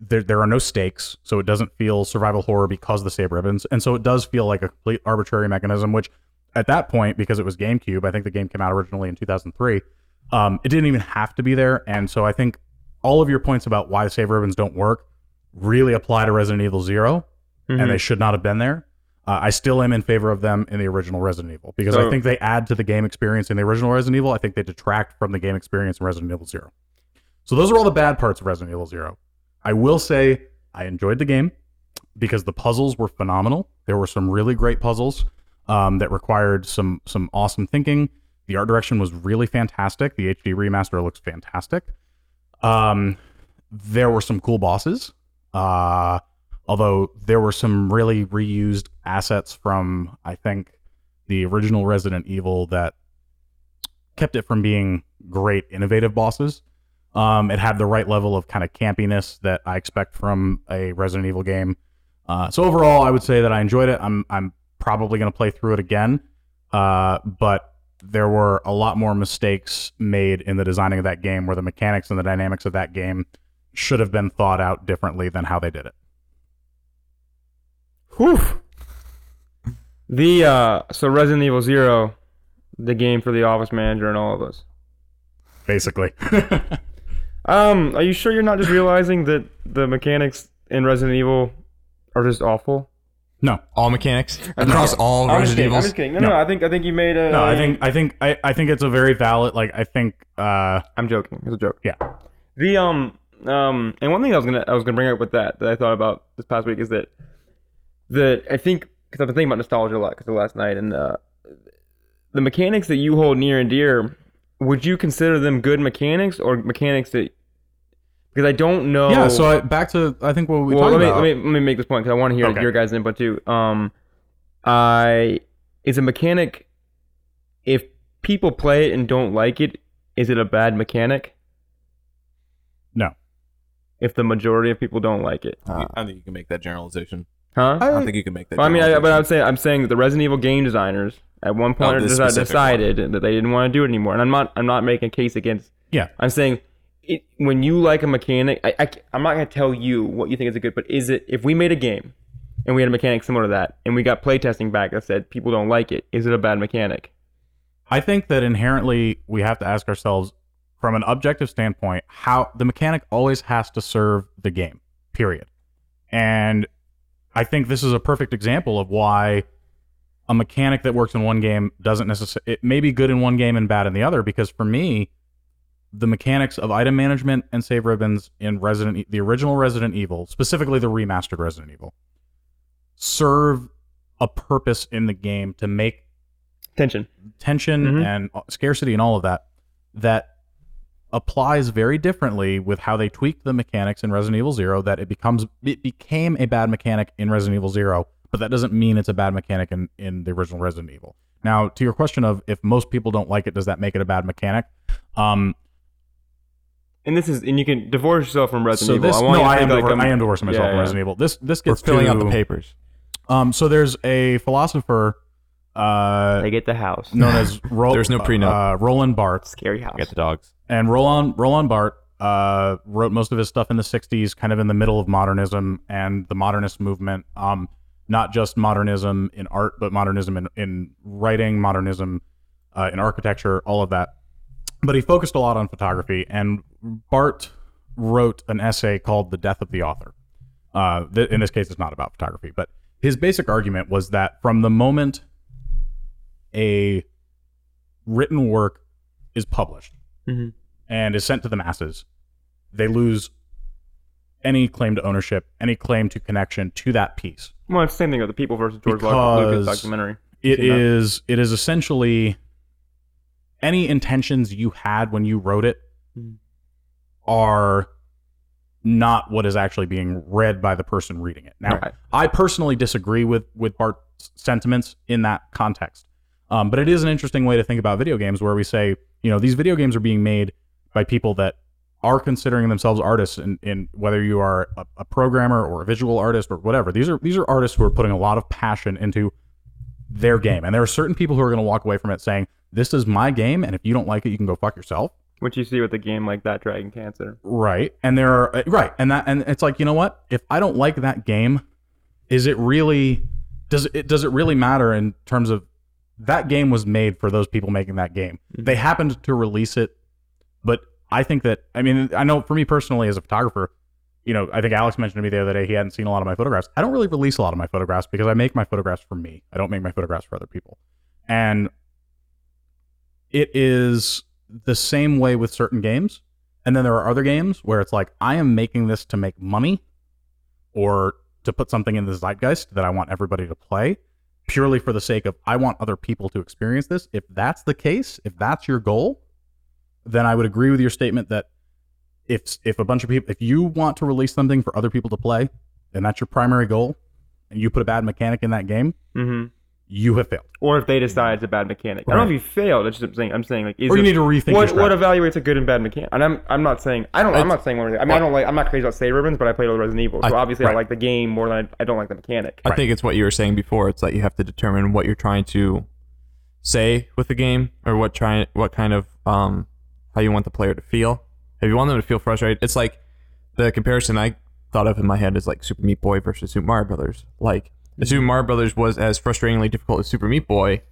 [SPEAKER 1] there, there are no stakes, so it doesn't feel survival horror because of the save ribbons, and so it does feel like a complete arbitrary mechanism. Which, at that point, because it was GameCube, I think the game came out originally in 2003, um, it didn't even have to be there. And so I think all of your points about why save ribbons don't work really apply to Resident Evil 0
[SPEAKER 2] Mm-hmm.
[SPEAKER 1] and they should not have been there. Uh, I still am in favor of them in the original Resident Evil because I
[SPEAKER 2] So-
[SPEAKER 1] think they add to the game experience in the original Resident Evil. I think they detract from the game experience in Resident Evil Zero. So those are all the bad parts of Resident Evil Zero. I will say I enjoyed the game because the puzzles were phenomenal. There were some really great puzzles um, that required some some awesome thinking. The art direction was really fantastic. The HD remaster looks fantastic. Um, there were some cool bosses. Uh, although there were some really reused assets from I think the original Resident Evil that kept it from being great innovative bosses. Um, it had the right level of kind of campiness that I expect from a Resident Evil game. Uh, so overall, I would say that I enjoyed it. I'm I'm probably going to play through it again, uh, but there were a lot more mistakes made in the designing of that game, where the mechanics and the dynamics of that game should have been thought out differently than how they did it.
[SPEAKER 2] Whew. The uh, so Resident Evil Zero, the game for the office manager and all of us.
[SPEAKER 4] [LAUGHS]
[SPEAKER 1] basically.
[SPEAKER 2] Um, are you sure you're
[SPEAKER 1] [LAUGHS]
[SPEAKER 2] not just realizing that the mechanics in Resident Evil are just awful?
[SPEAKER 1] no,
[SPEAKER 3] all mechanics across all Resident Evils.
[SPEAKER 2] kidding.
[SPEAKER 1] No.
[SPEAKER 2] I think I think you made a.
[SPEAKER 1] no, I think I think I, I think it's a very valid. Like I think uh,
[SPEAKER 2] I'm joking. It's a joke.
[SPEAKER 1] Yeah.
[SPEAKER 2] The um um and one thing I was gonna I was gonna bring up with that that I thought about this past week is that that I think because I've been thinking about nostalgia a lot because of last night and uh, the mechanics that you hold near and dear would you consider them good mechanics or mechanics that because I don't know.
[SPEAKER 1] Yeah, so I, back to I think what we
[SPEAKER 2] Oh. well, let
[SPEAKER 1] talked
[SPEAKER 2] me,
[SPEAKER 1] about.
[SPEAKER 2] let me let me make this point because I want to hear
[SPEAKER 1] Okay.
[SPEAKER 2] your guys' input too. Um, I is a mechanic. If people play it and don't like it, is it a bad mechanic?
[SPEAKER 1] No.
[SPEAKER 2] If the majority of people don't like it,
[SPEAKER 4] I don't think you can make that generalization.
[SPEAKER 2] huh?
[SPEAKER 1] Uh,
[SPEAKER 4] I don't think you can make that.
[SPEAKER 2] Well, I mean, I, but I'm
[SPEAKER 4] generalization.
[SPEAKER 2] saying I'm saying that the Resident Evil game designers at one
[SPEAKER 1] Oh,
[SPEAKER 2] point
[SPEAKER 4] this
[SPEAKER 2] deci-
[SPEAKER 4] specific one.
[SPEAKER 2] decided that they didn't want to do it anymore, and I'm not I'm not making a case against.
[SPEAKER 1] Yeah.
[SPEAKER 2] I'm saying it, when you like a mechanic, I, I am not gonna tell you what you think is a good, but is it if we made a game and we had a mechanic similar to that, and we got playtesting back that said people don't like it, is it a bad mechanic?
[SPEAKER 1] I think that inherently we have to ask ourselves from an objective standpoint how the mechanic always has to serve the game, period. And I think this is a perfect example of why a mechanic that works in one game doesn't necessarily, it may be good in one game and bad in the other, because for me, the mechanics of item management and save ribbons in Resident, E- the original Resident Evil, specifically the remastered Resident Evil, serve a purpose in the game to make
[SPEAKER 2] Tension.
[SPEAKER 1] tension
[SPEAKER 2] Mhm.
[SPEAKER 1] and scarcity and all of that that applies very differently with how they tweaked the mechanics in Resident Evil 0 that it becomes it became a bad mechanic in Resident Evil 0 but that doesn't mean it's a bad mechanic in in the original Resident Evil. Now to your question of if most people don't like it does that make it a bad mechanic? Um
[SPEAKER 2] And this is and you can divorce yourself from Resident
[SPEAKER 1] so
[SPEAKER 2] Evil.
[SPEAKER 1] this
[SPEAKER 2] I want
[SPEAKER 1] no
[SPEAKER 2] you to
[SPEAKER 1] I
[SPEAKER 2] think
[SPEAKER 1] am,
[SPEAKER 2] like
[SPEAKER 1] divor-
[SPEAKER 2] I'm-
[SPEAKER 1] I am divorcing myself
[SPEAKER 2] Yeah,
[SPEAKER 1] from
[SPEAKER 2] yeah.
[SPEAKER 1] Resident Evil. This this
[SPEAKER 3] We're
[SPEAKER 1] gets
[SPEAKER 3] filling
[SPEAKER 1] to,
[SPEAKER 3] out the papers.
[SPEAKER 1] Um so there's a philosopher uh
[SPEAKER 2] They get the house.
[SPEAKER 1] known as Ro-
[SPEAKER 3] There's no prenup.
[SPEAKER 1] uh, Roland Barthes
[SPEAKER 2] Scary house.
[SPEAKER 4] get the dogs.
[SPEAKER 1] and Roland Roland Barthes uh, wrote most of his stuff in the '60s, kind of in the middle of modernism and the modernist movement. Um, not just modernism in art, but modernism in, in writing, modernism uh, in architecture, all of that. But he focused a lot on photography, and Bart wrote an essay called "The Death of the Author." Uh, th- in this case, it's not about photography, but his basic argument was that from the moment a written work is published, and is sent to the masses, they lose any claim to ownership, any claim to connection to that piece.
[SPEAKER 2] Well, it's the same thing with the people versus George Lucas
[SPEAKER 1] Because-
[SPEAKER 2] documentary.
[SPEAKER 1] It
[SPEAKER 2] Seen that.
[SPEAKER 1] is it is essentially any intentions you had when you wrote it
[SPEAKER 2] Mhm.
[SPEAKER 1] are not what is actually being read by the person reading it. Now,
[SPEAKER 2] Right.
[SPEAKER 1] I personally disagree with with Bart's sentiments in that context. Um, but it is an interesting way to think about video games, where we say, you know, these video games are being made by people that are considering themselves artists, and in, whether you are a, a programmer or a visual artist or whatever, these are these are artists who are putting a lot of passion into their game, and there are certain people who are going to walk away from it saying, "This is my game, and if you don't like it, you can go fuck yourself."
[SPEAKER 2] What you see with a game like that, Dragon Cancer.
[SPEAKER 1] Right. And there are uh, right. And that and it's like, you know what? If I don't like that game, is it really does it does it really matter in terms of that game was made for those people making that game. They happened to release it, but I think that I mean, I know for me personally as a photographer, you know, I think Alex mentioned to me the other day he hadn't seen a lot of my photographs. I don't really release a lot of my photographs because I make my photographs for me. I don't make my photographs for other people. And it is the same way with certain games. And then there are other games where it's like, I am making this to make money or to put something in the zeitgeist that I want everybody to play purely for the sake of I want other people to experience this. If that's the case, if that's your goal, then I would agree with your statement that if if a bunch of people if you want to release something for other people to play and that's your primary goal and you put a bad mechanic in that game,
[SPEAKER 2] Mm-hmm.
[SPEAKER 1] you have failed.
[SPEAKER 2] or if they decide it's a bad mechanic. I don't know if you failed. It's just I'm saying. I'm saying like, is
[SPEAKER 1] Or you
[SPEAKER 2] it,
[SPEAKER 1] need to rethink your
[SPEAKER 2] what
[SPEAKER 1] strategy.
[SPEAKER 2] what evaluates a good and bad mechanic? And I'm I'm not saying I don't. I'm not saying one. or the- I mean, I don't like. I'm not crazy about save ribbons, but I played all the Resident Evil, so
[SPEAKER 3] I-
[SPEAKER 2] obviously I
[SPEAKER 1] right.
[SPEAKER 2] like the game more than I, I don't like the mechanic.
[SPEAKER 3] I think it's what you were saying before. It's that you have to determine what you're trying to say with the game, or what trying, what kind of um, how you want the player to feel. If you want them to feel frustrated, it's like the comparison I thought of in my head is like Super Meat Boy versus Super Mario Brothers. Like if
[SPEAKER 2] Mm-hmm.
[SPEAKER 3] Super Mario Brothers was as frustratingly difficult as Super Meat Boy,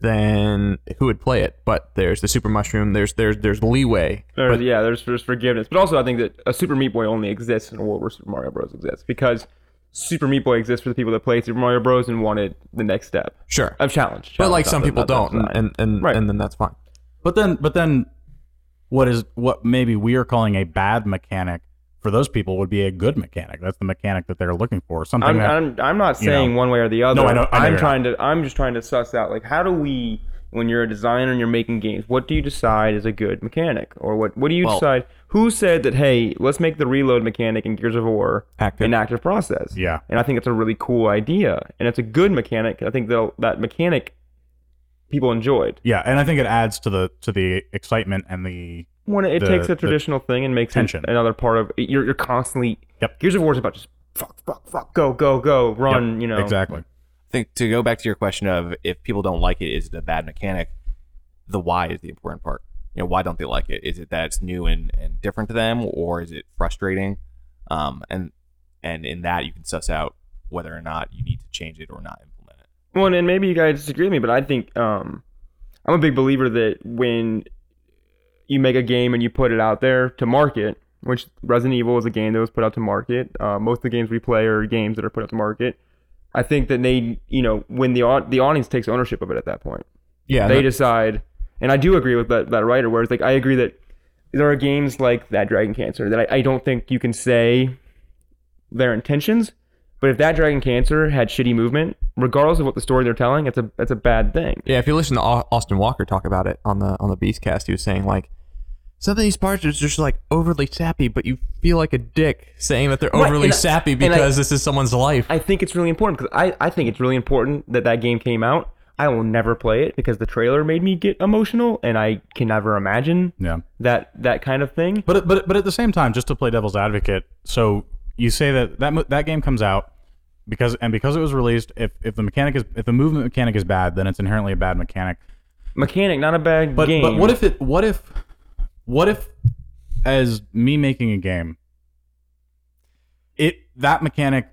[SPEAKER 3] then who would play it? But there's the Super Mushroom. There's there's there's leeway.
[SPEAKER 2] There's, yeah, there's there's forgiveness, but also I think that a Super Meat Boy only exists in a world where Super Mario Bros. exists because Super Meat Boy exists for the people that played Super Mario Bros. and wanted the next step
[SPEAKER 3] Sure,
[SPEAKER 2] of challenge.
[SPEAKER 3] but like
[SPEAKER 2] Challenge,
[SPEAKER 3] some
[SPEAKER 2] not-
[SPEAKER 3] people
[SPEAKER 2] not- not
[SPEAKER 3] don't, and
[SPEAKER 2] design.
[SPEAKER 3] and and,
[SPEAKER 2] Right.
[SPEAKER 3] and then that's fine.
[SPEAKER 1] But then, but then, what is what maybe we are calling a bad mechanic for those people would be a good mechanic. That's the mechanic that they're looking for. Something
[SPEAKER 2] I'm,
[SPEAKER 1] that
[SPEAKER 2] I'm, I'm not
[SPEAKER 1] you
[SPEAKER 2] saying
[SPEAKER 1] know.
[SPEAKER 2] one way or the other.
[SPEAKER 1] No, I know- I know
[SPEAKER 2] am
[SPEAKER 1] you're
[SPEAKER 2] trying to. I'm just trying to suss out like how do we when you're a designer and you're making games, what do you decide is a good mechanic, or what what do you
[SPEAKER 4] Well-
[SPEAKER 2] decide? Who said that? Hey, let's make the reload mechanic in Gears of War
[SPEAKER 4] Active.
[SPEAKER 2] an active process.
[SPEAKER 1] Yeah.
[SPEAKER 2] and I think it's a really cool idea, and it's a good mechanic. I think that that mechanic people enjoyed.
[SPEAKER 1] Yeah, and I think it adds to the to the excitement and the
[SPEAKER 2] When it
[SPEAKER 1] The-
[SPEAKER 2] takes
[SPEAKER 1] the
[SPEAKER 2] a traditional thing and makes it
[SPEAKER 1] tension.
[SPEAKER 2] another part of you're you're constantly
[SPEAKER 1] Yep.
[SPEAKER 2] Gears of War is about just fuck fuck fuck go go go run you know
[SPEAKER 1] exactly.
[SPEAKER 4] I think to go back to your question of if people don't like it, is it a bad mechanic? The why is the important part. You know, why don't they like it? Is it that it's new and, and different to them, or is it frustrating? Um, and and in that you can suss out whether or not you need to change it or not implement it.
[SPEAKER 2] Well, and maybe you guys disagree with me, but I think um, I'm a big believer that when you make a game and you put it out there to market, which Resident Evil is a game that was put out to market. Uh, most of the games we play are games that are put out to market. I think that they, you know, when the au- the audience takes ownership of it at that point,
[SPEAKER 3] Yeah,
[SPEAKER 2] they
[SPEAKER 3] that-
[SPEAKER 2] decide. And I do agree with that, that writer, where it's like I agree that there are games like that Dragon Cancer that I, I don't think you can say their intentions. But if that Dragon Cancer had shitty movement, regardless of what the story they're telling, it's a it's a bad thing.
[SPEAKER 3] Yeah, if you listen to Au- Austin Walker talk about it on the on the Beastcast, he was saying like some of these parts are just like overly sappy, but you feel like a dick saying that they're
[SPEAKER 2] Right,
[SPEAKER 3] overly
[SPEAKER 2] and I-
[SPEAKER 3] sappy
[SPEAKER 2] and I-
[SPEAKER 3] because this is someone's life.
[SPEAKER 2] I think it's really important because I, I think it's really important that that game came out. I will never play it because the trailer made me get emotional, and I can never imagine
[SPEAKER 1] Yeah.
[SPEAKER 2] that that kind of thing.
[SPEAKER 1] But but but at the same time, just to play devil's advocate, so you say that that mo- that game comes out because and because it was released, if if the mechanic is if the movement mechanic is bad, then it's inherently a bad mechanic.
[SPEAKER 2] Mechanic, not a bad
[SPEAKER 1] But
[SPEAKER 2] game.
[SPEAKER 1] but what if it what if what if as me making a game, it that mechanic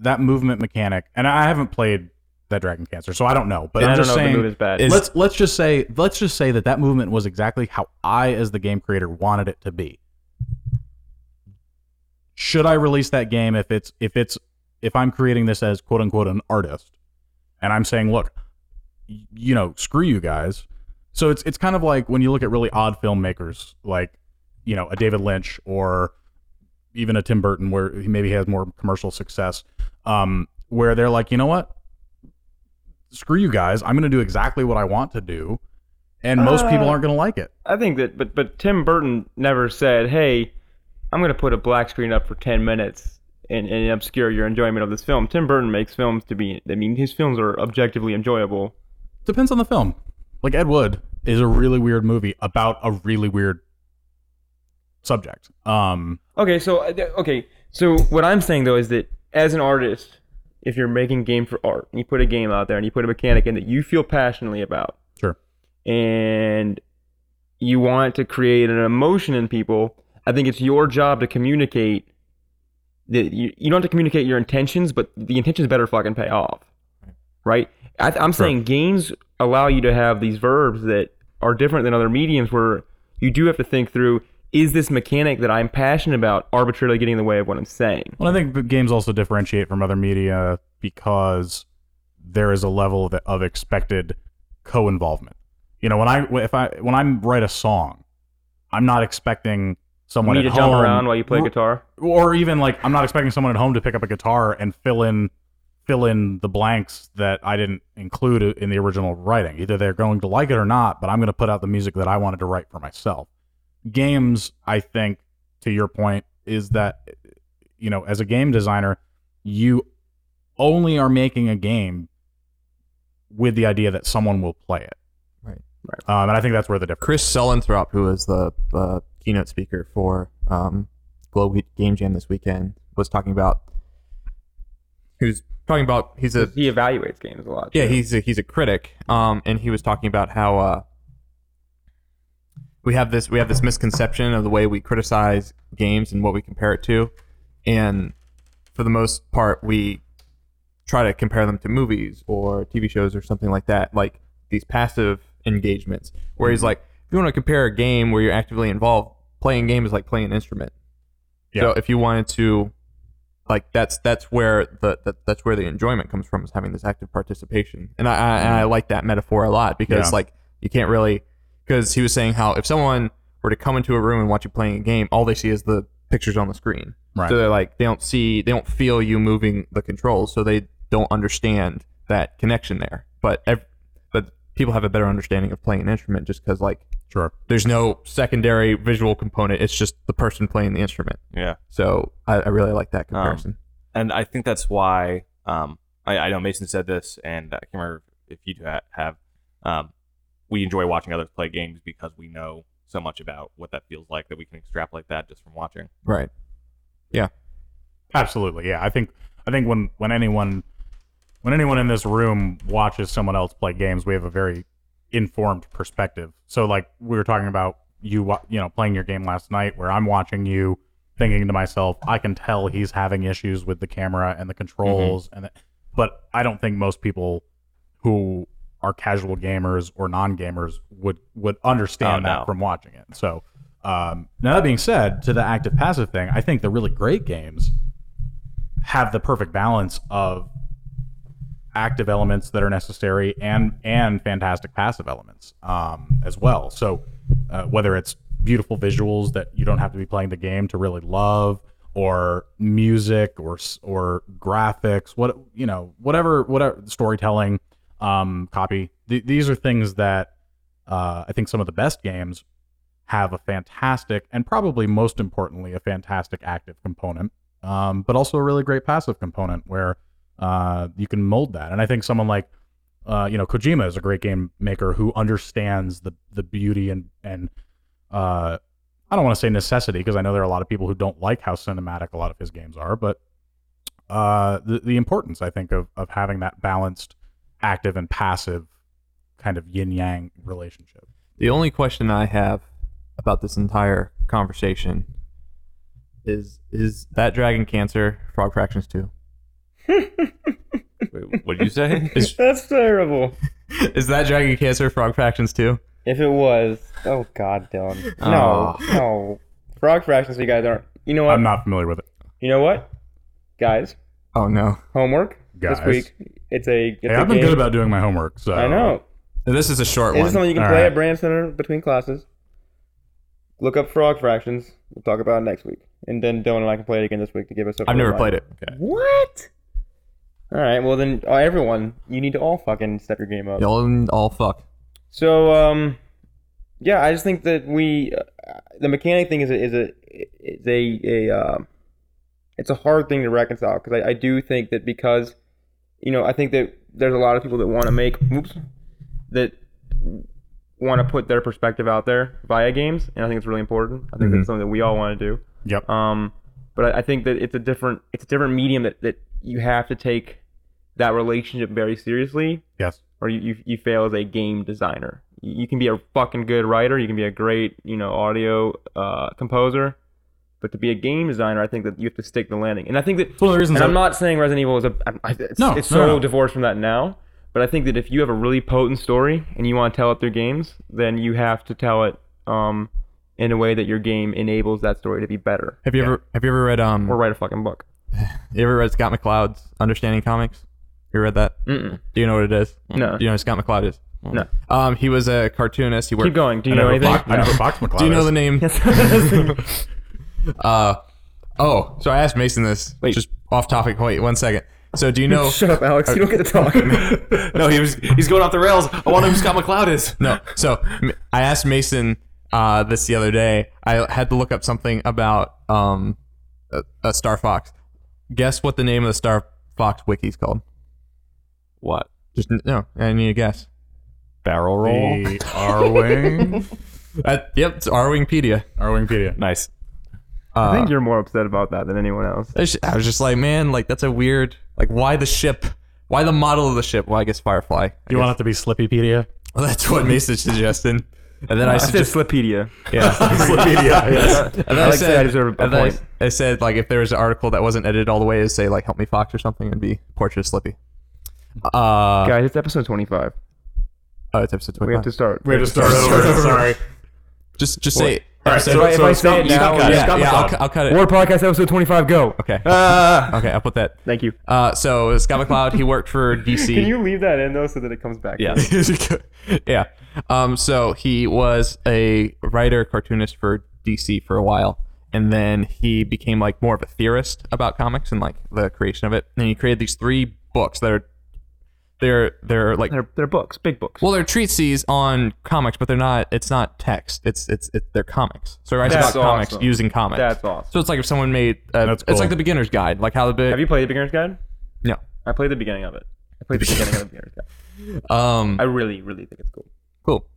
[SPEAKER 1] that movement mechanic, and I haven't played that Dragon Cancer, so I don't know. But
[SPEAKER 2] And
[SPEAKER 1] I'm
[SPEAKER 2] I don't
[SPEAKER 1] just
[SPEAKER 2] know if
[SPEAKER 1] saying,
[SPEAKER 2] the move is bad.
[SPEAKER 3] is-
[SPEAKER 1] let's let's just say let's just say that that movement was exactly how I, as the game creator, wanted it to be. Should I release that game if it's if it's if I'm creating this as quote unquote an artist, and I'm saying, look, y- you know, screw you guys. So it's it's kind of like when you look at really odd filmmakers, like you know a David Lynch or even a Tim Burton, where he maybe has more commercial success, um, where they're like, you know what, screw you guys. I'm going to do exactly what I want to do. And most
[SPEAKER 2] Uh,
[SPEAKER 1] people aren't going to like it.
[SPEAKER 2] I think that, but but Tim Burton never said, "Hey, I'm going to put a black screen up for 10 minutes and, and obscure your enjoyment of this film." Tim Burton makes films to be. I mean, his films are objectively enjoyable.
[SPEAKER 1] Depends on the film. Like Ed Wood is a really weird movie about a really weird subject. Um,
[SPEAKER 2] Okay, so uh, th- okay, so what I'm saying though is that as an artist, if you're making game for art and you put a game out there and you put a mechanic in that you feel passionately about,
[SPEAKER 1] sure.
[SPEAKER 2] and you want to create an emotion in people, I think it's your job to communicate that you, you don't have to communicate your intentions, but the intentions better fucking pay off, right? I, I'm saying games allow you to have these verbs that are different than other mediums where you do have to think through is this mechanic that I'm passionate about arbitrarily getting in the way of what I'm saying?
[SPEAKER 1] Well, I think the games also differentiate from other media because there is a level of, of expected co-involvement. You know, when I if I when I write a song, I'm not expecting
[SPEAKER 2] You
[SPEAKER 1] someone
[SPEAKER 2] need to
[SPEAKER 1] at
[SPEAKER 2] jump
[SPEAKER 1] home-
[SPEAKER 2] around while you play guitar.
[SPEAKER 1] or even like I'm not expecting someone at home to pick up a guitar and fill in fill in the blanks that I didn't include in the original writing. Either they're going to like it or not, but I'm going to put out the music that I wanted to write for myself. Games, I think to your point is that you know, as a game designer, you only are making a game with the idea that someone will play it.
[SPEAKER 3] Right.
[SPEAKER 1] Right. Um, and I think that's where the difference
[SPEAKER 3] Chris Sellenthorpe, who was the uh, keynote speaker for um, Global Game Jam this weekend, was talking about. He was talking about he's a
[SPEAKER 2] He evaluates games a lot.
[SPEAKER 3] yeah
[SPEAKER 2] too.
[SPEAKER 3] he's a, he's a critic um and he was talking about how uh we have this we have this misconception of the way we criticize games and what we compare it to and for the most part we try to compare them to movies or TV shows or something like that like these passive engagements where
[SPEAKER 1] Mm-hmm.
[SPEAKER 3] he's like if you want to compare a game where you're actively involved playing a game is like playing an instrument so
[SPEAKER 1] Yeah.
[SPEAKER 3] if you wanted to like that's that's where the that, that's where the enjoyment comes from is having this active participation and i, I and i like that metaphor a lot because
[SPEAKER 1] Mm-hmm. Yeah.
[SPEAKER 3] like you can't really because he was saying how if someone were to come into a room and watch you playing a game all they see is the pictures on the screen
[SPEAKER 1] Right.
[SPEAKER 3] so they're like they don't see they don't feel you moving the controls so they don't understand that connection there but ev- but people have a better understanding of playing an instrument just because like
[SPEAKER 1] Sure.
[SPEAKER 3] there's no secondary visual component. It's just the person playing the instrument.
[SPEAKER 4] Yeah.
[SPEAKER 3] So I, I really like that
[SPEAKER 4] Um,
[SPEAKER 3] comparison.
[SPEAKER 4] and I think that's why um, I, I know Mason said this, and I can't remember if you two ha- have. Um, we enjoy watching others play games because we know so much about what that feels like that we can extrapolate that just from watching.
[SPEAKER 3] right.
[SPEAKER 1] Absolutely. Yeah. I think I think when when anyone when anyone in this room watches someone else play games, we have a very informed perspective. So like we were talking about you wa- you know playing your game last night where I'm watching you thinking to myself, I can tell he's having issues with the camera and the controls
[SPEAKER 4] Mm-hmm.
[SPEAKER 1] and the, but I don't think most people who are casual gamers or non-gamers would would understand
[SPEAKER 4] Oh,
[SPEAKER 1] that
[SPEAKER 4] no.
[SPEAKER 1] from watching it. So um, now that being said, to the active passive thing, I think the really great games have the perfect balance of active elements that are necessary and and fantastic passive elements um, as well. So uh, whether it's beautiful visuals that you don't have to be playing the game to really love, or music, or s- or graphics, what you know, whatever, whatever storytelling, um, copy. Th- these are things that uh, I think some of the best games have a fantastic and probably most importantly a fantastic active component, um, but also a really great passive component where uh, you can mold that. And I think someone like uh, you know Kojima is a great game maker who understands the the beauty and and uh, I don't want to say necessity because I know there are a lot of people who don't like how cinematic a lot of his games are, but uh, the the importance I think of of having that balanced active and passive kind of yin yang relationship.
[SPEAKER 3] The only question I have about this entire conversation is is that Dragon Cancer Frog Fractions 2?
[SPEAKER 4] Wait, what did you say?
[SPEAKER 2] That's terrible.
[SPEAKER 3] [LAUGHS] is that Dragon Cancer Frog Fractions 2?
[SPEAKER 2] If it was, oh god, Dylan. No, no. Frog fractions, you guys aren't. You know what?
[SPEAKER 1] I'm not familiar with it,
[SPEAKER 2] You know what, guys?
[SPEAKER 3] Oh no.
[SPEAKER 2] Homework
[SPEAKER 1] guys.
[SPEAKER 2] this week. It's a. It's
[SPEAKER 1] Hey,
[SPEAKER 2] a
[SPEAKER 1] I've been
[SPEAKER 2] game.
[SPEAKER 1] good about doing my homework, so
[SPEAKER 2] I know.
[SPEAKER 3] This is a short
[SPEAKER 2] Is
[SPEAKER 3] one.
[SPEAKER 2] this something you can
[SPEAKER 1] All
[SPEAKER 2] play
[SPEAKER 1] right.
[SPEAKER 2] at Brand Center between classes? Look up frog fractions. We'll talk about it next week, and then Dylan and I can play it again this week to give us.
[SPEAKER 3] I've never played it.
[SPEAKER 2] What? All right. Well, then uh, everyone, you need to all fucking step your game up.
[SPEAKER 3] Y'all and all fuck.
[SPEAKER 2] So, um, yeah, I just think that we uh, the mechanic thing is a, is a is a, a uh, it's a hard thing to reconcile because I, I do think that because you know I think that there's a lot of people that want to make oops that want to put their perspective out there via games, and I think it's really important. I think that's something that we all want to do.
[SPEAKER 1] Yep.
[SPEAKER 2] Um, but I, I think that it's a different it's a different medium that, that you have to take that relationship very seriously
[SPEAKER 1] yes.
[SPEAKER 2] or you, you, you fail as a game designer. You you can be a fucking good writer, you can be a great, you know, audio uh, composer, but to be a game designer, I think that you have to stick the landing. And I think that,
[SPEAKER 1] It's one of the reasons
[SPEAKER 2] and
[SPEAKER 1] I-
[SPEAKER 2] I'm not saying Resident Evil is a, I'm- I- it's,
[SPEAKER 1] No,
[SPEAKER 2] it's
[SPEAKER 1] no,
[SPEAKER 2] so
[SPEAKER 1] no.
[SPEAKER 2] divorced from that now, but I think that if you have a really potent story and you want to tell it through games, then you have to tell it um, in a way that your game enables that story to be better.
[SPEAKER 3] Have you ever have you ever read um
[SPEAKER 2] Or write a fucking book.
[SPEAKER 3] you ever read Scott McCloud's Understanding Comics? You read that?
[SPEAKER 4] Mm.
[SPEAKER 2] Mm-mm.
[SPEAKER 3] Do you know what it is?
[SPEAKER 2] No.
[SPEAKER 3] Do you know who Scott McCloud is?
[SPEAKER 2] No.
[SPEAKER 3] Um he was a cartoonist. He worked
[SPEAKER 2] Keep going. Do you
[SPEAKER 1] I
[SPEAKER 2] know
[SPEAKER 1] know
[SPEAKER 2] anything?
[SPEAKER 1] Fox, I know who Fox
[SPEAKER 3] [LAUGHS]
[SPEAKER 1] McCloud.
[SPEAKER 3] Do you know
[SPEAKER 1] is.
[SPEAKER 3] the name?
[SPEAKER 2] [LAUGHS]
[SPEAKER 4] [LAUGHS]
[SPEAKER 3] uh, oh, so I asked Mason this. Just off topic. Wait, one second. So do you
[SPEAKER 1] [LAUGHS]
[SPEAKER 3] know?
[SPEAKER 2] Shut up, Alex. You don't get to talk.
[SPEAKER 4] [LAUGHS] no, he was he's going off the rails. I want to know who Scott McCloud is.
[SPEAKER 3] no. So m- I asked Mason uh, this the other day. I had to look up something about um, a, a Star Fox. Guess what the name of the Star Fox wiki is called?
[SPEAKER 4] What
[SPEAKER 3] Just n- no. I need a guess.
[SPEAKER 4] barrel roll?
[SPEAKER 1] The
[SPEAKER 2] [LAUGHS]
[SPEAKER 1] R-wing,
[SPEAKER 3] Uh, yep, it's Arwingpedia.
[SPEAKER 1] R-wingpedia.
[SPEAKER 4] nice.
[SPEAKER 3] Uh,
[SPEAKER 2] I think you're more upset about that than anyone else.
[SPEAKER 3] I was- I was just like, man, like that's a weird. Like, why the ship? Why the model of the ship? Well, I guess Firefly. I
[SPEAKER 1] You want it to be Slippypedia?
[SPEAKER 3] Well, that's what Mason suggested. And then
[SPEAKER 2] [LAUGHS]
[SPEAKER 3] I,
[SPEAKER 2] I said
[SPEAKER 3] suggested, [LAUGHS]
[SPEAKER 2] Slipedia. [LAUGHS]
[SPEAKER 1] [LAUGHS] Slippypedia. Yes.
[SPEAKER 3] and then
[SPEAKER 2] I like to say I deserve a
[SPEAKER 3] and then I-
[SPEAKER 2] point.
[SPEAKER 3] I said like if there was an article that wasn't edited all the way, it'd say like "Help me, Fox" or something, and be "Portrait of Slippy." Uh,
[SPEAKER 2] Guys, it's episode 25.
[SPEAKER 3] oh, it's episode
[SPEAKER 2] We have
[SPEAKER 3] twenty-five.
[SPEAKER 2] to start.
[SPEAKER 1] We have to start over. Sorry.
[SPEAKER 3] just, just say.
[SPEAKER 1] All right.
[SPEAKER 3] episode-
[SPEAKER 2] if
[SPEAKER 1] So,
[SPEAKER 2] I- if
[SPEAKER 1] so
[SPEAKER 2] I say it
[SPEAKER 1] Scott-
[SPEAKER 2] now,
[SPEAKER 1] Scott-
[SPEAKER 2] yeah,
[SPEAKER 1] Scott
[SPEAKER 3] yeah, yeah, I'll,
[SPEAKER 1] McCloud.
[SPEAKER 3] cu- I'll cut it.
[SPEAKER 2] War Podcast episode 25, go.
[SPEAKER 3] okay,
[SPEAKER 2] Ah.
[SPEAKER 3] okay, I'll put that.
[SPEAKER 2] Thank you.
[SPEAKER 3] Uh, so Scott McCloud, he worked for
[SPEAKER 2] [LAUGHS]
[SPEAKER 3] DC.
[SPEAKER 2] Can you leave that in, though, so that it comes back?
[SPEAKER 4] Yeah.
[SPEAKER 2] [LAUGHS]
[SPEAKER 3] yeah. Um, so he was a writer, cartoonist for DC for a while, and then he became like more of a theorist about comics and like the creation of it. And he created these three books that are they're they're like
[SPEAKER 2] They're, they're books, big books.
[SPEAKER 3] well, they're treatises on comics, but they're not. It's not text. It's it's, it's they're comics. So it writes
[SPEAKER 2] That's
[SPEAKER 3] about comics
[SPEAKER 2] awesome.
[SPEAKER 3] using comics.
[SPEAKER 2] That's awesome.
[SPEAKER 3] so it's like if someone made. A,
[SPEAKER 1] That's
[SPEAKER 3] It's
[SPEAKER 1] cool.
[SPEAKER 3] like the beginner's guide, like how the big.
[SPEAKER 2] Have you played The Beginner's Guide?
[SPEAKER 3] no.
[SPEAKER 2] I played the beginning of it. I played the beginning of The Beginner's Guide.
[SPEAKER 3] Um.
[SPEAKER 2] I really, really think it's cool.
[SPEAKER 3] cool.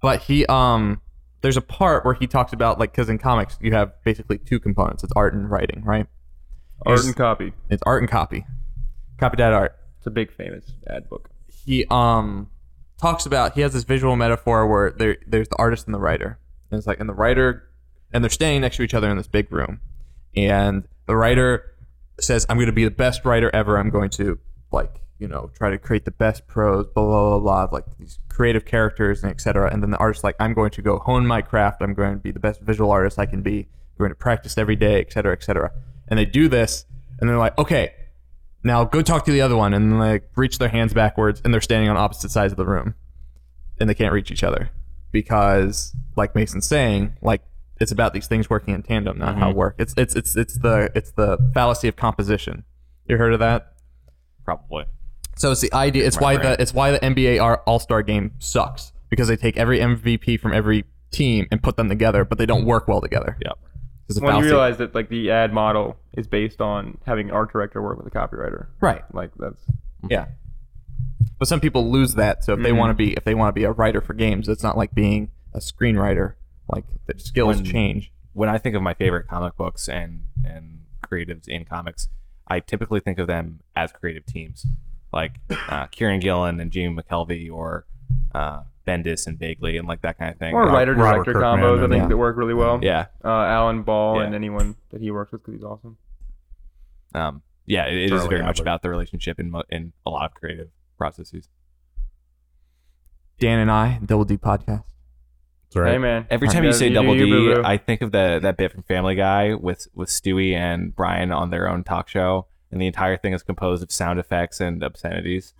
[SPEAKER 3] But he um. There's a part where he talks about like because in comics you have basically two components. It's art and writing, right?
[SPEAKER 2] Art
[SPEAKER 3] Is-
[SPEAKER 2] and copy.
[SPEAKER 3] It's art and copy. Copy that art.
[SPEAKER 2] It's a big famous ad book.
[SPEAKER 3] he um talks about he has this visual metaphor where there there's the artist and the writer and it's like and the writer and they're standing next to each other in this big room and the writer says i'm going to be the best writer ever i'm going to like you know try to create the best prose blah blah blah blah of, like these creative characters and etc and then the artist's like i'm going to go hone my craft i'm going to be the best visual artist i can be i'm going to practice every day etc etc and they do this and they're like okay now go talk to the other one and like reach their hands backwards and they're standing on opposite sides of the room and they can't reach each other because like mason's saying like it's about these things working in tandem not how it work it's it's it's it's the it's the fallacy of composition you heard of that
[SPEAKER 4] probably.
[SPEAKER 3] so it's the idea. It's why the it's why the NBA our All Star game sucks because they take every MVP from every team and put them together, but they don't work well together.
[SPEAKER 4] Yep.
[SPEAKER 3] It's a
[SPEAKER 2] When you
[SPEAKER 3] fallacy.
[SPEAKER 2] realize that like the ad model is based on having an art director work with a copywriter.
[SPEAKER 3] right?
[SPEAKER 2] Like that's
[SPEAKER 3] Yeah. But some people lose that. So if they
[SPEAKER 2] Mhm.
[SPEAKER 3] want to be if they want to be a writer for games, it's not like being a screenwriter. Like the skills
[SPEAKER 4] When-
[SPEAKER 3] change.
[SPEAKER 4] When I think of my favorite comic books and and creatives in comics, I typically think of them as creative teams, like uh, Kieran Gillen and Jamie McKelvey, or uh, Bendis and Bagley, and like that kind of thing.
[SPEAKER 2] or
[SPEAKER 4] Uh,
[SPEAKER 2] writer
[SPEAKER 1] Robert
[SPEAKER 2] director
[SPEAKER 1] Kirkman
[SPEAKER 2] combos. I
[SPEAKER 1] and-
[SPEAKER 2] think
[SPEAKER 3] Yeah.
[SPEAKER 2] that work really well.
[SPEAKER 4] Yeah,
[SPEAKER 2] Uh, Alan Ball
[SPEAKER 4] Yeah.
[SPEAKER 2] and anyone that he works with because he's awesome.
[SPEAKER 4] um, yeah, it, it is
[SPEAKER 1] Charlie
[SPEAKER 4] very much
[SPEAKER 1] Adler.
[SPEAKER 4] about the relationship in mo- in a lot of creative processes.
[SPEAKER 3] Dan and I, Double D podcast.
[SPEAKER 1] That's right.
[SPEAKER 2] Hey man.
[SPEAKER 4] Every
[SPEAKER 2] You
[SPEAKER 4] time you
[SPEAKER 2] gotta-
[SPEAKER 4] say
[SPEAKER 2] do
[SPEAKER 4] double D,
[SPEAKER 2] you,
[SPEAKER 4] I
[SPEAKER 2] boo-boo.
[SPEAKER 4] think of the that bit from Family Guy with with Stewie and Brian on their own talk show, and the entire thing is composed of sound effects and
[SPEAKER 3] [LAUGHS]
[SPEAKER 4] obscenities.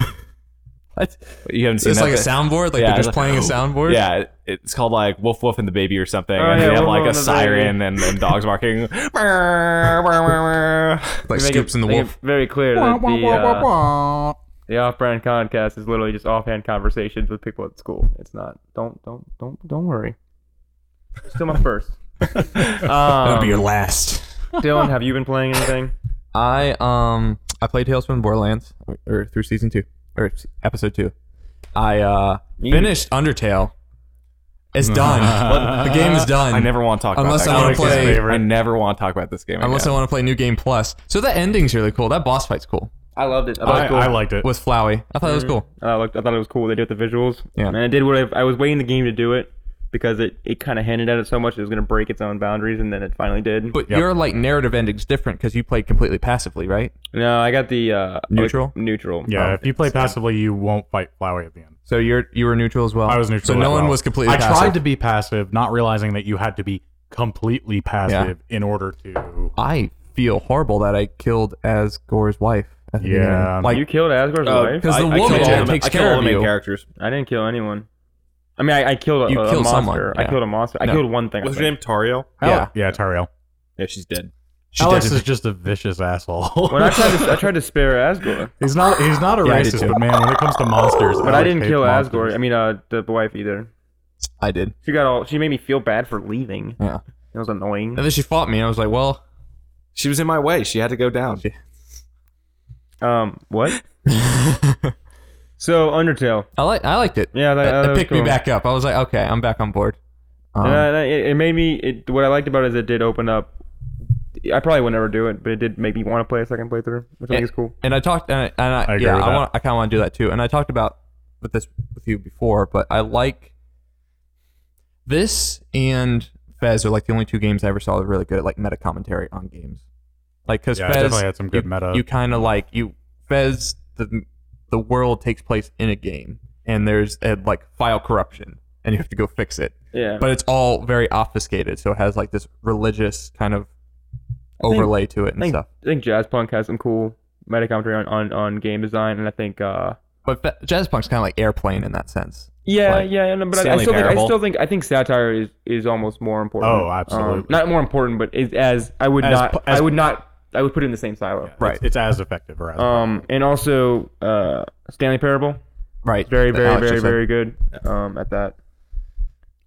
[SPEAKER 3] What?
[SPEAKER 4] You haven't seen
[SPEAKER 3] it's
[SPEAKER 4] that
[SPEAKER 3] like a
[SPEAKER 4] bit?
[SPEAKER 3] soundboard. Like
[SPEAKER 4] Yeah,
[SPEAKER 3] they're just
[SPEAKER 4] like-
[SPEAKER 3] playing a soundboard.
[SPEAKER 4] Yeah, it- it's called like Woof Woof and the Baby or something,
[SPEAKER 2] Oh,
[SPEAKER 4] and
[SPEAKER 2] yeah,
[SPEAKER 4] they have
[SPEAKER 2] Woof
[SPEAKER 4] like
[SPEAKER 2] Woof
[SPEAKER 4] a
[SPEAKER 2] and the Baby.
[SPEAKER 4] siren and, and dogs
[SPEAKER 3] [LAUGHS]
[SPEAKER 4] barking. yeah,
[SPEAKER 3] Like
[SPEAKER 2] Make it,
[SPEAKER 3] Scoops and the
[SPEAKER 2] make
[SPEAKER 3] Wolf.
[SPEAKER 2] It very clear that the, uh, the off-brand podcast is literally just offhand conversations with people at school. It's not. Don't don't don't don't worry. Still my first.
[SPEAKER 3] That'll be your
[SPEAKER 2] Um,
[SPEAKER 3] last.
[SPEAKER 2] Dylan, have you been playing anything?
[SPEAKER 3] I um I played Tales from the Borderlands or through season two or s- episode two. I uh
[SPEAKER 2] You-
[SPEAKER 3] finished Undertale. [LAUGHS] It's done. the game is done.
[SPEAKER 4] I never want to talk
[SPEAKER 3] Unless I
[SPEAKER 4] about
[SPEAKER 3] wanna
[SPEAKER 4] that game.
[SPEAKER 3] play-
[SPEAKER 4] I never want to talk about this game.
[SPEAKER 3] Unless
[SPEAKER 4] again.
[SPEAKER 3] I want to play New Game Plus. So that ending's really cool. That boss fight's cool
[SPEAKER 2] [LAUGHS] I loved it. I thought it
[SPEAKER 1] I,
[SPEAKER 2] was cool.
[SPEAKER 1] I liked it.
[SPEAKER 3] with Flowey. I thought it was cool.
[SPEAKER 2] I looked, I thought it was cool. They did the visuals.
[SPEAKER 3] Yeah.
[SPEAKER 2] And I did what I, I was waiting the game to do it because it, it kind of hinted at it so much it was going to break its own boundaries, and then it finally did.
[SPEAKER 3] But your like narrative ending's different because you played completely passively, right?
[SPEAKER 2] no, I got the uh,
[SPEAKER 3] Neutral?
[SPEAKER 2] like, neutral.
[SPEAKER 1] yeah,
[SPEAKER 2] Oh.
[SPEAKER 1] if you play passively, you won't fight Flowey at the end.
[SPEAKER 3] So you're you were neutral as well.
[SPEAKER 1] I was neutral.
[SPEAKER 3] So
[SPEAKER 1] as
[SPEAKER 3] no one
[SPEAKER 1] well.
[SPEAKER 3] was completely.
[SPEAKER 1] I
[SPEAKER 3] passive.
[SPEAKER 1] tried to be passive, not realizing that you had to be completely passive in order to.
[SPEAKER 3] I feel horrible that I killed Asgore's wife. At the
[SPEAKER 1] Yeah.
[SPEAKER 3] beginning. like
[SPEAKER 2] you killed Asgore's wife.
[SPEAKER 3] because the
[SPEAKER 4] Oh, I
[SPEAKER 3] woman
[SPEAKER 4] killed all the-
[SPEAKER 3] takes
[SPEAKER 4] I killed
[SPEAKER 3] care
[SPEAKER 4] all
[SPEAKER 3] of
[SPEAKER 4] the main
[SPEAKER 3] you.
[SPEAKER 4] characters.
[SPEAKER 2] I didn't kill anyone. I mean, I, I killed a,
[SPEAKER 3] You
[SPEAKER 2] a
[SPEAKER 3] killed
[SPEAKER 2] monster.
[SPEAKER 3] someone,
[SPEAKER 2] I
[SPEAKER 3] yeah.
[SPEAKER 2] killed a monster. I
[SPEAKER 3] No.
[SPEAKER 2] killed one thing. I
[SPEAKER 4] What's her
[SPEAKER 2] think.
[SPEAKER 4] name? Tario.
[SPEAKER 3] Yeah.
[SPEAKER 1] Yeah, Tariel.
[SPEAKER 4] Yeah, she's dead.
[SPEAKER 3] She
[SPEAKER 1] Alex
[SPEAKER 3] does
[SPEAKER 1] is just a vicious asshole.
[SPEAKER 2] When I tried to I tried to spare Asgore,
[SPEAKER 1] he's not. He's not a
[SPEAKER 3] Yeah, I did
[SPEAKER 1] [LAUGHS] racist,
[SPEAKER 3] too.
[SPEAKER 1] but man, when it comes to monsters,
[SPEAKER 2] but I
[SPEAKER 1] Alex
[SPEAKER 2] didn't
[SPEAKER 1] hates
[SPEAKER 2] kill
[SPEAKER 1] monsters.
[SPEAKER 2] Asgore. I mean, uh, the wife either.
[SPEAKER 3] I did.
[SPEAKER 2] She got all. She made me feel bad for leaving.
[SPEAKER 3] Yeah.
[SPEAKER 2] It was annoying.
[SPEAKER 3] And then she fought me, and I was like, well,
[SPEAKER 4] She was in my way. She had to go
[SPEAKER 1] Oh,
[SPEAKER 4] down.
[SPEAKER 2] Um,
[SPEAKER 3] [LAUGHS]
[SPEAKER 2] what? so Undertale.
[SPEAKER 3] I like I liked it.
[SPEAKER 2] Yeah, that,
[SPEAKER 3] It-
[SPEAKER 2] that
[SPEAKER 3] it
[SPEAKER 2] was
[SPEAKER 3] picked
[SPEAKER 2] cool.
[SPEAKER 3] me back up. I was like, okay, I'm back on board. Um,
[SPEAKER 2] And I- I- it, it made me. It, what I liked about it is it did open up. I probably would never do it, but it did make me want to play a second playthrough, which I think
[SPEAKER 3] Yeah.
[SPEAKER 2] is cool.
[SPEAKER 3] and I talked, and I, and I,
[SPEAKER 1] I agree
[SPEAKER 3] yeah,
[SPEAKER 1] with
[SPEAKER 3] I
[SPEAKER 1] that.
[SPEAKER 3] want, I kind of want to do that too. And I talked about with this with you before, but I like this and Fez are like the only two games I ever saw that were really good at like meta commentary on games. Like because
[SPEAKER 1] Yeah, it
[SPEAKER 3] Fez
[SPEAKER 1] definitely had some good
[SPEAKER 3] you,
[SPEAKER 1] meta.
[SPEAKER 3] You kind of like you Fez the the world takes place in a game, and there's a, like file corruption, and you have to go fix it.
[SPEAKER 2] Yeah.
[SPEAKER 3] but it's all very obfuscated, so it has like this religious kind of overlay to it and
[SPEAKER 2] I think,
[SPEAKER 3] stuff.
[SPEAKER 2] I think Jazz Punk has some cool meta commentary on, on, on game design, and I think. uh
[SPEAKER 3] But fa- jazz punk's kind of like airplane in that sense.
[SPEAKER 2] yeah,
[SPEAKER 3] Like,
[SPEAKER 2] yeah, no, but I, I
[SPEAKER 4] Stanley
[SPEAKER 2] still think I
[SPEAKER 4] Parable.
[SPEAKER 2] still think I think satire is, is almost more important.
[SPEAKER 1] Oh,
[SPEAKER 2] Um,
[SPEAKER 1] absolutely.
[SPEAKER 2] not more important, but is as I would
[SPEAKER 1] As
[SPEAKER 2] not,
[SPEAKER 1] pu- as-
[SPEAKER 2] I would not, I would put it in the same silo. Oh,
[SPEAKER 1] It's- It's, as effective, or as
[SPEAKER 2] Um, and also, uh, Stanley Parable.
[SPEAKER 3] Right.
[SPEAKER 2] Very,
[SPEAKER 3] that
[SPEAKER 2] very,
[SPEAKER 3] Alex
[SPEAKER 2] very,
[SPEAKER 3] just said.
[SPEAKER 2] very good um, at that.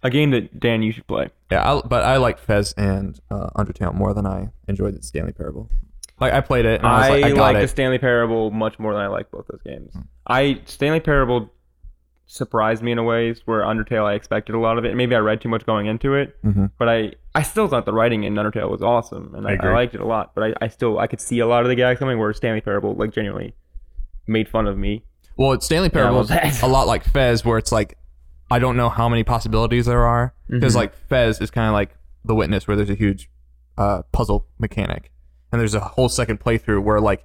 [SPEAKER 2] A game that Dan, you should play.
[SPEAKER 3] Yeah, I, but I liked Fez and uh, Undertale more than I enjoyed the Stanley Parable. Like I played it, and I, was
[SPEAKER 2] I,
[SPEAKER 3] like, I got
[SPEAKER 2] like the
[SPEAKER 3] it.
[SPEAKER 2] Stanley Parable much more than I like both those games. I Stanley Parable surprised me in a ways where Undertale I expected a lot of it. Maybe I read too much going into it,
[SPEAKER 3] Mhm.
[SPEAKER 2] but I I still thought the writing in Undertale was awesome and
[SPEAKER 1] I
[SPEAKER 2] I, I,
[SPEAKER 1] agree.
[SPEAKER 2] liked it a lot. But I, I still I could see a lot of the gags coming where Stanley Parable like genuinely made fun of me.
[SPEAKER 3] Well, it's Stanley Parable
[SPEAKER 2] well,
[SPEAKER 3] is a lot like Fez, where it's like I don't know how many possibilities there are because like Fez is kind of like the Witness, where there's a huge uh, puzzle mechanic, and there's a whole second playthrough where like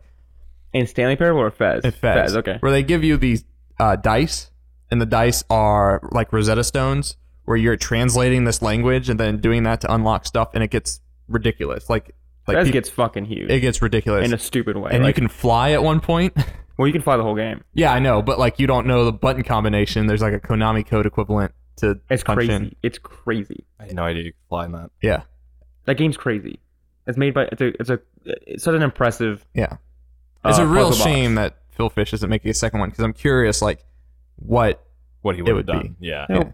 [SPEAKER 2] In Stanley Parable or Fez?
[SPEAKER 3] in Fez,
[SPEAKER 2] okay.
[SPEAKER 3] where they give you these uh, dice, and the dice are like Rosetta Stones, where you're translating this language and then doing that to unlock stuff, and it gets ridiculous. Like like
[SPEAKER 2] Fez
[SPEAKER 3] peop-
[SPEAKER 2] gets fucking huge
[SPEAKER 3] it gets ridiculous.
[SPEAKER 2] in a stupid way.
[SPEAKER 3] and
[SPEAKER 2] like-
[SPEAKER 3] you can fly at one point. [LAUGHS]
[SPEAKER 2] well, you can fly the whole game.
[SPEAKER 3] yeah, I know, but like you don't know the button combination. There's like a Konami code equivalent to
[SPEAKER 2] It's
[SPEAKER 3] punch
[SPEAKER 2] crazy.
[SPEAKER 3] in.
[SPEAKER 2] It's crazy.
[SPEAKER 4] I had no idea you could fly in that.
[SPEAKER 3] Yeah,
[SPEAKER 2] That game's crazy. It's made by it's a it's a it's such an impressive.
[SPEAKER 3] yeah. It's a
[SPEAKER 2] Uh,
[SPEAKER 3] real
[SPEAKER 2] puzzle box.
[SPEAKER 3] shame that Phil Fish isn't making a second one because I'm curious, like what.
[SPEAKER 4] What he would have
[SPEAKER 3] would
[SPEAKER 4] done. Yeah.
[SPEAKER 2] you know,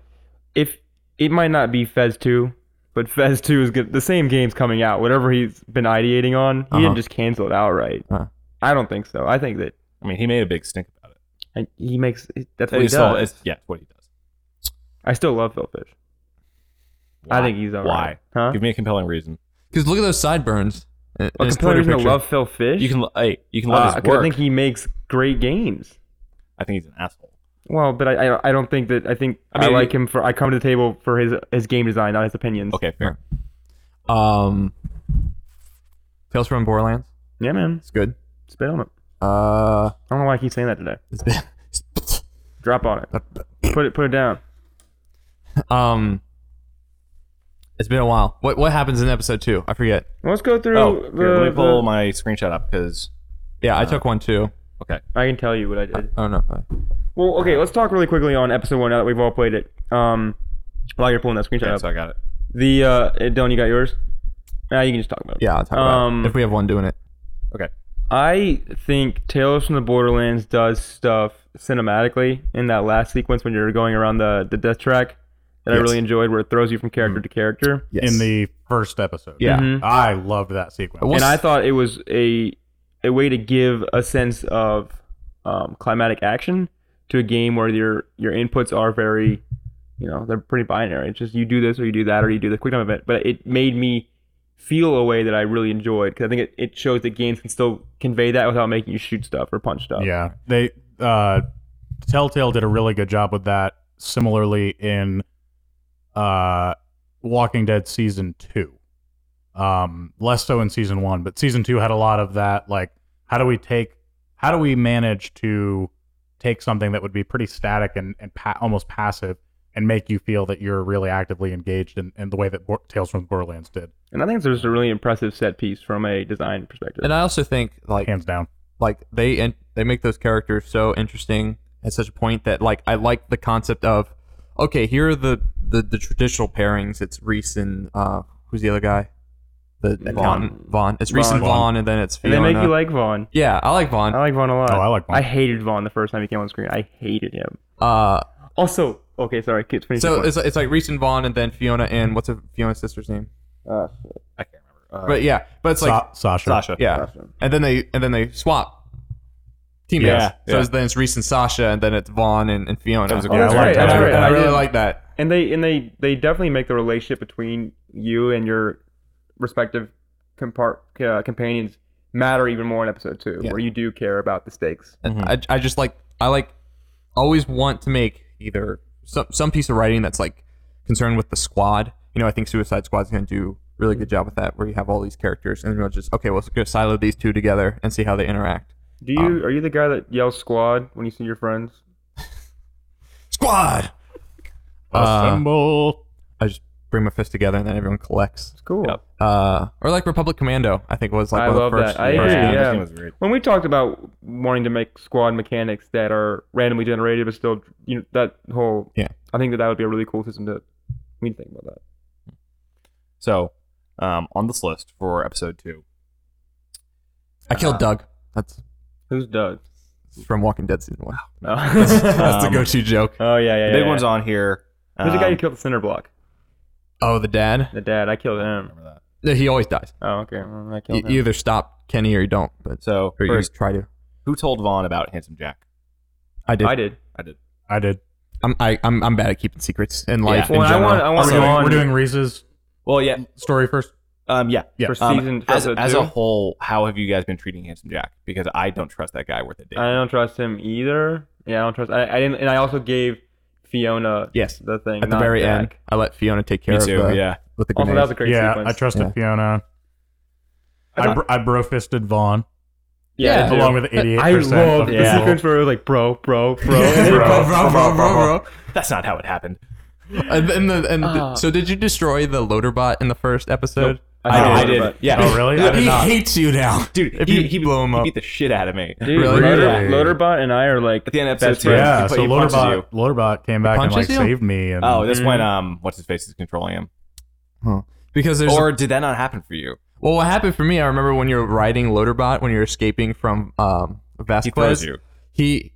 [SPEAKER 2] If it might not be Fez two, but Fez two is good. The same game's coming out. Whatever he's been ideating on, he
[SPEAKER 3] Uh-huh.
[SPEAKER 2] didn't just cancel it outright.
[SPEAKER 4] Uh-huh.
[SPEAKER 3] Uh.
[SPEAKER 2] I don't think so. I think that
[SPEAKER 4] I mean, he made a big stink about it.
[SPEAKER 2] and he makes that's what he
[SPEAKER 4] It's all-
[SPEAKER 2] does.
[SPEAKER 4] it's- yeah, it's what he does.
[SPEAKER 2] I still love Phil Fish. I
[SPEAKER 4] Why?
[SPEAKER 2] think he's
[SPEAKER 4] Why?
[SPEAKER 2] alright. Huh?
[SPEAKER 4] Give me a compelling reasson.
[SPEAKER 3] Because look at those sideburns. uh, in- in
[SPEAKER 2] A
[SPEAKER 3] his
[SPEAKER 2] compelling
[SPEAKER 3] Twitter
[SPEAKER 2] reason to
[SPEAKER 3] picture.
[SPEAKER 2] love Phil Fish.
[SPEAKER 4] You can hey, you can
[SPEAKER 2] Uh,
[SPEAKER 4] love his
[SPEAKER 2] 'cause
[SPEAKER 4] work.
[SPEAKER 2] I think he makes great games.
[SPEAKER 4] he's an asshole.
[SPEAKER 2] Well, but I, I I don't think that I think
[SPEAKER 4] I
[SPEAKER 2] I,
[SPEAKER 4] mean,
[SPEAKER 2] like him for I come to the table for his his game design, not his opinions.
[SPEAKER 4] Okay, fair.
[SPEAKER 3] Um, Tales from Borderlands.
[SPEAKER 2] Yeah, man,
[SPEAKER 3] It's good.
[SPEAKER 2] spit on it.
[SPEAKER 3] Uh,
[SPEAKER 2] I don't know why I keep saying that today.
[SPEAKER 3] it's been, [LAUGHS]
[SPEAKER 2] Drop on it. Put it put it down.
[SPEAKER 3] um, it's been a while. What what happens in episode two? I forget.
[SPEAKER 2] Let's go through.
[SPEAKER 4] Oh,
[SPEAKER 2] the,
[SPEAKER 4] here, let me pull
[SPEAKER 2] the-
[SPEAKER 4] my screenshot up because
[SPEAKER 3] Yeah, I took one too.
[SPEAKER 4] okay,
[SPEAKER 2] I can tell you what I did.
[SPEAKER 4] [LAUGHS]
[SPEAKER 3] Oh no.
[SPEAKER 2] Well, okay, let's talk really quickly on episode one now that we've all played it. Um, while you're pulling that screenshot
[SPEAKER 4] okay,
[SPEAKER 2] up,
[SPEAKER 4] so I got it.
[SPEAKER 2] the uh, Dylan, you got yours. Now you can just talk about it.
[SPEAKER 3] Yeah, I'll talk about
[SPEAKER 2] Um,
[SPEAKER 3] it. if we have one doing it.
[SPEAKER 4] Okay,
[SPEAKER 2] I think Tales from the Borderlands does stuff cinematically in that last sequence when you're going around the, the death track that I
[SPEAKER 3] Yes.
[SPEAKER 2] really enjoyed, where it throws you from character to character.
[SPEAKER 3] Yes.
[SPEAKER 1] in the first episode.
[SPEAKER 3] Yeah.
[SPEAKER 2] Mhm.
[SPEAKER 1] I loved that sequence.
[SPEAKER 3] Well,
[SPEAKER 2] and I thought it was a a way to give a sense of um, climatic action to a game where your your inputs are very, you know, they're pretty binary. It's just you do this or you do that or you do the quick time event. But it made me feel a way that I really enjoyed because I think it, it shows that games can still convey that without making you shoot stuff or punch stuff.
[SPEAKER 1] Yeah, they uh, Telltale did a really good job with that. Similarly, in uh, Walking Dead season two, um, less so in season one, but season two had a lot of that. Like, how do we take, how do we manage to take something that would be pretty static and and pa- almost passive and make you feel that you're really actively engaged in, in the way that Bo- Tales from Borderlands did,
[SPEAKER 2] And I think there's a really impressive set piece from a design perspective.
[SPEAKER 3] And I also think like
[SPEAKER 1] hands down.
[SPEAKER 3] like they and they make those characters so interesting at such a point that like I like the concept of okay, here are the the, the traditional pairings. It's Reese and uh, who's the other guy? The accountant Vaughn. It's Reese and
[SPEAKER 2] Vaughn.
[SPEAKER 3] Vaughn, and then it's
[SPEAKER 2] and
[SPEAKER 3] Fiona.
[SPEAKER 2] they make you like Vaughn.
[SPEAKER 3] yeah, I like Vaughn.
[SPEAKER 2] I like Vaughn a lot.
[SPEAKER 1] Oh, I like Vaughn.
[SPEAKER 2] I hated Vaughn the first time he came on screen. I hated him.
[SPEAKER 3] Uh,
[SPEAKER 2] Also, okay, sorry, kids. finish your
[SPEAKER 3] so
[SPEAKER 2] point.
[SPEAKER 3] it's, it's like Reese and Vaughn, and then Fiona and what's her, Fiona's sister's name?
[SPEAKER 2] Uh,
[SPEAKER 4] I can't remember. Uh,
[SPEAKER 3] But yeah, but it's
[SPEAKER 1] Sa-
[SPEAKER 3] like
[SPEAKER 1] Sasha.
[SPEAKER 4] Sasha,
[SPEAKER 3] yeah,
[SPEAKER 2] Sasha.
[SPEAKER 3] and then they and then they swap teammates.
[SPEAKER 4] Yeah,
[SPEAKER 3] so
[SPEAKER 4] yeah.
[SPEAKER 3] it's- then it's Reese and Sasha, and then it's Vaughn and, and Fiona.
[SPEAKER 4] That was a
[SPEAKER 2] Oh,
[SPEAKER 4] good
[SPEAKER 2] that's
[SPEAKER 1] I
[SPEAKER 2] right.
[SPEAKER 1] like
[SPEAKER 2] That's
[SPEAKER 1] that.
[SPEAKER 2] right.
[SPEAKER 3] and I really
[SPEAKER 2] didn't-
[SPEAKER 3] like that.
[SPEAKER 2] And they and they they definitely make the relationship between you and your respective compart uh, companions matter even more in episode two,
[SPEAKER 3] Yeah.
[SPEAKER 2] where you do care about the stakes.
[SPEAKER 1] Hmm.
[SPEAKER 3] And I, I just like I like always want to make either some some piece of writing that's like concerned with the squad. You know, I think Suicide Squad's going to do a really good job with that, where you have all these characters and you'll just okay, well, let's go silo these two together and see how they interact.
[SPEAKER 2] Do you
[SPEAKER 3] um,
[SPEAKER 2] are you the guy that yells squad when you see your friends?
[SPEAKER 3] Squad. Uh,
[SPEAKER 1] Assemble.
[SPEAKER 3] I just bring my fist together and then everyone collects.
[SPEAKER 2] It's cool.
[SPEAKER 4] Yep.
[SPEAKER 3] Uh, or like Republic Commando, I think was like
[SPEAKER 2] I
[SPEAKER 3] one
[SPEAKER 2] love
[SPEAKER 3] of the first.
[SPEAKER 2] that. I
[SPEAKER 4] yeah,
[SPEAKER 2] agree.
[SPEAKER 4] that
[SPEAKER 2] Yeah.
[SPEAKER 4] game was great.
[SPEAKER 2] When we talked about wanting to make squad mechanics that are randomly generated, but still, you know, that whole
[SPEAKER 3] Yeah.
[SPEAKER 2] I think that that would be a really cool system to. We need to think about
[SPEAKER 4] So, um, on this list for episode two,
[SPEAKER 3] I killed Doug. That's
[SPEAKER 2] that. Who's Doug?
[SPEAKER 3] It's from Walking Dead season one.
[SPEAKER 2] No. [LAUGHS]
[SPEAKER 3] That's the
[SPEAKER 4] Um,
[SPEAKER 3] go-to joke.
[SPEAKER 2] oh yeah, yeah.
[SPEAKER 4] the big
[SPEAKER 2] yeah,
[SPEAKER 4] one's
[SPEAKER 2] yeah.
[SPEAKER 4] on here.
[SPEAKER 2] Who's the guy
[SPEAKER 4] Um,
[SPEAKER 2] who killed the cinder block?
[SPEAKER 3] Oh, the dad.
[SPEAKER 2] The dad. I killed him.
[SPEAKER 4] remember that.
[SPEAKER 3] No, He always dies.
[SPEAKER 2] Oh okay, well, I
[SPEAKER 3] You,
[SPEAKER 2] killed
[SPEAKER 3] you
[SPEAKER 2] him.
[SPEAKER 3] either stop Kenny or you don't. But
[SPEAKER 4] So
[SPEAKER 3] or you
[SPEAKER 4] first,
[SPEAKER 3] try to.
[SPEAKER 4] who told Vaughn about Handsome Jack?
[SPEAKER 3] I did.
[SPEAKER 2] I did.
[SPEAKER 4] I did.
[SPEAKER 1] Uh, I did.
[SPEAKER 3] I'm I, I'm I'm bad at keeping secrets in life.
[SPEAKER 4] Yeah.
[SPEAKER 3] in
[SPEAKER 2] Well, I
[SPEAKER 3] general.
[SPEAKER 2] want. I want
[SPEAKER 1] We're
[SPEAKER 2] to go
[SPEAKER 1] doing,
[SPEAKER 2] on
[SPEAKER 1] we're doing Reese's
[SPEAKER 4] Well, yeah,
[SPEAKER 1] story first.
[SPEAKER 4] um, yeah.
[SPEAKER 1] Yeah.
[SPEAKER 2] for
[SPEAKER 4] Um,
[SPEAKER 2] season for
[SPEAKER 4] as,
[SPEAKER 2] episode
[SPEAKER 4] as
[SPEAKER 2] two.
[SPEAKER 4] a whole, how have you guys been treating Handsome Jack? Because I don't trust that guy worth a
[SPEAKER 2] I
[SPEAKER 4] damn.
[SPEAKER 2] don't trust him either. Yeah, I don't trust. I, I didn't, and I also gave Fiona
[SPEAKER 3] Yes.
[SPEAKER 2] the thing
[SPEAKER 3] at the
[SPEAKER 2] not
[SPEAKER 3] very
[SPEAKER 2] Jack.
[SPEAKER 3] end. I let Fiona take care
[SPEAKER 4] Me too.
[SPEAKER 3] of the,
[SPEAKER 4] yeah.
[SPEAKER 3] with the
[SPEAKER 2] Also,
[SPEAKER 3] grenade.
[SPEAKER 2] that was a great
[SPEAKER 1] yeah,
[SPEAKER 2] sequence.
[SPEAKER 1] I trusted
[SPEAKER 3] Yeah.
[SPEAKER 1] Fiona.
[SPEAKER 2] I
[SPEAKER 1] I,
[SPEAKER 2] don't-
[SPEAKER 1] bro- I bro fisted Vaughn
[SPEAKER 2] yeah,
[SPEAKER 3] Yeah.
[SPEAKER 2] I do.
[SPEAKER 1] along with 88%.
[SPEAKER 2] I love
[SPEAKER 1] of
[SPEAKER 2] the
[SPEAKER 1] people.
[SPEAKER 2] sequence where it was like, bro, bro, bro. [LAUGHS]
[SPEAKER 3] [LAUGHS]
[SPEAKER 1] Bro,
[SPEAKER 4] That's not how it happened.
[SPEAKER 3] And, and, the, and the-
[SPEAKER 2] Ah.
[SPEAKER 3] so did you destroy the loader bot in the first episode?
[SPEAKER 4] I did.
[SPEAKER 2] but-
[SPEAKER 4] Yeah.
[SPEAKER 1] Oh, really? I did not.
[SPEAKER 3] hates you now.
[SPEAKER 4] [LAUGHS] Dude,
[SPEAKER 3] If
[SPEAKER 4] he,
[SPEAKER 3] you
[SPEAKER 4] he,
[SPEAKER 3] blow him
[SPEAKER 4] he
[SPEAKER 3] up.
[SPEAKER 4] beat the shit out of me.
[SPEAKER 2] Dude,
[SPEAKER 3] Really?
[SPEAKER 2] Loader,
[SPEAKER 1] Really?
[SPEAKER 2] Loaderbot and I are like
[SPEAKER 4] At the end of episode
[SPEAKER 2] best
[SPEAKER 4] two.
[SPEAKER 2] friends.
[SPEAKER 1] Yeah,
[SPEAKER 4] He pu-
[SPEAKER 1] so
[SPEAKER 4] he punches
[SPEAKER 1] Loaderbot,
[SPEAKER 4] you.
[SPEAKER 1] Loaderbot came back and
[SPEAKER 3] punches
[SPEAKER 1] like
[SPEAKER 3] you?
[SPEAKER 1] saved me. And
[SPEAKER 4] Oh, that's when um, what's his face is controlling him.
[SPEAKER 3] Because there's
[SPEAKER 4] or did that not happen for you?
[SPEAKER 3] well, what happened for me? I remember when you were riding Loaderbot when you were escaping from um, Vasquez.
[SPEAKER 4] He throws you.
[SPEAKER 3] he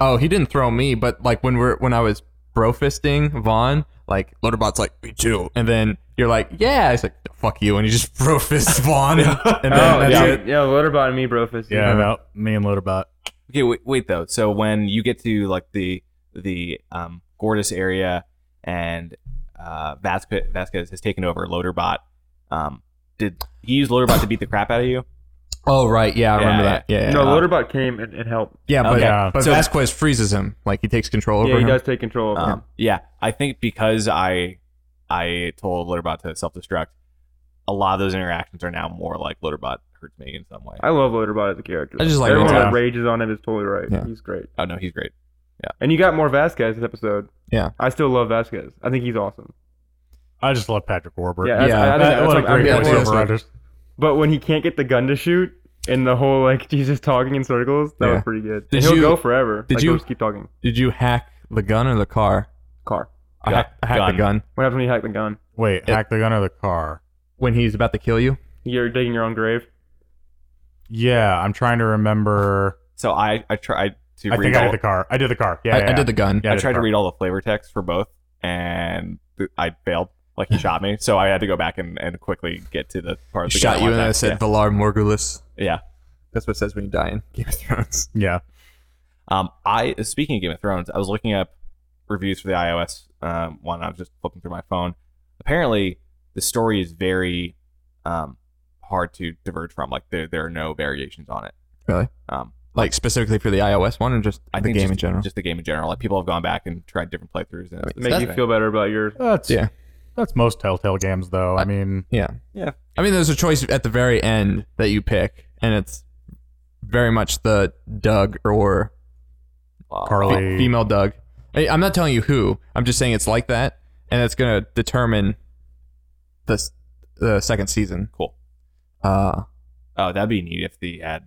[SPEAKER 3] oh he didn't throw me but like when we're when i was bro fisting vaughn like loaderbot's like me too and then you're like yeah it's like fuck you and you just [LAUGHS] bro fist vaughn and,
[SPEAKER 2] [LAUGHS]
[SPEAKER 3] and then
[SPEAKER 2] Oh,
[SPEAKER 3] that's
[SPEAKER 2] yeah.
[SPEAKER 3] it
[SPEAKER 2] Yeah, Loaderbot and me, bro. fist.
[SPEAKER 1] yeah, no, me and Loaderbot.
[SPEAKER 4] Okay, wait, wait though. So when you get to like the the um, Gordas area and uh, Vasquez, Vasquez has taken over Loaderbot, um, did he use Loaderbot to beat the crap out of you?
[SPEAKER 3] oh right yeah i remember
[SPEAKER 4] Yeah,
[SPEAKER 3] that yeah yeah,
[SPEAKER 2] No,
[SPEAKER 4] Uh,
[SPEAKER 2] Loaderbot came and, and helped.
[SPEAKER 3] yeah but,
[SPEAKER 1] Okay.
[SPEAKER 3] but
[SPEAKER 4] So-
[SPEAKER 3] vasquez freezes him like he takes control over
[SPEAKER 2] Yeah, he
[SPEAKER 3] him
[SPEAKER 2] does take control of him.
[SPEAKER 4] Um, yeah, I think because I I told Loaderbot to self destruct, a lot of those interactions are now more like Loaderbot hurts me in some way.
[SPEAKER 2] I love Loaderbot as a character.
[SPEAKER 3] I just like
[SPEAKER 2] everyone
[SPEAKER 1] Loaderbot.
[SPEAKER 2] that rages on him is totally right.
[SPEAKER 3] Yeah.
[SPEAKER 2] He's great.
[SPEAKER 4] Oh no, he's great.
[SPEAKER 2] And you got more Vasquez this episode.
[SPEAKER 3] Yeah.
[SPEAKER 2] I still love Vasquez. I think he's awesome.
[SPEAKER 1] I just love Patrick Warburton.
[SPEAKER 2] Yeah, that's,
[SPEAKER 3] Yeah.
[SPEAKER 2] I, I think
[SPEAKER 1] That-
[SPEAKER 2] that's
[SPEAKER 1] what a
[SPEAKER 2] what I'm-
[SPEAKER 1] great
[SPEAKER 2] I'm
[SPEAKER 3] that's
[SPEAKER 1] voiceover
[SPEAKER 2] getting
[SPEAKER 3] what-
[SPEAKER 2] for.
[SPEAKER 1] artist.
[SPEAKER 2] But when he can't get the gun to shoot and the whole like [LAUGHS] he's just talking in circles, that
[SPEAKER 3] Yeah.
[SPEAKER 2] was pretty good.
[SPEAKER 3] Did
[SPEAKER 2] and he'll
[SPEAKER 3] you-
[SPEAKER 2] go forever.
[SPEAKER 3] did
[SPEAKER 2] like, he'll
[SPEAKER 3] you-
[SPEAKER 2] just keep talking?
[SPEAKER 3] did you hack the gun or the car
[SPEAKER 2] Car.
[SPEAKER 3] i
[SPEAKER 4] Gun.
[SPEAKER 3] hacked, I hacked the gun
[SPEAKER 2] What happens when you hack the gun?
[SPEAKER 1] Wait, hack the gun or the car?
[SPEAKER 3] when he's about to kill you
[SPEAKER 2] You're digging your own grave.
[SPEAKER 1] Yeah, I'm trying to remember.
[SPEAKER 4] So I I tried to
[SPEAKER 1] I
[SPEAKER 4] read
[SPEAKER 1] think
[SPEAKER 4] all,
[SPEAKER 1] I did the car. I did the car. Yeah,
[SPEAKER 3] I,
[SPEAKER 1] yeah,
[SPEAKER 3] I did the gun
[SPEAKER 1] yeah,
[SPEAKER 4] I
[SPEAKER 1] did
[SPEAKER 4] tried
[SPEAKER 1] the
[SPEAKER 4] to
[SPEAKER 1] car.
[SPEAKER 4] read all the flavor text for both, and th- I failed. Like
[SPEAKER 3] [LAUGHS]
[SPEAKER 4] he shot me, so I had to go back and, and quickly get to the part.
[SPEAKER 3] I
[SPEAKER 4] Of the
[SPEAKER 3] shot
[SPEAKER 4] gun
[SPEAKER 3] you and
[SPEAKER 4] I
[SPEAKER 3] i
[SPEAKER 4] wanted.
[SPEAKER 3] said valar morgulis
[SPEAKER 4] yeah. yeah.
[SPEAKER 3] that's what it says when you die in game of thrones
[SPEAKER 1] Yeah,
[SPEAKER 4] Um, I speaking of Game of Thrones, I was looking up reviews for the iOS um, one. I was just flipping through my phone. Apparently, the story is very um, hard to diverge from. Like there, there are no variations on it.
[SPEAKER 3] Really?
[SPEAKER 4] Um,
[SPEAKER 3] [LAUGHS] like specifically for the ios one or just
[SPEAKER 4] I
[SPEAKER 3] the
[SPEAKER 4] think
[SPEAKER 3] game
[SPEAKER 4] just,
[SPEAKER 3] in general
[SPEAKER 4] Just the game in general. Like people have gone back and tried different playthroughs. And it's the
[SPEAKER 2] Make
[SPEAKER 4] same
[SPEAKER 2] you
[SPEAKER 4] thing.
[SPEAKER 2] feel better about your
[SPEAKER 1] that's
[SPEAKER 3] Yeah.
[SPEAKER 1] yeah. That's most Telltale games, though. I mean,
[SPEAKER 3] Yeah.
[SPEAKER 4] Yeah.
[SPEAKER 3] I mean, there's a choice at the very end that you pick, and it's very much the Doug or
[SPEAKER 4] Uh,
[SPEAKER 1] Carly.
[SPEAKER 3] fe- female Doug. I, I'm not telling you who. I'm just saying it's like that, and it's going to determine the s- the second season.
[SPEAKER 4] Cool.
[SPEAKER 3] Uh,
[SPEAKER 4] Oh, that'd be neat if they had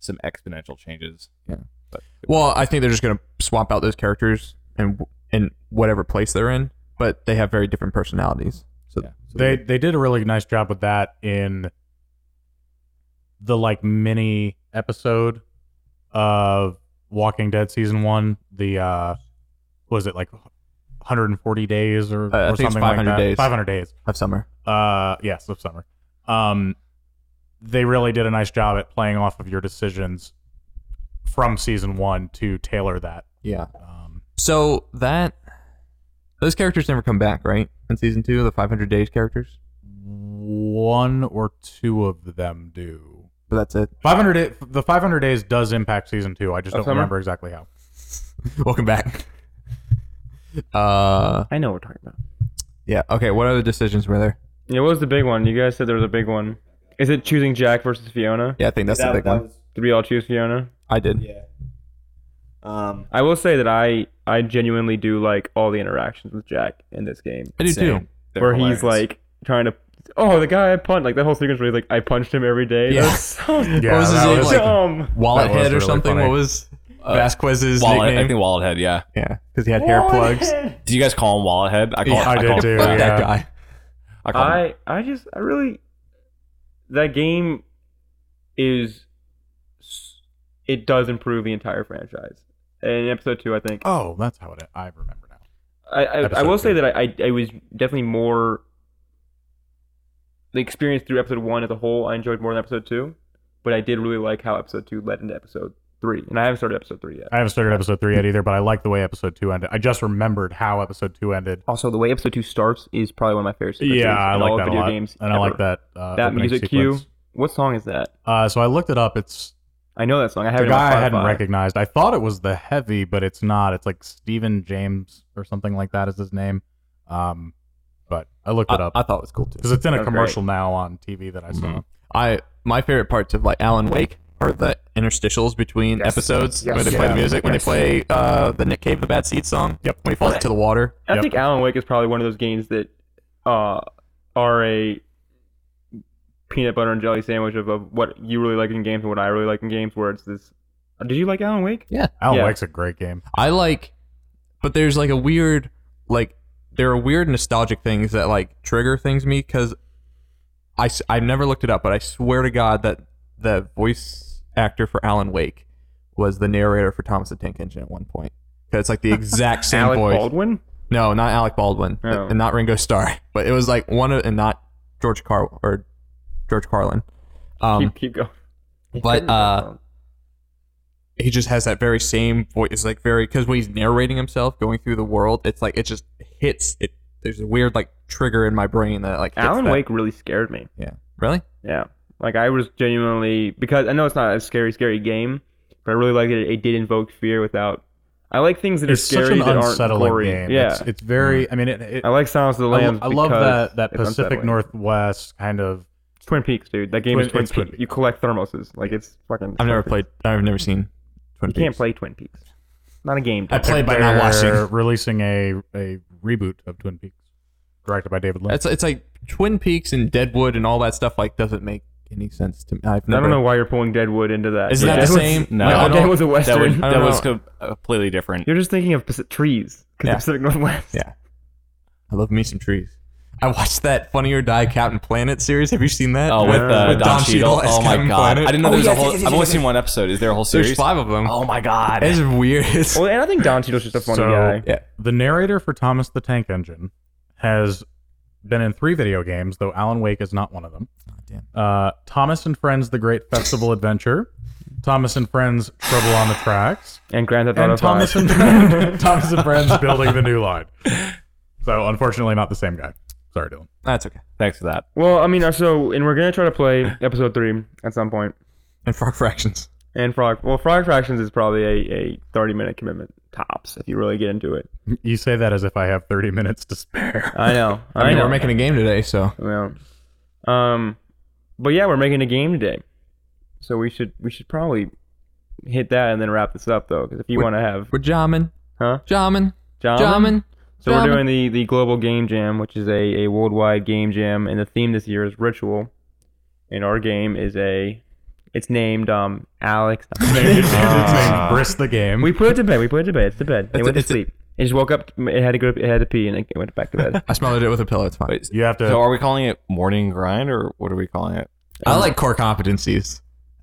[SPEAKER 4] some exponential changes.
[SPEAKER 3] Yeah.
[SPEAKER 4] But
[SPEAKER 3] well, I think they're just going to swap out those characters and in whatever place they're in, but they have very different personalities. So
[SPEAKER 4] yeah. So
[SPEAKER 1] they they did a really nice job with that in the like mini episode of Walking Dead season one. The uh, was it like 140 days or,
[SPEAKER 3] Uh, I
[SPEAKER 1] or
[SPEAKER 3] think it's
[SPEAKER 1] something like
[SPEAKER 3] 500
[SPEAKER 1] that?
[SPEAKER 3] days.
[SPEAKER 1] 500 days.
[SPEAKER 3] have summer.
[SPEAKER 1] uh yes of summer um they really did a nice job at playing off of your decisions from season one to tailor that
[SPEAKER 3] Yeah.
[SPEAKER 1] um
[SPEAKER 3] So that those characters never come back, right? In season two, the 500 days characters.
[SPEAKER 1] one or two of them do
[SPEAKER 3] But that's it. [LAUGHS]
[SPEAKER 1] 500 day- the 500 days does impact season two i just
[SPEAKER 2] Of
[SPEAKER 1] don't
[SPEAKER 2] summer?
[SPEAKER 1] remember exactly how
[SPEAKER 3] Welcome back. [LAUGHS] Uh,
[SPEAKER 2] I know what we're talking about.
[SPEAKER 3] yeah. Okay. What other decisions were there?
[SPEAKER 2] Yeah, what was the big one? You guys said there was a big one. Is it choosing Jack versus Fiona?
[SPEAKER 3] Yeah, I think that's the big one.
[SPEAKER 2] Did we all choose Fiona?
[SPEAKER 3] I did.
[SPEAKER 4] yeah. Um,
[SPEAKER 2] I will say that I I genuinely do like all the interactions with Jack in this game.
[SPEAKER 3] I do
[SPEAKER 4] same.
[SPEAKER 3] too.
[SPEAKER 4] They're
[SPEAKER 2] where
[SPEAKER 4] hilarious.
[SPEAKER 2] he's like trying to oh the guy I punched like that whole sequence where he's like I punched him every day.
[SPEAKER 3] Yeah.
[SPEAKER 2] That was so
[SPEAKER 1] yeah
[SPEAKER 3] was his
[SPEAKER 1] that
[SPEAKER 3] name? Like-
[SPEAKER 2] dumb.
[SPEAKER 3] Wallet
[SPEAKER 1] That was
[SPEAKER 3] head or
[SPEAKER 1] really
[SPEAKER 3] something.
[SPEAKER 1] funny.
[SPEAKER 3] What was uh, Vasquez's
[SPEAKER 4] Wallet, I
[SPEAKER 3] nickname?
[SPEAKER 4] think Wallet Head, yeah.
[SPEAKER 3] yeah, because he had hair plugs.
[SPEAKER 4] Do you guys call him Wallet Head? I call
[SPEAKER 3] Yeah,
[SPEAKER 4] I
[SPEAKER 1] I did
[SPEAKER 4] call
[SPEAKER 1] too,
[SPEAKER 4] Him,
[SPEAKER 3] Fuck
[SPEAKER 1] yeah.
[SPEAKER 3] that guy.
[SPEAKER 4] I call him,
[SPEAKER 2] I I just I really that game is it does improve the entire franchise. And in episode two, I think
[SPEAKER 1] Oh, that's how it. I remember now.
[SPEAKER 2] I I, I
[SPEAKER 1] Episode
[SPEAKER 2] will say
[SPEAKER 1] two.
[SPEAKER 2] that I, I I was definitely more the experience through episode one as a whole. I enjoyed more than episode two, but I did really like how episode two led into episode three, and I haven't started episode three yet.
[SPEAKER 1] I haven't started episode three yet either, but I like the way episode two ended. I just remembered how episode two ended.
[SPEAKER 2] Also, the way episode two starts is probably one of my favorite. sequences
[SPEAKER 1] Yeah, I
[SPEAKER 2] in
[SPEAKER 1] like
[SPEAKER 2] all
[SPEAKER 1] that a
[SPEAKER 2] video
[SPEAKER 1] lot,
[SPEAKER 2] games
[SPEAKER 1] and I
[SPEAKER 2] ever.
[SPEAKER 1] like that. Uh,
[SPEAKER 2] that
[SPEAKER 1] opening
[SPEAKER 2] music
[SPEAKER 1] sequence.
[SPEAKER 2] cue. What song is that?
[SPEAKER 1] Uh, so I looked it up. It's
[SPEAKER 2] I know that song. I have
[SPEAKER 1] the
[SPEAKER 2] it on my
[SPEAKER 1] guy I hadn't
[SPEAKER 2] Spotify.
[SPEAKER 1] recognized. I thought it was the heavy, but it's not. It's like Stephen James or something like that is his name. Um, but I looked it
[SPEAKER 3] I,
[SPEAKER 1] up
[SPEAKER 3] I thought it was cool too.
[SPEAKER 1] because it's in a
[SPEAKER 2] Oh, great.
[SPEAKER 1] commercial now on TV that I saw.
[SPEAKER 3] Mm-hmm.
[SPEAKER 4] Mhm.
[SPEAKER 3] I my favorite parts of like Alan Wake are the interstitials between episodes
[SPEAKER 5] Yes.
[SPEAKER 3] when they play
[SPEAKER 1] Yeah.
[SPEAKER 3] the music, when
[SPEAKER 5] Yes.
[SPEAKER 3] they play uh, the Nick Cave the Bad Seed song. Yep. When he falls into the water.
[SPEAKER 2] I
[SPEAKER 1] Yep.
[SPEAKER 2] think Alan Wake is probably one of those games that uh, are a peanut butter and jelly sandwich of, of what you really like in games and what I really like in games. Where it's this. Did you like Alan Wake?
[SPEAKER 1] Alan
[SPEAKER 2] Yeah.
[SPEAKER 1] Wake's a great game.
[SPEAKER 3] I like, but there's like a weird, like there are weird nostalgic things that like trigger things me because I s- I never looked it up, but I swear to God that the voice actor for Alan Wake was the narrator for Thomas the Tank Engine at one point. 'Cause it's like the exact same
[SPEAKER 2] Alec
[SPEAKER 3] voice.
[SPEAKER 2] Baldwin.
[SPEAKER 3] No, not Alec Baldwin,
[SPEAKER 2] Oh.
[SPEAKER 3] and not Ringo Starr, but it was like one of, and not George Car or George Carlin. Um,
[SPEAKER 2] keep keep going.
[SPEAKER 3] but uh, he just has that very same voice. It's like very because when he's narrating himself, going through the world, it's like it just hits. It there's a weird like trigger in my brain that like
[SPEAKER 2] [LAUGHS]
[SPEAKER 3] hits
[SPEAKER 2] Alan
[SPEAKER 3] that.
[SPEAKER 2] Wake really scared me.
[SPEAKER 3] Yeah, really.
[SPEAKER 2] Yeah, like I was genuinely because I know it's not a scary scary game, but I really liked it. It did invoke fear without. I like things that
[SPEAKER 1] It's
[SPEAKER 2] are scary
[SPEAKER 1] such an
[SPEAKER 2] that aren't
[SPEAKER 1] unsettling
[SPEAKER 2] gory.
[SPEAKER 1] game.
[SPEAKER 2] Yeah, Mm-hmm.
[SPEAKER 1] It's, it's very. I mean, it. it
[SPEAKER 2] I like Silence of the
[SPEAKER 1] I,
[SPEAKER 2] Lambs.
[SPEAKER 1] I love
[SPEAKER 2] because
[SPEAKER 1] that that
[SPEAKER 2] it's
[SPEAKER 1] Pacific
[SPEAKER 2] unsettling.
[SPEAKER 1] Northwest kind of.
[SPEAKER 2] Twin Peaks, dude. That game
[SPEAKER 1] Twin-
[SPEAKER 2] is Twin
[SPEAKER 1] it's Twin
[SPEAKER 2] Peaks.
[SPEAKER 1] Peaks.
[SPEAKER 2] You collect thermoses. Like it's fucking.
[SPEAKER 3] I've never
[SPEAKER 2] perfect.
[SPEAKER 3] played. I've never seen. Twin
[SPEAKER 2] You can't
[SPEAKER 3] Peaks.
[SPEAKER 2] play Twin Peaks. Not a game.
[SPEAKER 3] I
[SPEAKER 2] dude.
[SPEAKER 3] played by not
[SPEAKER 1] they're
[SPEAKER 3] watching. [LAUGHS]
[SPEAKER 1] Releasing a a reboot of Twin Peaks, directed by David Lynch.
[SPEAKER 3] It's it's like Twin Peaks and Deadwood and all that stuff. Like doesn't make any sense to me.
[SPEAKER 2] I
[SPEAKER 3] I've never,
[SPEAKER 2] don't know why you're pulling Deadwood into that.
[SPEAKER 3] Isn't
[SPEAKER 2] Yeah.
[SPEAKER 3] that the
[SPEAKER 2] Deadwood's-
[SPEAKER 3] same?
[SPEAKER 4] No.
[SPEAKER 3] I
[SPEAKER 2] [LAUGHS] No,
[SPEAKER 3] don't-
[SPEAKER 2] Deadwood's a
[SPEAKER 4] That,
[SPEAKER 2] western.
[SPEAKER 4] was,
[SPEAKER 3] I
[SPEAKER 4] that
[SPEAKER 3] don't
[SPEAKER 4] was co- completely different.
[SPEAKER 2] You're just thinking of Pacific trees because
[SPEAKER 3] Yeah.
[SPEAKER 2] the Pacific Northwest.
[SPEAKER 3] Yeah. I love me some trees. I watched that Funny or Die Captain Planet series. Have you seen that?
[SPEAKER 4] Oh, with, uh,
[SPEAKER 3] With
[SPEAKER 4] Don Cheadle.
[SPEAKER 3] as
[SPEAKER 4] Oh my
[SPEAKER 3] Captain
[SPEAKER 4] god!
[SPEAKER 3] Planet.
[SPEAKER 4] I didn't know
[SPEAKER 3] Oh,
[SPEAKER 4] there was
[SPEAKER 3] yeah,
[SPEAKER 4] a whole. I've only seen one episode. Is there a whole
[SPEAKER 3] There's
[SPEAKER 4] series?
[SPEAKER 3] five of them.
[SPEAKER 4] Oh my god!
[SPEAKER 3] It's weird.
[SPEAKER 2] Well, and I think Don Cheadle's just a funny
[SPEAKER 1] So-
[SPEAKER 2] guy.
[SPEAKER 3] yeah.
[SPEAKER 1] The narrator for Thomas the Tank Engine has been in three video games, though Alan Wake is not one of them.
[SPEAKER 3] Ah, damn.
[SPEAKER 1] Uh, Thomas and Friends: The Great Festival Adventure, Thomas and Friends: Trouble on the Tracks,
[SPEAKER 2] And Grand Theft Auto.
[SPEAKER 1] and Thomas
[SPEAKER 2] five.
[SPEAKER 4] [LAUGHS]
[SPEAKER 1] and Thomas and Friends: Building the New Line. So, unfortunately, not the same guy. Sorry, Dylan.
[SPEAKER 3] That's okay.
[SPEAKER 4] Thanks for that.
[SPEAKER 2] Well, I mean, uh, so and we're gonna try to play episode three at some point.
[SPEAKER 3] And Frog Fractions.
[SPEAKER 2] And Frog, well, Frog Fractions is probably a, a thirty minute commitment tops if you really get into it.
[SPEAKER 1] You say that as if I have 30 minutes to spare. [LAUGHS]
[SPEAKER 2] I know. I,
[SPEAKER 3] I mean,
[SPEAKER 2] know.
[SPEAKER 3] we're making a game today, so
[SPEAKER 2] Well, um, but yeah, we're making a game today, so we should we should probably hit that and then wrap this up though, because if you
[SPEAKER 3] Would-
[SPEAKER 2] want to have
[SPEAKER 3] we're jamming.
[SPEAKER 2] Huh?
[SPEAKER 3] Jamming.
[SPEAKER 2] John,
[SPEAKER 3] Jamming.
[SPEAKER 2] so
[SPEAKER 3] Jamming.
[SPEAKER 2] we're doing the the global game jam, which is a a worldwide game jam, and the theme this year is ritual, and our game is a it's named um Alex. [LAUGHS]
[SPEAKER 1] it's
[SPEAKER 4] Ah.
[SPEAKER 1] named Brist the Game.
[SPEAKER 2] we put it to bed. We put it to bed. It's to bed. It
[SPEAKER 3] It's a-
[SPEAKER 2] went to
[SPEAKER 3] it's a-
[SPEAKER 2] sleep. It just woke up. It had to go. It had to pee, and it went back to
[SPEAKER 3] [LAUGHS]
[SPEAKER 2] bed.
[SPEAKER 3] I smothered it with a pillow. It's fine.
[SPEAKER 4] Wait,
[SPEAKER 1] you have to.
[SPEAKER 4] so are we calling it morning grind or what are we calling it?
[SPEAKER 3] I like core competencies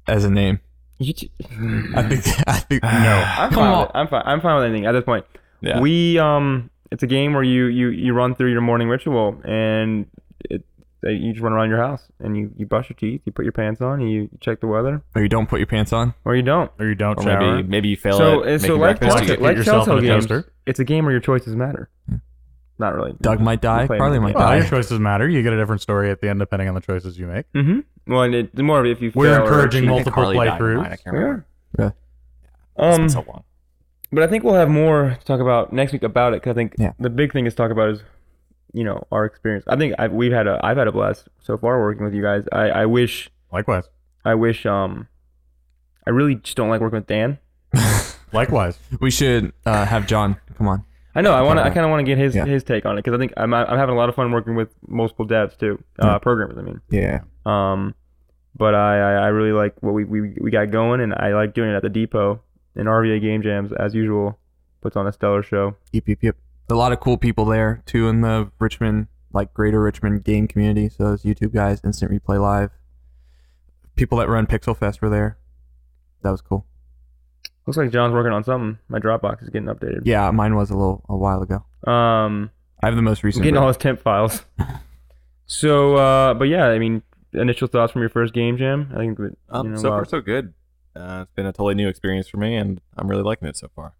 [SPEAKER 3] as a name.
[SPEAKER 2] You [LAUGHS] t-
[SPEAKER 3] I think.
[SPEAKER 4] Mm.
[SPEAKER 3] [LAUGHS] I
[SPEAKER 4] [SIGHS]
[SPEAKER 3] think.
[SPEAKER 1] no.
[SPEAKER 2] I'm
[SPEAKER 3] Come
[SPEAKER 2] fine.
[SPEAKER 3] on.
[SPEAKER 2] With it. I'm fine. I'm fine with anything at this point.
[SPEAKER 4] Yeah.
[SPEAKER 2] We um, it's a game where you you you run through your morning ritual and it uh, you just run around your house and you you brush your teeth, you put your pants on, and you check the weather,
[SPEAKER 3] Or you don't put your pants on.
[SPEAKER 2] or you don't.
[SPEAKER 1] Or you don't
[SPEAKER 4] Or
[SPEAKER 1] shower.
[SPEAKER 4] maybe maybe you fail
[SPEAKER 2] so
[SPEAKER 4] at
[SPEAKER 2] and
[SPEAKER 4] making
[SPEAKER 2] so like
[SPEAKER 4] breakfast.
[SPEAKER 1] Telltale-
[SPEAKER 2] like,
[SPEAKER 1] Get
[SPEAKER 2] like
[SPEAKER 1] yourself
[SPEAKER 2] Telltale
[SPEAKER 1] in a
[SPEAKER 2] games,
[SPEAKER 1] toaster. Hmm.
[SPEAKER 2] it's a game where your choices matter. Not really.
[SPEAKER 3] Doug might die.
[SPEAKER 2] play
[SPEAKER 3] Carly
[SPEAKER 2] it.
[SPEAKER 3] might
[SPEAKER 1] Well,
[SPEAKER 3] die.
[SPEAKER 1] your choices matter. You get a different story at the end depending on the choices you make.
[SPEAKER 2] Mm-hmm. Well, and it's more of if you.
[SPEAKER 1] We're
[SPEAKER 2] fail or
[SPEAKER 1] encouraging
[SPEAKER 2] achieve-
[SPEAKER 4] I think
[SPEAKER 1] multiple
[SPEAKER 4] Carly died in
[SPEAKER 1] playthroughs.
[SPEAKER 4] mine, I can't
[SPEAKER 2] We
[SPEAKER 4] remember.
[SPEAKER 2] are.
[SPEAKER 3] Yeah.
[SPEAKER 4] It's been
[SPEAKER 2] Um,
[SPEAKER 4] so long.
[SPEAKER 2] but I think we'll have more to talk about next week about it because I think
[SPEAKER 3] Yeah.
[SPEAKER 2] the big thing is to talk about is you know our experience. I think I've, we've had a I've had a blast so far working with you guys. I I wish
[SPEAKER 1] Likewise.
[SPEAKER 2] I wish um I really just don't like working with Dan.
[SPEAKER 1] Likewise.
[SPEAKER 3] We should uh, have John. Come on.
[SPEAKER 2] I know I want to I kind of want to get his
[SPEAKER 3] Yeah.
[SPEAKER 2] his take on it because I think I'm I'm having a lot of fun working with multiple devs too, uh,
[SPEAKER 3] Yeah.
[SPEAKER 2] programmers. I mean,
[SPEAKER 3] Yeah.
[SPEAKER 2] um, but I, I I really like what we, we we got going and I like doing it at the depot and RVA Game Jams as usual puts on a stellar show.
[SPEAKER 3] Yep, yep, yep. A lot of cool people there too in the Richmond, like greater Richmond game community. So those YouTube guys, Instant Replay Live, people that run Pixel Fest were there. That was cool.
[SPEAKER 2] Looks like John's working on something. My Dropbox is getting updated.
[SPEAKER 3] Yeah, mine was a little a while ago.
[SPEAKER 2] Um,
[SPEAKER 3] I have the most
[SPEAKER 2] I'm
[SPEAKER 3] recent.
[SPEAKER 2] getting all
[SPEAKER 3] version.
[SPEAKER 2] his temp
[SPEAKER 4] [LAUGHS]
[SPEAKER 2] files. so, uh, but yeah, I mean, initial thoughts from your first game jam. I think that
[SPEAKER 4] Um,
[SPEAKER 2] you know,
[SPEAKER 4] so
[SPEAKER 2] wow.
[SPEAKER 4] far, so good. Uh, it's been a totally new experience for me, and I'm really liking it so far.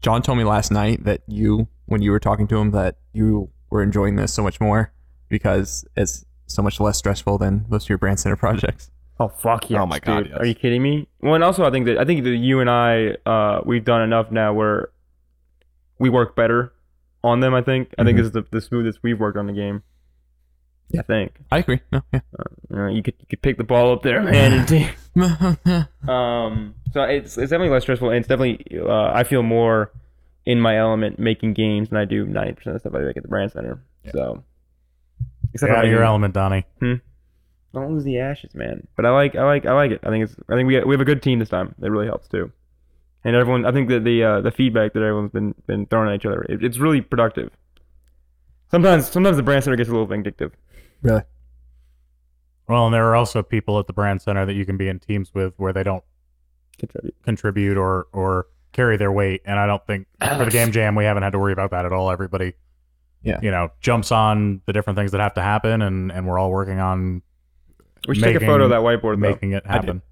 [SPEAKER 3] John told me last night that you, when you were talking to him, that you were enjoying this so much more because it's so much less stressful than most of your brand center [LAUGHS] projects.
[SPEAKER 2] Oh fuck yeah!
[SPEAKER 4] Oh my God, yes.
[SPEAKER 2] Are you kidding me? Well, and also I think that I think that you and I uh, we've done enough now where we work better on them. I think I
[SPEAKER 4] Mm-hmm.
[SPEAKER 2] think
[SPEAKER 3] Mhm.
[SPEAKER 2] this is the, the smoothest we've worked on the game. I think
[SPEAKER 3] I agree. No,
[SPEAKER 2] you, know, you could you could pick the ball up there,
[SPEAKER 4] [LAUGHS]
[SPEAKER 2] man. and take-
[SPEAKER 3] yeah. [LAUGHS]
[SPEAKER 2] um, so it's it's definitely less stressful, and it's definitely uh, I feel more in my element making games than I do ninety percent of the stuff I make at the brand center. So except
[SPEAKER 1] Get out of your
[SPEAKER 2] element.
[SPEAKER 1] element, Donnie.
[SPEAKER 2] Don't lose the ashes, man. But I like, I like, I like it. I think it's, I think we we have a good team this time. It really helps too. And everyone, I think that the uh, the feedback that everyone's been been throwing at each other, it, it's really productive. Sometimes, sometimes the brand center gets a little vindictive.
[SPEAKER 1] Well, and there are also people at the brand center that you can be in teams with where they don't
[SPEAKER 2] Contribute.
[SPEAKER 1] contribute or or carry their weight. And I don't think for the game jam we haven't had to worry about that at all. Everybody,
[SPEAKER 3] Yeah.
[SPEAKER 1] you know, jumps on the different things that have to happen, and and we're all working on
[SPEAKER 2] We should take a
[SPEAKER 1] Making-
[SPEAKER 2] photo of that whiteboard though.
[SPEAKER 1] making it
[SPEAKER 3] I did.
[SPEAKER 1] happen.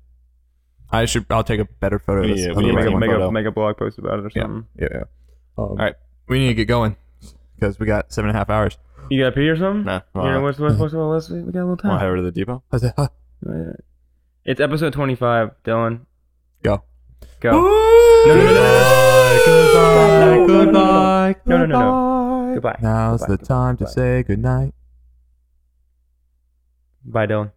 [SPEAKER 3] I should. I'll take a better photo. of this
[SPEAKER 4] Yeah, we
[SPEAKER 3] other
[SPEAKER 4] need to
[SPEAKER 3] one.
[SPEAKER 2] Make, a,
[SPEAKER 4] one
[SPEAKER 2] make, a,
[SPEAKER 4] photo.
[SPEAKER 2] make a blog post about it or something.
[SPEAKER 3] Yeah. yeah. Um, All
[SPEAKER 4] right.
[SPEAKER 3] we need to get going because we got seven and a half hours.
[SPEAKER 2] You got to pee or something?
[SPEAKER 4] Nah,
[SPEAKER 2] You know
[SPEAKER 4] well,
[SPEAKER 2] what's what's what's, what's we got a little
[SPEAKER 4] want to
[SPEAKER 2] time.
[SPEAKER 4] head over to the depot?
[SPEAKER 2] Alright. It's episode twenty five, Dylan.
[SPEAKER 3] Go.
[SPEAKER 2] Go. No, no, no, no, no, no, no, no, no, no, no, no, no, no, no, no,
[SPEAKER 3] Goodbye.
[SPEAKER 2] no.
[SPEAKER 3] goodbye.
[SPEAKER 2] Goodbye.
[SPEAKER 3] Now's
[SPEAKER 2] Goodbye,
[SPEAKER 3] the time to
[SPEAKER 2] goodbye.
[SPEAKER 3] say goodnight.
[SPEAKER 2] Bye, Dylan.